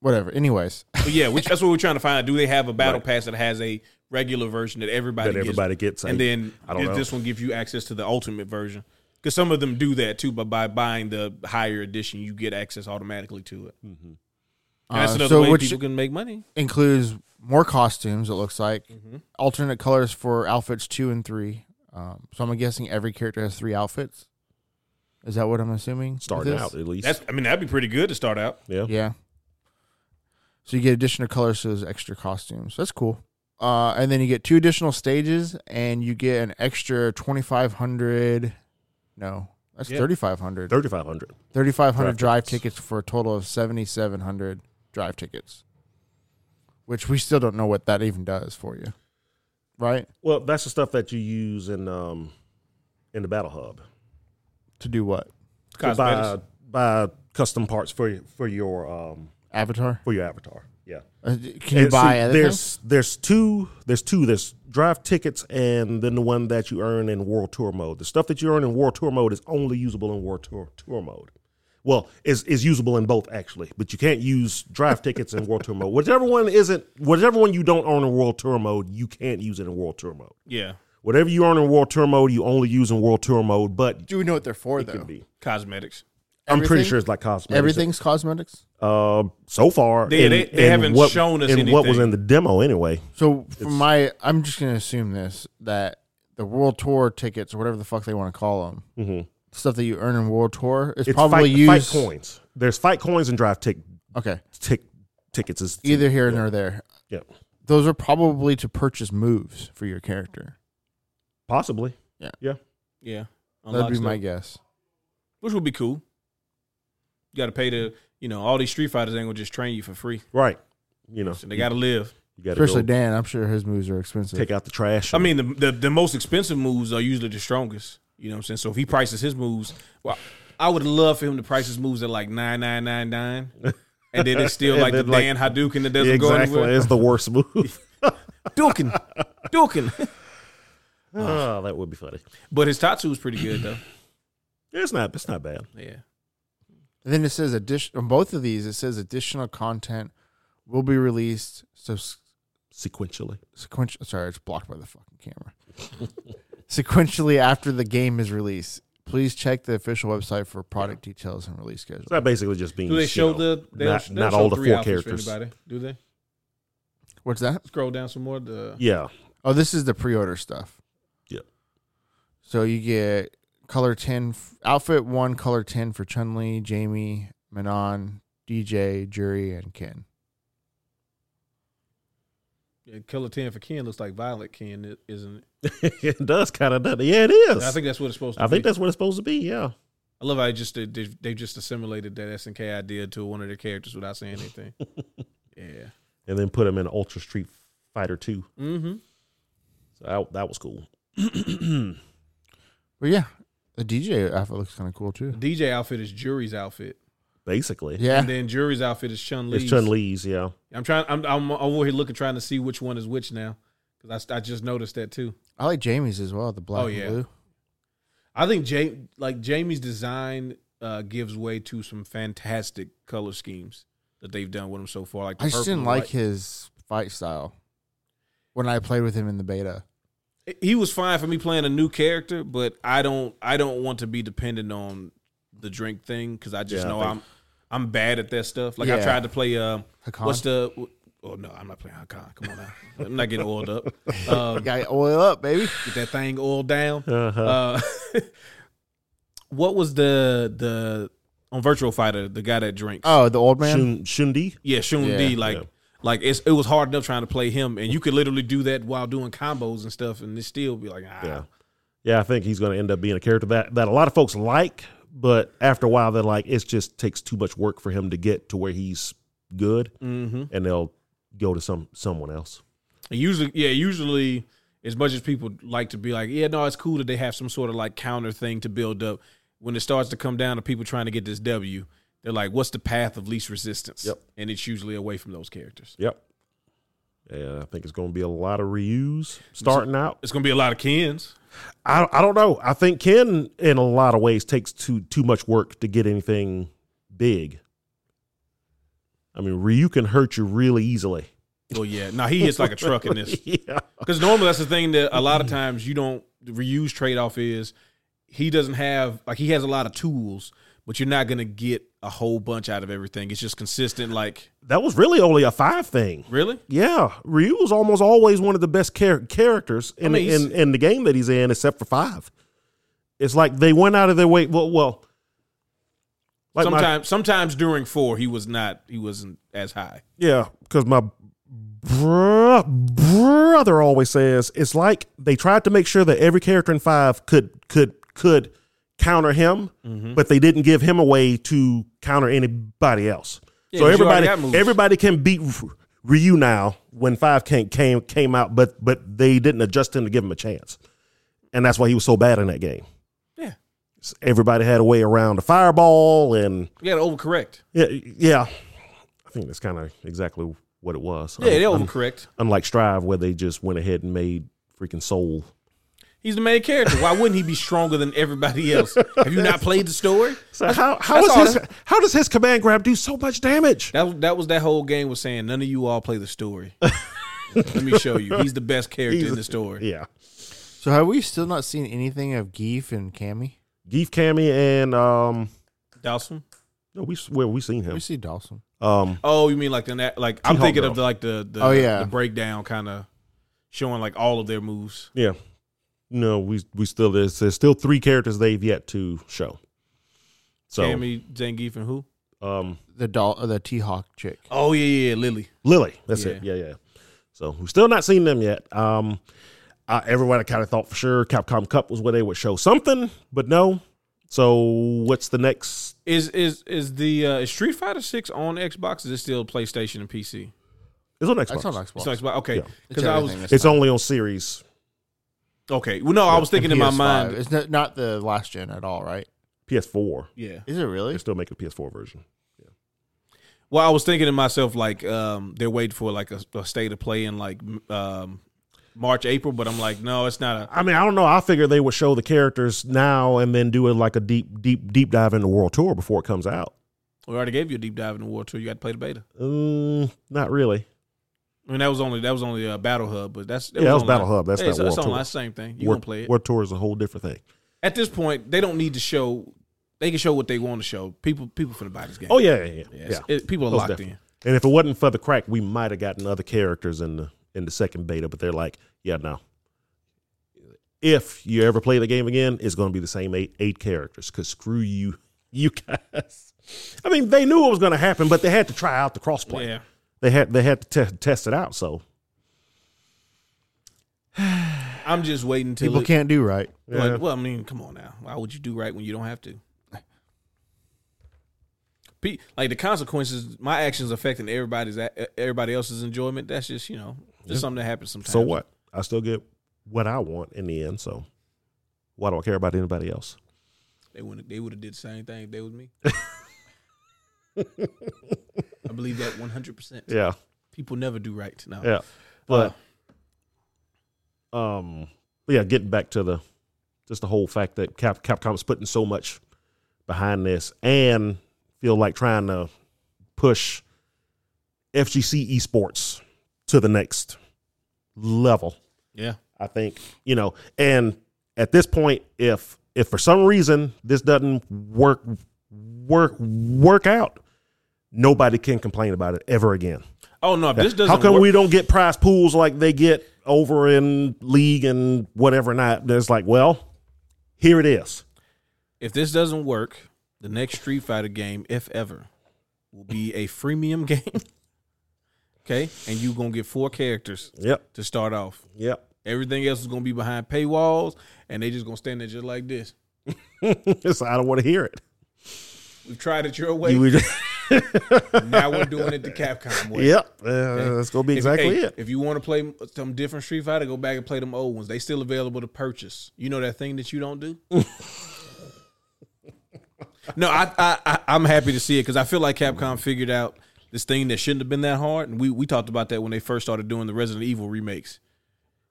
Speaker 3: whatever. Anyways, <laughs>
Speaker 1: but yeah which, that's what we're trying to find out do they have a battle
Speaker 2: Right.
Speaker 1: pass that has a regular version that everybody
Speaker 2: That
Speaker 1: gets
Speaker 2: everybody gets.
Speaker 1: and then
Speaker 2: I don't
Speaker 1: this-
Speaker 2: know.
Speaker 1: this one gives you access to the ultimate version because some of them do that too but by buying the higher edition you get access automatically to it and that's
Speaker 3: Uh,
Speaker 1: another
Speaker 3: so
Speaker 1: way
Speaker 3: which-
Speaker 1: people can make money
Speaker 3: includes more costumes. It looks like
Speaker 1: Mm-hmm.
Speaker 3: alternate colors for outfits two and three. Um, so I'm guessing every character has three outfits. Is that what I'm assuming? with
Speaker 2: starting
Speaker 3: this?
Speaker 2: out at least.
Speaker 1: that's I mean that'd be pretty good to start out
Speaker 2: yeah.
Speaker 3: Yeah. So you get additional colors to those extra costumes. That's cool. Uh, and then you get two additional stages, and you get an extra twenty five hundred. No, that's
Speaker 1: Yeah.
Speaker 3: thirty five hundred.
Speaker 2: Thirty five hundred.
Speaker 3: Thirty five hundred drive
Speaker 2: Drive
Speaker 3: tickets for a total of seventy seven hundred drive tickets. Which we still don't know what that even does for you, right?
Speaker 2: Well, that's the stuff that you use in um in the battle hub.
Speaker 3: To do what?
Speaker 2: To buy,
Speaker 1: Cosmetics.
Speaker 2: buy custom parts for your for your um
Speaker 3: Avatar?
Speaker 2: for your avatar. Yeah.
Speaker 3: Uh, Can you
Speaker 2: And
Speaker 3: buy
Speaker 2: see,
Speaker 3: anything?
Speaker 2: There's there's two there's two there's drive tickets and then the one that you earn in world tour mode. The stuff that you earn in world tour mode is only usable in world tour tour mode. Well, is is usable in both actually, but you can't use drive tickets in world tour mode. Whichever one isn't, whichever one you don't earn in world tour mode, you can't use it in world tour mode.
Speaker 1: yeah
Speaker 2: Whatever you earn in world tour mode, you only use in world tour mode. But
Speaker 3: Do we know what they're for
Speaker 2: can
Speaker 3: though?
Speaker 2: be.
Speaker 1: cosmetics
Speaker 2: I'm pretty
Speaker 3: Everything?
Speaker 2: sure it's like cosmetics.
Speaker 3: Everything's cosmetics.
Speaker 2: Uh, so far,
Speaker 1: They- they- they haven't
Speaker 2: what,
Speaker 1: shown us
Speaker 2: in what was
Speaker 1: anything.
Speaker 2: in the demo anyway.
Speaker 3: So from my, I'm just gonna assume this that the world tour tickets or whatever the fuck they want to call them, stuff that you earn in world tour is
Speaker 2: Mm-hmm. It's
Speaker 3: probably
Speaker 2: fight,
Speaker 3: used.
Speaker 2: fight coins. There's fight coins and drive tick
Speaker 3: Okay,
Speaker 2: tick tickets. Is
Speaker 3: either here nor there.
Speaker 2: yeah,
Speaker 3: Those are probably to purchase moves for your character.
Speaker 2: possibly.
Speaker 3: Yeah.
Speaker 2: yeah.
Speaker 1: yeah
Speaker 3: That'd
Speaker 1: Unlock
Speaker 3: be
Speaker 1: stuff.
Speaker 3: my guess.
Speaker 1: which would be cool. You got to pay to, you know, all these Street Fighters ain't gonna just train you for free.
Speaker 2: Right. You know,
Speaker 1: So they got to live.
Speaker 2: you got to
Speaker 3: Especially
Speaker 2: go
Speaker 3: Dan, I'm sure his moves are expensive.
Speaker 2: take out the trash.
Speaker 1: I mean, the, the the most expensive moves are usually the strongest. You know what I'm saying? So if he prices his moves, well, I would love for him to price his moves at like nine nine nine nine, and then it's still
Speaker 2: <laughs> And
Speaker 1: like the
Speaker 2: then, like,
Speaker 1: Dan Hadouken that doesn't
Speaker 2: Yeah,
Speaker 1: go
Speaker 2: exactly. <laughs>
Speaker 1: anywhere.
Speaker 2: It's
Speaker 1: <laughs>
Speaker 2: the worst move.
Speaker 1: Duken, Duken. Ah,
Speaker 2: oh, that would be funny.
Speaker 1: but his Tatsu is pretty good though.
Speaker 2: It's not. It's not bad.
Speaker 1: Yeah.
Speaker 3: And then it says addition on both of these. It says additional content will be released. So
Speaker 2: Sequentially,
Speaker 3: sequential. Sorry, it's blocked by the fucking camera. <laughs> sequentially after the game is released. Please check the official website for product details and release schedule.
Speaker 2: So that basically just means
Speaker 1: Do they
Speaker 2: you
Speaker 1: show
Speaker 2: know,
Speaker 1: the they
Speaker 2: not,
Speaker 1: show
Speaker 2: not all the
Speaker 1: three
Speaker 2: four
Speaker 1: outfits for
Speaker 2: characters.
Speaker 1: Anybody, do they?
Speaker 3: What's that?
Speaker 1: Scroll down some more. The
Speaker 2: Yeah, <laughs>
Speaker 3: Oh, this is the pre-order stuff.
Speaker 2: Yep.
Speaker 3: So you get color 10 f- outfit 1 color 10 for Chun-Li, Jamie, Manon, DJ, Jury and Ken.
Speaker 1: yeah, Killer Ten for Ken looks like Violet Ken, i- isn't it?
Speaker 2: it does kind of. Yeah, it is.
Speaker 1: I think that's what it's supposed to
Speaker 2: I
Speaker 1: be.
Speaker 2: think that's what it's supposed to be. Yeah.
Speaker 1: I love how it just they, they they just assimilated that SNK idea to one of their characters without saying anything. yeah.
Speaker 2: and then put him in Ultra Street Fighter Two.
Speaker 1: Mm-hmm.
Speaker 2: So that, that was cool.
Speaker 3: But yeah, the DJ outfit looks kind of cool too.
Speaker 1: DJ outfit is Jury's outfit,
Speaker 2: Basically,
Speaker 1: and
Speaker 3: Yeah.
Speaker 1: then Jury's outfit is Chun Li.
Speaker 2: it's Chun Li's. Yeah,
Speaker 1: I'm trying. I'm, I'm over here looking, trying to see which one is which now, because I, I just noticed that too.
Speaker 3: I like Jamie's as well, the black
Speaker 1: Oh, yeah.
Speaker 3: and blue.
Speaker 1: I think Jay, like Jamie's design uh, gives way to some fantastic color schemes that they've done with him so far. Like the
Speaker 3: I just
Speaker 1: purple
Speaker 3: didn't
Speaker 1: and
Speaker 3: like
Speaker 1: white.
Speaker 3: his fight style when I played with him in the beta.
Speaker 1: He was fine for me playing a new character, but I don't. I don't want to be dependent on the drink thing because I just
Speaker 2: Yeah, I
Speaker 1: know I
Speaker 2: think-
Speaker 1: am I'm bad at that stuff. Like I
Speaker 3: Yeah.
Speaker 1: tried to play. Uh,
Speaker 3: Hakan.
Speaker 1: what's the? Oh no, I'm not playing Hakan. Come on now, I'm not getting oiled
Speaker 2: <laughs>
Speaker 1: up. Um,
Speaker 3: Got Oh, oil up, baby.
Speaker 1: get that thing oiled down.
Speaker 2: uh-huh.
Speaker 1: Uh, <laughs> what was the the on Virtual Fighter the guy that drinks?
Speaker 3: Oh, the
Speaker 1: Uh,
Speaker 3: old man.
Speaker 2: Shun, Shundi.
Speaker 1: yeah, Shun
Speaker 3: Yeah.
Speaker 1: D. Like
Speaker 2: Yeah.
Speaker 1: like it's it was hard enough trying to play him, and you could literally do that while doing combos and stuff, and it still be like ah.
Speaker 2: Yeah, yeah. I think he's going to end up being a character that that a lot of folks like, but after a while, they're like, it just takes too much work for him to get to where he's good,
Speaker 1: Mm-hmm.
Speaker 2: and they'll go to some someone else.
Speaker 1: Usually, yeah, usually as much as people like to be like, yeah, no, it's cool that they have some sort of like counter thing to build up. When it starts to come down to people trying to get this W, they're like, what's the path of least resistance?
Speaker 2: Yep.
Speaker 1: And it's usually away from those characters.
Speaker 2: Yep. And I think it's going to be a lot of reuse starting out.
Speaker 1: It's gonna be a lot of Kens.
Speaker 2: I, I don't know. I think Ken, in a lot of ways, takes too too much work to get anything big. I mean, Ryu can hurt you really easily.
Speaker 1: Well, yeah. Now he hits like a truck in this.
Speaker 2: <laughs> yeah,
Speaker 1: Because normally that's the thing that a lot of times you don't the reuse trade off is he doesn't have like he has a lot of tools, but you're not gonna get a whole bunch out of everything. It's just consistent. Like
Speaker 2: that was really only a five thing.
Speaker 1: really,
Speaker 2: Yeah, Ryu was almost always one of the best char- characters in,
Speaker 1: I mean, he's-
Speaker 2: in in the game that he's in, except for five. It's like they went out of their way. Well, well, like my-
Speaker 1: sometimes sometimes during four he was not he wasn't as high.
Speaker 2: Yeah, because my bro- brother always says it's like they tried to make sure that every character in five could could could counter him,
Speaker 1: Mm-hmm.
Speaker 2: but they didn't give him a way to counter anybody else.
Speaker 1: Yeah,
Speaker 2: so
Speaker 1: 'cause you already
Speaker 2: everybody
Speaker 1: got moves.
Speaker 2: everybody can beat R- Ryu now when five came came came out, but but they didn't adjust him to give him a chance, and that's why he was so bad in that game.
Speaker 1: Yeah,
Speaker 2: Everybody had a way around the fireball and
Speaker 1: you got to overcorrect.
Speaker 2: yeah, yeah. I think that's kind of exactly what it was.
Speaker 1: Yeah, they
Speaker 2: Un- un-
Speaker 1: overcorrect.
Speaker 2: unlike Strive, where they just went ahead and made freaking Soul.
Speaker 1: He's the main character. Why wouldn't he be stronger than everybody else? Have you not played the story?
Speaker 2: So how how
Speaker 1: that's
Speaker 2: is
Speaker 1: all
Speaker 2: his
Speaker 1: that-
Speaker 2: how does his command grab do so much damage?
Speaker 1: That was that was that whole game was saying none of you all play the story. Let me show you. He's the best character
Speaker 2: He's-
Speaker 1: in the story.
Speaker 2: Yeah,
Speaker 3: So have we still not seen anything of Geef and Cammy?
Speaker 2: Geef Cammy and um,
Speaker 1: Dawson.
Speaker 2: no, we well we seen him.
Speaker 3: We see Dawson.
Speaker 2: Um,
Speaker 1: Oh, you mean like the na- like I'm
Speaker 2: T-Hawk
Speaker 1: thinking
Speaker 2: girl.
Speaker 1: of the, like the, the
Speaker 3: Oh, yeah.
Speaker 1: the breakdown kind of showing like all of their moves.
Speaker 2: yeah, no, we we still there's, there's still three characters they've yet to show. So
Speaker 1: Cammy, Zangief, and who?
Speaker 2: um,
Speaker 3: The doll, uh, the T Hawk chick.
Speaker 1: Oh yeah, yeah, yeah, Lily.
Speaker 2: Lily. That's
Speaker 1: Yeah.
Speaker 2: it. Yeah, yeah. So we've still not seen them yet. Um, I, everyone kind of thought for sure Capcom Cup was where they would show something, but no. So what's the next?
Speaker 1: Is is is the uh, is Street Fighter Six on Xbox? Is it still PlayStation and PC?
Speaker 2: It's on Xbox.
Speaker 3: That's
Speaker 2: It's,
Speaker 3: on Xbox.
Speaker 1: It's on Xbox. Okay,
Speaker 2: Yeah.
Speaker 1: because I was
Speaker 2: only on Series
Speaker 1: okay. Well, no, I was thinking in my mind.
Speaker 3: It's not, not the last gen at all, right?
Speaker 2: PS4.
Speaker 1: Yeah.
Speaker 3: Is it really?
Speaker 2: They're still making a PS4 version.
Speaker 1: Well, I was thinking to myself like um, they're waiting for like a, a state of play in like m- um, March, April, but I'm like, no, it's not a.
Speaker 2: I mean, I don't know. I figure they would show the characters now and then do it like a deep, deep, deep dive into World Tour before it comes out.
Speaker 1: We already gave you a deep dive in the war tour. You got to play the beta.
Speaker 2: Mm, not really.
Speaker 1: I mean, that was only that was only a battle hub, but that's
Speaker 2: Yeah, that was
Speaker 1: online.
Speaker 2: Battle Hub. That's
Speaker 1: Yeah,
Speaker 2: not
Speaker 1: it's,
Speaker 2: World
Speaker 1: it's
Speaker 2: Tour.
Speaker 1: online, same thing. You
Speaker 2: War,
Speaker 1: gonna play it
Speaker 2: War Tour is a whole different thing.
Speaker 1: at this point? They don't need to show. They can show what they want to show. People, people for the buy this game.
Speaker 2: Oh yeah, yeah, yeah.
Speaker 1: yeah,
Speaker 2: yeah.
Speaker 1: it's- it- people are
Speaker 2: Most
Speaker 1: locked
Speaker 2: definitely. And if it wasn't for the crack, we might have gotten other characters in the in the second beta. But they're like, yeah, no. If you ever play the game again, it's going to be the same eight eight characters. Cause screw you, <laughs> you guys. I mean, they knew it was going to happen, but they had to try out the
Speaker 1: in.
Speaker 2: crossplay.
Speaker 1: Yeah,
Speaker 2: They had they had to te- test it out. So
Speaker 1: I'm just waiting till
Speaker 3: People
Speaker 1: it-
Speaker 3: can't do right.
Speaker 1: like,
Speaker 2: Yeah.
Speaker 1: well, I mean, come on now. Why would you do right when you don't have to? Pe- Like the consequences, my actions affecting everybody's a- e, everybody else's enjoyment. That's just you know just something that happens sometimes.
Speaker 2: so what? I still get what I want in the end. So why do I care about anybody else?
Speaker 1: They would they would have did the same thing if they
Speaker 2: <laughs>
Speaker 1: was me. I believe that one hundred percent.
Speaker 2: Yeah.
Speaker 1: People never do right Uh, now.
Speaker 2: Yeah. But um but yeah, getting back to the just the whole fact that Cap Capcom's putting so much behind this and feel like trying to push FGC esports to the next level.
Speaker 1: yeah.
Speaker 2: I think, you know, and at this point if if for some reason this doesn't work work work out, nobody can complain about it ever again.
Speaker 1: Oh no, if this doesn't.
Speaker 2: How come
Speaker 1: work,
Speaker 2: we don't get prize pools like they get over in league and whatever not? There's like, well, here it is.
Speaker 1: If this doesn't work, the next Street Fighter game, if ever, will be a freemium <laughs> game. okay, and you gonna get four characters
Speaker 2: Yep,
Speaker 1: to start off.
Speaker 2: yep. <laughs>
Speaker 1: Everything else is gonna be behind paywalls, and they just gonna stand there just like this.
Speaker 2: so I don't want to hear it.
Speaker 1: We've tried it your way.
Speaker 2: You <laughs> would-
Speaker 1: now we're doing it the Capcom
Speaker 2: <laughs>
Speaker 1: way.
Speaker 2: yep, uh, that's gonna be exactly
Speaker 1: if, hey,
Speaker 2: it.
Speaker 1: If you want to play some different Street Fighter, go back and play them old ones. They still available to purchase. You know that thing that you don't
Speaker 2: <laughs>
Speaker 1: do. no, I, I, I I'm happy to see it because I feel like Capcom figured out this thing that shouldn't have been that hard, and we we talked about that when they first started doing the Resident Evil remakes.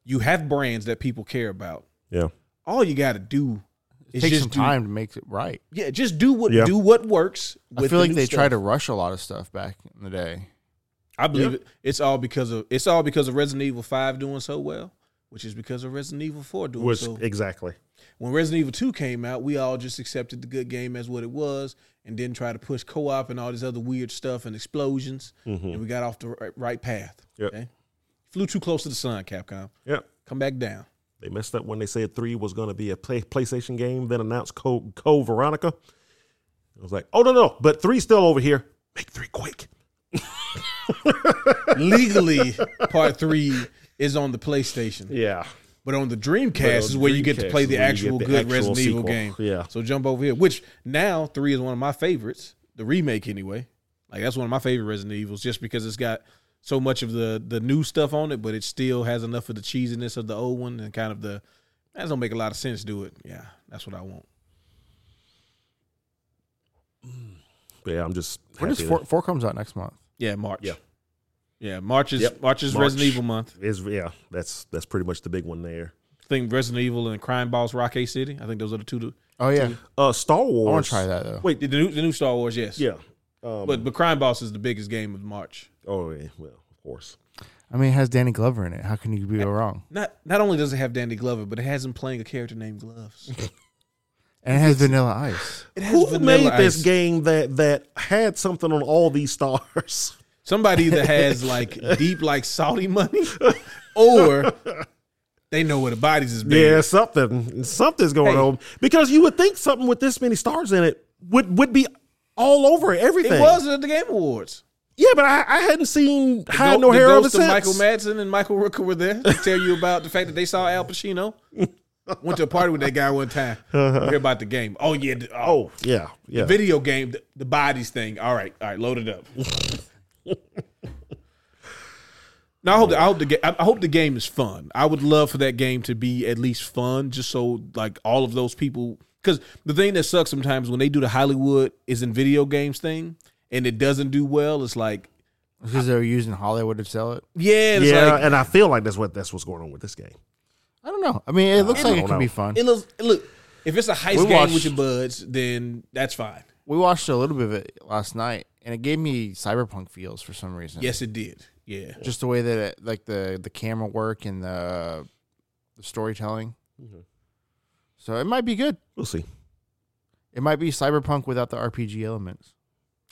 Speaker 1: You have brands that people care about.
Speaker 2: Yeah,
Speaker 1: All you got to do is
Speaker 3: It takes
Speaker 1: just
Speaker 3: some
Speaker 1: do-
Speaker 3: time to make it right.
Speaker 1: yeah, just do what
Speaker 2: Yeah.
Speaker 1: do what works.
Speaker 3: I feel
Speaker 1: the
Speaker 3: like
Speaker 1: new
Speaker 3: they
Speaker 1: stuff.
Speaker 3: try to rush a lot of stuff back in the day.
Speaker 1: I believe
Speaker 2: Yeah.
Speaker 1: it. It's all because of it's all because of Resident Evil Five doing so well, which is because of Resident Evil Four doing
Speaker 2: which
Speaker 1: so.
Speaker 2: exactly.
Speaker 1: When Resident Evil Two came out, we all just accepted the good game as what it was, and didn't try to push co-op and all this other weird stuff and explosions, and we got off the right, right path.
Speaker 2: Mm-hmm. Yep.
Speaker 1: flew too close to the sun, Capcom.
Speaker 2: Yeah,
Speaker 1: Come back down. <laughs>
Speaker 2: they messed up when they said three was gonna be a play, PlayStation game, then announced Code Co Veronica. I was like, oh no no, but three's still over here. Make three quick.
Speaker 1: Legally, Part Three is on the PlayStation.
Speaker 2: Yeah,
Speaker 1: But on the Dreamcast
Speaker 2: But on
Speaker 1: is where you get
Speaker 2: Dreamcast
Speaker 1: to play
Speaker 2: is
Speaker 1: the
Speaker 2: where you get
Speaker 1: actual
Speaker 2: the
Speaker 1: good
Speaker 2: actual
Speaker 1: Resident Evil
Speaker 2: sequel.
Speaker 1: game.
Speaker 2: Yeah.
Speaker 1: So jump over here, which now three is one of my favorites, the remake anyway. Like that's one of my favorite Resident Evils, just because it's got so much of the the new stuff on it, but it still has enough of the cheesiness of the old one and kind of the that don't make a lot of sense. Do it, yeah. That's what I want.
Speaker 2: But yeah. I'm just happy
Speaker 3: When does
Speaker 2: that-
Speaker 3: four, four comes out next month?
Speaker 1: Yeah, March.
Speaker 2: Yeah.
Speaker 1: Yeah, March is
Speaker 2: Yep.
Speaker 1: March is
Speaker 2: March.
Speaker 1: Resident Evil month.
Speaker 2: is yeah. That's that's pretty much the big one there.
Speaker 1: I think Resident Evil and Crime Boss Rocky City. I think those are the two. The,
Speaker 3: Oh yeah,
Speaker 2: Uh, Star Wars.
Speaker 3: I want to try that though.
Speaker 1: wait, the new, the new Star Wars, yes.
Speaker 2: Yeah. Um,
Speaker 1: But but Crime Boss is the biggest game of March.
Speaker 2: oh yeah, well, of course.
Speaker 3: I mean, it has Danny Glover in it. How can you be wrong?
Speaker 1: Not not only does it have Dandy Glover, but it has him playing a character named Gloves.
Speaker 3: And it has Vanilla Ice.
Speaker 1: It has
Speaker 2: Who made
Speaker 1: Vanilla
Speaker 2: this
Speaker 1: Ice.
Speaker 2: game that that had something on all
Speaker 1: <laughs>
Speaker 2: these stars?
Speaker 1: Somebody that has
Speaker 2: <laughs>
Speaker 1: like deep like Saudi money, or they know where the bodies is. Buried.
Speaker 2: yeah, something something's going
Speaker 1: Hey.
Speaker 2: on because you would think something with this many stars in it would would be all over everything.
Speaker 1: it was at the Game Awards.
Speaker 2: Yeah, but I, I hadn't seen hide
Speaker 1: Go-
Speaker 2: no
Speaker 1: the
Speaker 2: hair of it
Speaker 1: ghosts
Speaker 2: since.
Speaker 1: Michael Madsen and Michael Rooker were there to tell you about the fact that they saw Al
Speaker 2: <laughs>
Speaker 1: Pacino. Went to a party with that guy one time. Hear about the game? Oh yeah. the- oh,
Speaker 2: yeah, yeah.
Speaker 1: video game. The, the bodies thing. All right, all right. Load it
Speaker 3: <laughs>
Speaker 1: up. No, I hope the, I hope the game I hope the game is fun. I would love for that game to be at least fun, just so like all of those people. Because the thing that sucks sometimes when they do the Hollywood is in video games thing, and it doesn't do well. It's like
Speaker 3: Because they were using Hollywood to sell it.
Speaker 1: yeah, it's
Speaker 2: yeah,
Speaker 1: like
Speaker 2: and I feel like that's what that's what's going on with this game.
Speaker 3: I don't know. I mean, it looks like it
Speaker 2: don't
Speaker 3: could
Speaker 2: know.
Speaker 3: be fun.
Speaker 1: it looks look. If it's a heist
Speaker 3: We
Speaker 1: game
Speaker 3: watched-
Speaker 1: with your buds, then that's fine.
Speaker 3: we watched a little bit of it last night, and it gave me cyberpunk feels for some reason.
Speaker 1: Yes, it did. Yeah.
Speaker 3: Just the way that it, like the the camera work and the the storytelling.
Speaker 1: Mm-hmm.
Speaker 2: Mhm.
Speaker 3: So it might be good.
Speaker 2: We'll see.
Speaker 3: It might be cyberpunk without the RPG elements.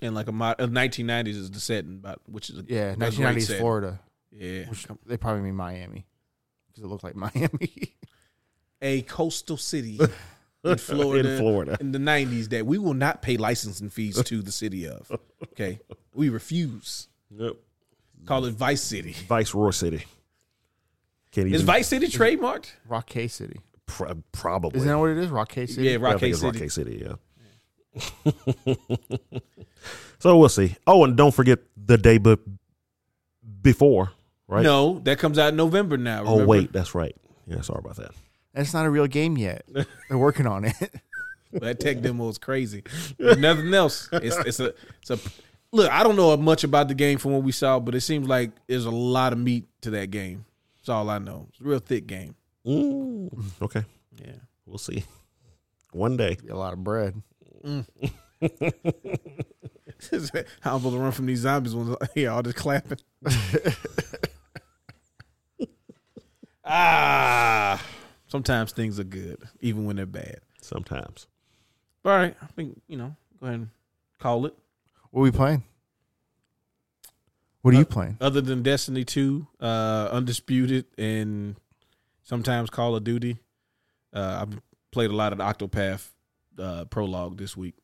Speaker 1: And like a mod, uh, 1990s is the setting, about which is a,
Speaker 3: Yeah,
Speaker 1: That's
Speaker 3: nineteen
Speaker 1: great
Speaker 3: nineties
Speaker 1: setting.
Speaker 3: Florida.
Speaker 1: yeah.
Speaker 3: Which they probably mean Miami because it looked like <laughs> Miami.
Speaker 1: a coastal city in Florida
Speaker 2: <laughs> In Florida.
Speaker 1: in the 90s that we will not pay licensing fees to the city of. Okay. We refuse.
Speaker 2: Yep.
Speaker 1: Call it Vice City.
Speaker 2: Viceroy City. Can't
Speaker 1: Is
Speaker 2: even
Speaker 1: Vice City trademarked?
Speaker 3: Rock K City.
Speaker 2: pro- probably.
Speaker 3: Isn't that what it is? Rock K City.
Speaker 1: Yeah,
Speaker 2: Yeah, I
Speaker 1: Rock City.
Speaker 2: think it's Rock Cave City, yeah. <laughs> so we'll see. Oh, and don't forget the day be- before, right?
Speaker 1: No, that comes out in November now.
Speaker 2: Oh,
Speaker 1: remember?
Speaker 2: wait, that's right. Yeah, sorry about that.
Speaker 3: And it's not a real
Speaker 1: <laughs>
Speaker 3: game yet. They're working on it. <laughs>
Speaker 1: That tech demo is crazy. There's nothing else. It's it's a it's a look. I don't know much about the game from what we saw, but it seems like there's a lot of meat to that game. That's all I know. It's a real thick game.
Speaker 2: Mm, okay,
Speaker 1: Yeah.
Speaker 2: we'll see. One day.
Speaker 3: a lot of bread.
Speaker 1: How I'm supposed to run from these zombies when yeah, all this clapping. <laughs> ah, sometimes things are good, even when they're bad.
Speaker 2: Sometimes.
Speaker 1: But all right, I think you know. Go ahead and call it.
Speaker 3: What are we playing?
Speaker 2: Uh,
Speaker 3: What are you playing?
Speaker 1: Other than Destiny Two, uh, Undisputed, and sometimes Call of Duty, uh, I've played a lot of the Octopath uh, prologue this week.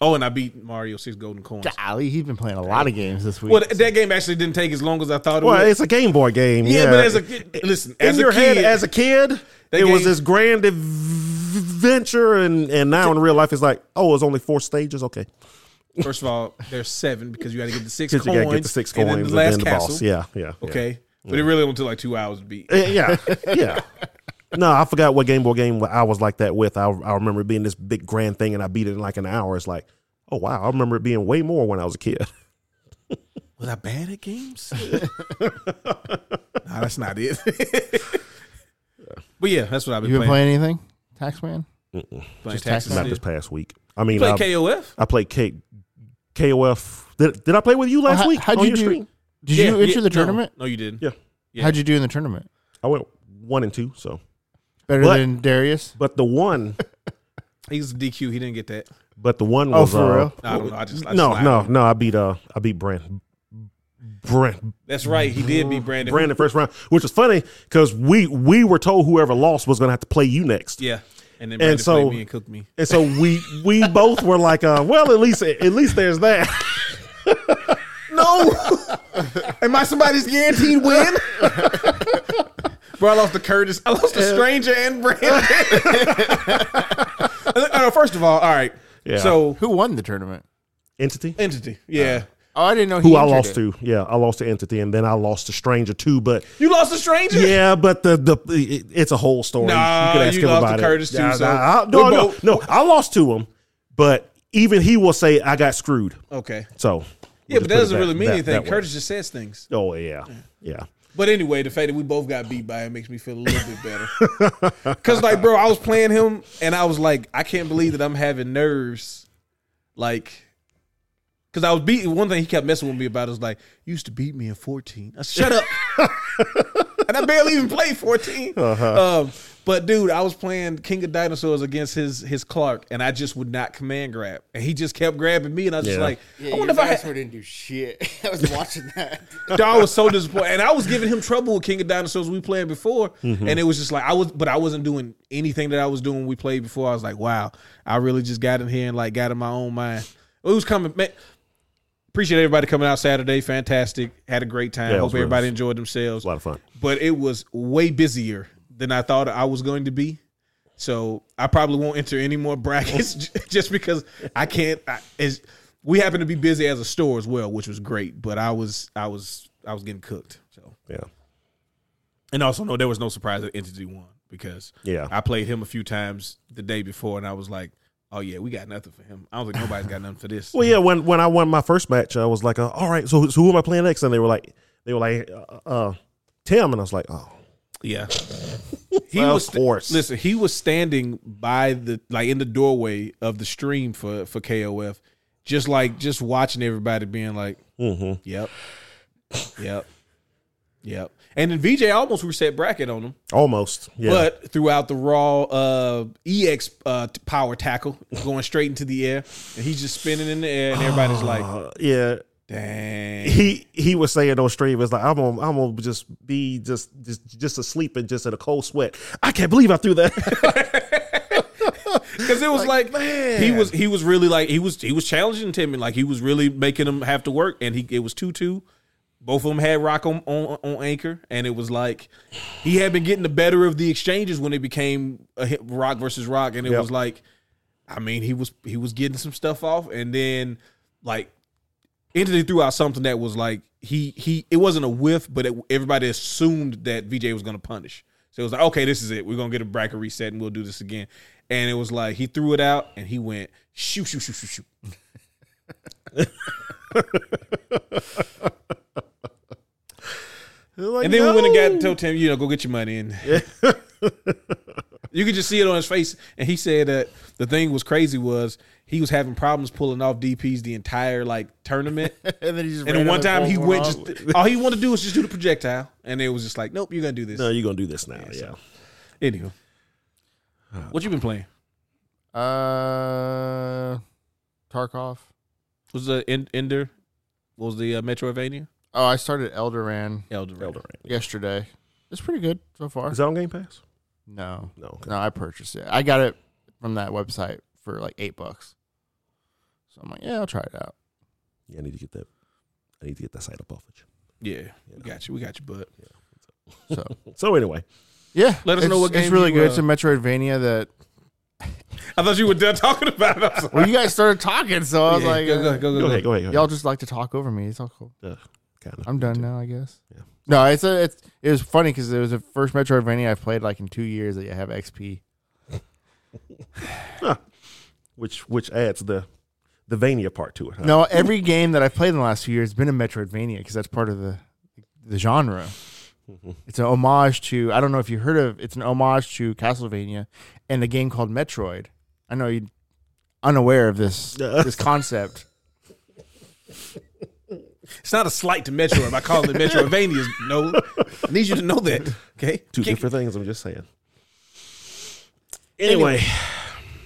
Speaker 1: Oh, and I beat Mario Six Golden Coins.
Speaker 3: Golly, he's been playing a lot of games this week.
Speaker 1: Well, that game actually didn't take as long as I thought it would.
Speaker 2: Well, it's a Game Boy game.
Speaker 1: Yeah,
Speaker 2: Yeah,
Speaker 1: but as a kid, listen,
Speaker 2: in
Speaker 1: as
Speaker 2: your
Speaker 1: a kid,
Speaker 2: head as a kid,
Speaker 1: That
Speaker 2: it was
Speaker 1: game-
Speaker 2: this grand adventure, and and now in real life, it's like, oh, it's only four stages. Okay,
Speaker 1: first of all, there's seven because you got to get the six
Speaker 2: because
Speaker 1: coins,
Speaker 2: you gotta get the six coins
Speaker 1: and then the last castle.
Speaker 2: boss. Yeah, yeah. yeah.
Speaker 1: Okay, but it really only took like two hours to beat.
Speaker 2: Eh, yeah, <laughs> yeah. No, I forgot what Game Boy game I was like that with. I, I remember it being this big grand thing, and I beat it in like an hour. It's like, oh wow, I remember it being way more when I was a kid. <laughs>
Speaker 1: Was I bad at <laughs> games? nah, that's not it. but yeah, that's what I've been,
Speaker 3: you been
Speaker 1: playing.
Speaker 3: playing anything? Taxman?
Speaker 1: Playing
Speaker 3: just Texas?
Speaker 1: Texas.
Speaker 2: Not this past week. I mean,
Speaker 1: Play
Speaker 2: I,
Speaker 1: KOF.
Speaker 2: I played K, KOF. Did, did I play with you last
Speaker 3: Oh, how-
Speaker 2: week?
Speaker 3: how'd
Speaker 2: on
Speaker 3: you
Speaker 2: your
Speaker 3: do-
Speaker 2: stream?
Speaker 3: Did
Speaker 1: Yeah,
Speaker 3: you enter
Speaker 1: yeah,
Speaker 3: the
Speaker 1: no.
Speaker 3: tournament?
Speaker 1: No, you didn't.
Speaker 2: Yeah.
Speaker 1: yeah.
Speaker 3: How'd you do in the tournament?
Speaker 2: I went one and two. So,
Speaker 3: Better
Speaker 2: What?
Speaker 3: than Darius?
Speaker 2: but the one,
Speaker 1: He's DQ. He didn't get that.
Speaker 2: but the one
Speaker 3: Oh,
Speaker 2: was
Speaker 3: for
Speaker 2: uh,
Speaker 3: real?
Speaker 1: No, I don't know. I just I just
Speaker 2: no,
Speaker 1: lied.
Speaker 2: no, no. I beat uh, I beat Brand, Brand,
Speaker 3: Mm.
Speaker 1: That's right. He did beat Brandon.
Speaker 2: Brandon first round, which was funny because we we were told whoever lost was gonna have to play you next.
Speaker 1: Yeah, and then Brandon
Speaker 2: so-
Speaker 1: played me and cooked me.
Speaker 2: And so we we both were like, uh, well, at least at least there's that.
Speaker 1: No, Oh! <laughs> am I somebody's guaranteed win? <laughs> Bro, I lost the Curtis. I lost the stranger and <laughs> Brandon. Uh, first of all, all right.
Speaker 2: Yeah.
Speaker 1: So
Speaker 3: Who won the tournament?
Speaker 2: Entity,
Speaker 1: entity, yeah.
Speaker 2: Uh,
Speaker 3: Oh, I didn't know he
Speaker 2: who I
Speaker 3: entered
Speaker 2: lost
Speaker 3: it.
Speaker 2: to, yeah, I lost to Entity, and then I lost to Stranger too. But
Speaker 1: you lost the stranger.
Speaker 2: yeah, but the the it, it's a whole story.
Speaker 1: Nah, you lost to Curtis, too,
Speaker 2: Yeah,
Speaker 1: so
Speaker 2: I- I-
Speaker 1: we're
Speaker 2: no, no,
Speaker 1: both-
Speaker 2: no, I lost to him, but even he will say I got screwed.
Speaker 1: Okay. Yeah,
Speaker 2: So we'll
Speaker 1: but
Speaker 2: just
Speaker 1: that
Speaker 2: put it
Speaker 1: doesn't really mean
Speaker 2: that-
Speaker 1: anything.
Speaker 2: that way.
Speaker 1: Curtis just says things.
Speaker 2: Oh yeah, yeah.
Speaker 1: But anyway, the fact that we both got beat by him makes me feel a little bit better. <laughs> Cause like, bro, I was playing him and I was like, I can't believe that I'm having nerves. Like, cause I was beating one thing he kept messing with me about is like, you used to beat me in 14. I said, shut up. and I barely even played 14. Um, but dude, I was playing King of Dinosaurs against his his Clark, and I just would not command grab. And he just kept grabbing me, and I was just
Speaker 2: Yeah.
Speaker 1: like, I wonder if I had
Speaker 3: didn't do shit. <laughs> I was watching that.
Speaker 1: Dog was so disappointed, and I was giving him trouble with King of Dinosaurs we played before,
Speaker 2: Mm-hmm.
Speaker 1: and it was just like I was, but I wasn't doing anything that I was doing when we played before. I was like, wow, I really just got in here and like got in my own mind. It was coming, man. Appreciate everybody coming out Saturday. Fantastic, had a great time.
Speaker 2: Yeah, it
Speaker 1: Hope
Speaker 2: was really-
Speaker 1: everybody enjoyed themselves.
Speaker 2: a lot of fun.
Speaker 1: But it was way busier than I thought I was going to be. So I probably won't enter any more <laughs> brackets j- just because I can't. I, it's, we happen to be busy as a store as well, which was great. But I was, I was, I was getting cooked. So
Speaker 2: Yeah,
Speaker 1: and also, no, there was no surprise that Entity won because
Speaker 2: Yeah.
Speaker 1: I played him a few times the day before, and I was like, oh yeah, we got nothing for him. I don't think nobody's got nothing for this.
Speaker 2: Well, yeah. When when I won my first match, I was like, uh, "All right, so, so who am I playing next?" And they were like, "They were like, uh, uh, Tim," and I was like, "Oh,
Speaker 1: Yeah. he
Speaker 2: Of
Speaker 1: was
Speaker 2: course.
Speaker 1: Listen, he was standing by the like in the doorway of the stream for for KOF, just like just watching everybody being like,
Speaker 2: mm-hmm.
Speaker 1: "Yep, yep, Yep. And then VJ almost reset bracket on him,
Speaker 2: Almost. Yeah.
Speaker 1: but throughout the raw uh, EX uh, t- power tackle going straight into the air, and he's just spinning in the air, and everybody's
Speaker 2: <sighs>
Speaker 1: like,
Speaker 2: Uh, yeah.
Speaker 1: "Dang."
Speaker 2: He he was saying on stream, it's like I'm gonna I'm gonna just be just just just asleep and just in a cold sweat. I can't believe I threw that. <laughs>
Speaker 1: Because it was like, he was he was really like he was he was challenging Timmy like he was really making him have to work and he it was two two, both of them had rock on, on on anchor and it was like he had been getting the better of the exchanges when it became a hit, rock versus rock and it
Speaker 2: Yep.
Speaker 1: was like, I mean he was he was getting some stuff off and then like Anthony threw out something that was like he he it wasn't a whiff, but it, everybody assumed that VJ was going to punish. So it was like, okay, this is it. We're going to get a bracket reset and we'll do this again. And it was like he threw it out and he went shoo shoo shoo shoo shoo. And then we went and got told Tim, you know, go get your money. And <laughs> you could just see it on his face. And he said that the thing was crazy was he was having problems pulling off DPs the entire like tournament.
Speaker 3: and then he just
Speaker 1: And then one time he went just all he wanted to do was just do the projectile, and it was just like, nope, you're gonna do this.
Speaker 2: No, you're gonna do this now. Yeah.
Speaker 1: Anywho, what you been playing?
Speaker 3: uh Tarkov.
Speaker 1: Was the End- Ender? What was the uh, Metroidvania?
Speaker 3: Oh, I started Eldoran
Speaker 1: Elder. Ring.
Speaker 2: Elden Ring.
Speaker 3: yesterday. It's pretty good so far.
Speaker 2: Is that on Game Pass?
Speaker 3: No,
Speaker 2: No. okay.
Speaker 3: no, I purchased it. I got it from that website for like eight bucks. So I'm like, yeah, I'll try it out.
Speaker 2: Yeah, I need to get that. I need to get that side up off of
Speaker 1: Yeah, we got you. We got you, bud.
Speaker 3: So
Speaker 2: you. So anyway,
Speaker 3: yeah,
Speaker 1: Let us know
Speaker 3: it's-
Speaker 1: what
Speaker 3: it's
Speaker 1: game
Speaker 3: really
Speaker 1: you,
Speaker 3: good.
Speaker 1: uh,
Speaker 3: it's a Metroidvania that.
Speaker 1: <laughs> I thought you were done talking about it. I'm sorry.
Speaker 3: Well, you guys started talking, so I was
Speaker 1: Yeah,
Speaker 3: like,
Speaker 1: go,
Speaker 3: uh,
Speaker 1: go, go, go,
Speaker 2: go
Speaker 1: go.
Speaker 2: ahead, go ahead, go ahead.
Speaker 3: y'all just like to talk over me. It's all cool.
Speaker 2: Kinda.
Speaker 3: I'm done now, I guess.
Speaker 2: Yeah.
Speaker 3: No, it's a, it's it was funny because it was the first Metroidvania I've played like in two years that you have XP.
Speaker 2: Which which adds the the Vania part to it. Huh?
Speaker 3: No, every game that I've played in the last few years has been a Metroidvania because that's part of the the genre. It's an homage to I don't know if you heard of it's an homage to Castlevania and a game called Metroid. I know you unaware of this
Speaker 2: Yeah.
Speaker 3: this concept.
Speaker 1: It's not a slight to Metroid by calling it Metroidvania. <laughs> No, I need you to know that. Okay,
Speaker 2: Two
Speaker 1: Kick-
Speaker 2: different things. I'm just saying. Anyway,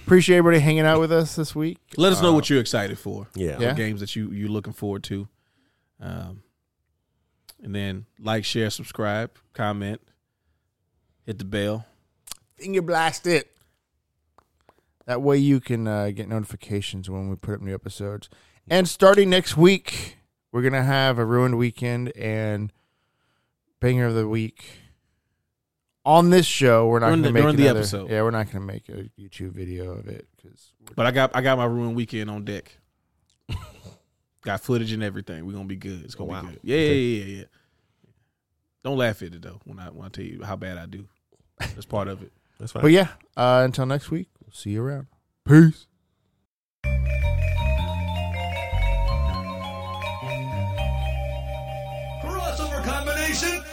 Speaker 3: Appreciate everybody hanging out with us this week.
Speaker 1: Let us know what you're excited for.
Speaker 2: yeah.
Speaker 3: Yeah.
Speaker 1: games that you you looking forward to. Um, and then like, share, subscribe, comment, hit the bell.
Speaker 3: Finger blast it. That way you can uh, get notifications when we put up new episodes. And starting next week, we're gonna have a ruined weekend and banger of the week. On this show, we're not
Speaker 1: During
Speaker 3: gonna
Speaker 1: the-
Speaker 3: make
Speaker 1: during the
Speaker 3: another-
Speaker 1: episode.
Speaker 3: Yeah, we're not gonna make a YouTube video of it because
Speaker 1: But I got I got my ruined weekend on deck. got footage and everything. We're gonna be good. It's gonna
Speaker 2: Oh, wow.
Speaker 1: be good. Yeah, yeah, yeah, yeah. Don't laugh at it though. When I when I tell you how bad I do, that's part of it.
Speaker 2: That's fine.
Speaker 3: But yeah, uh, until next week, we'll see you around. Peace.
Speaker 4: crossover combination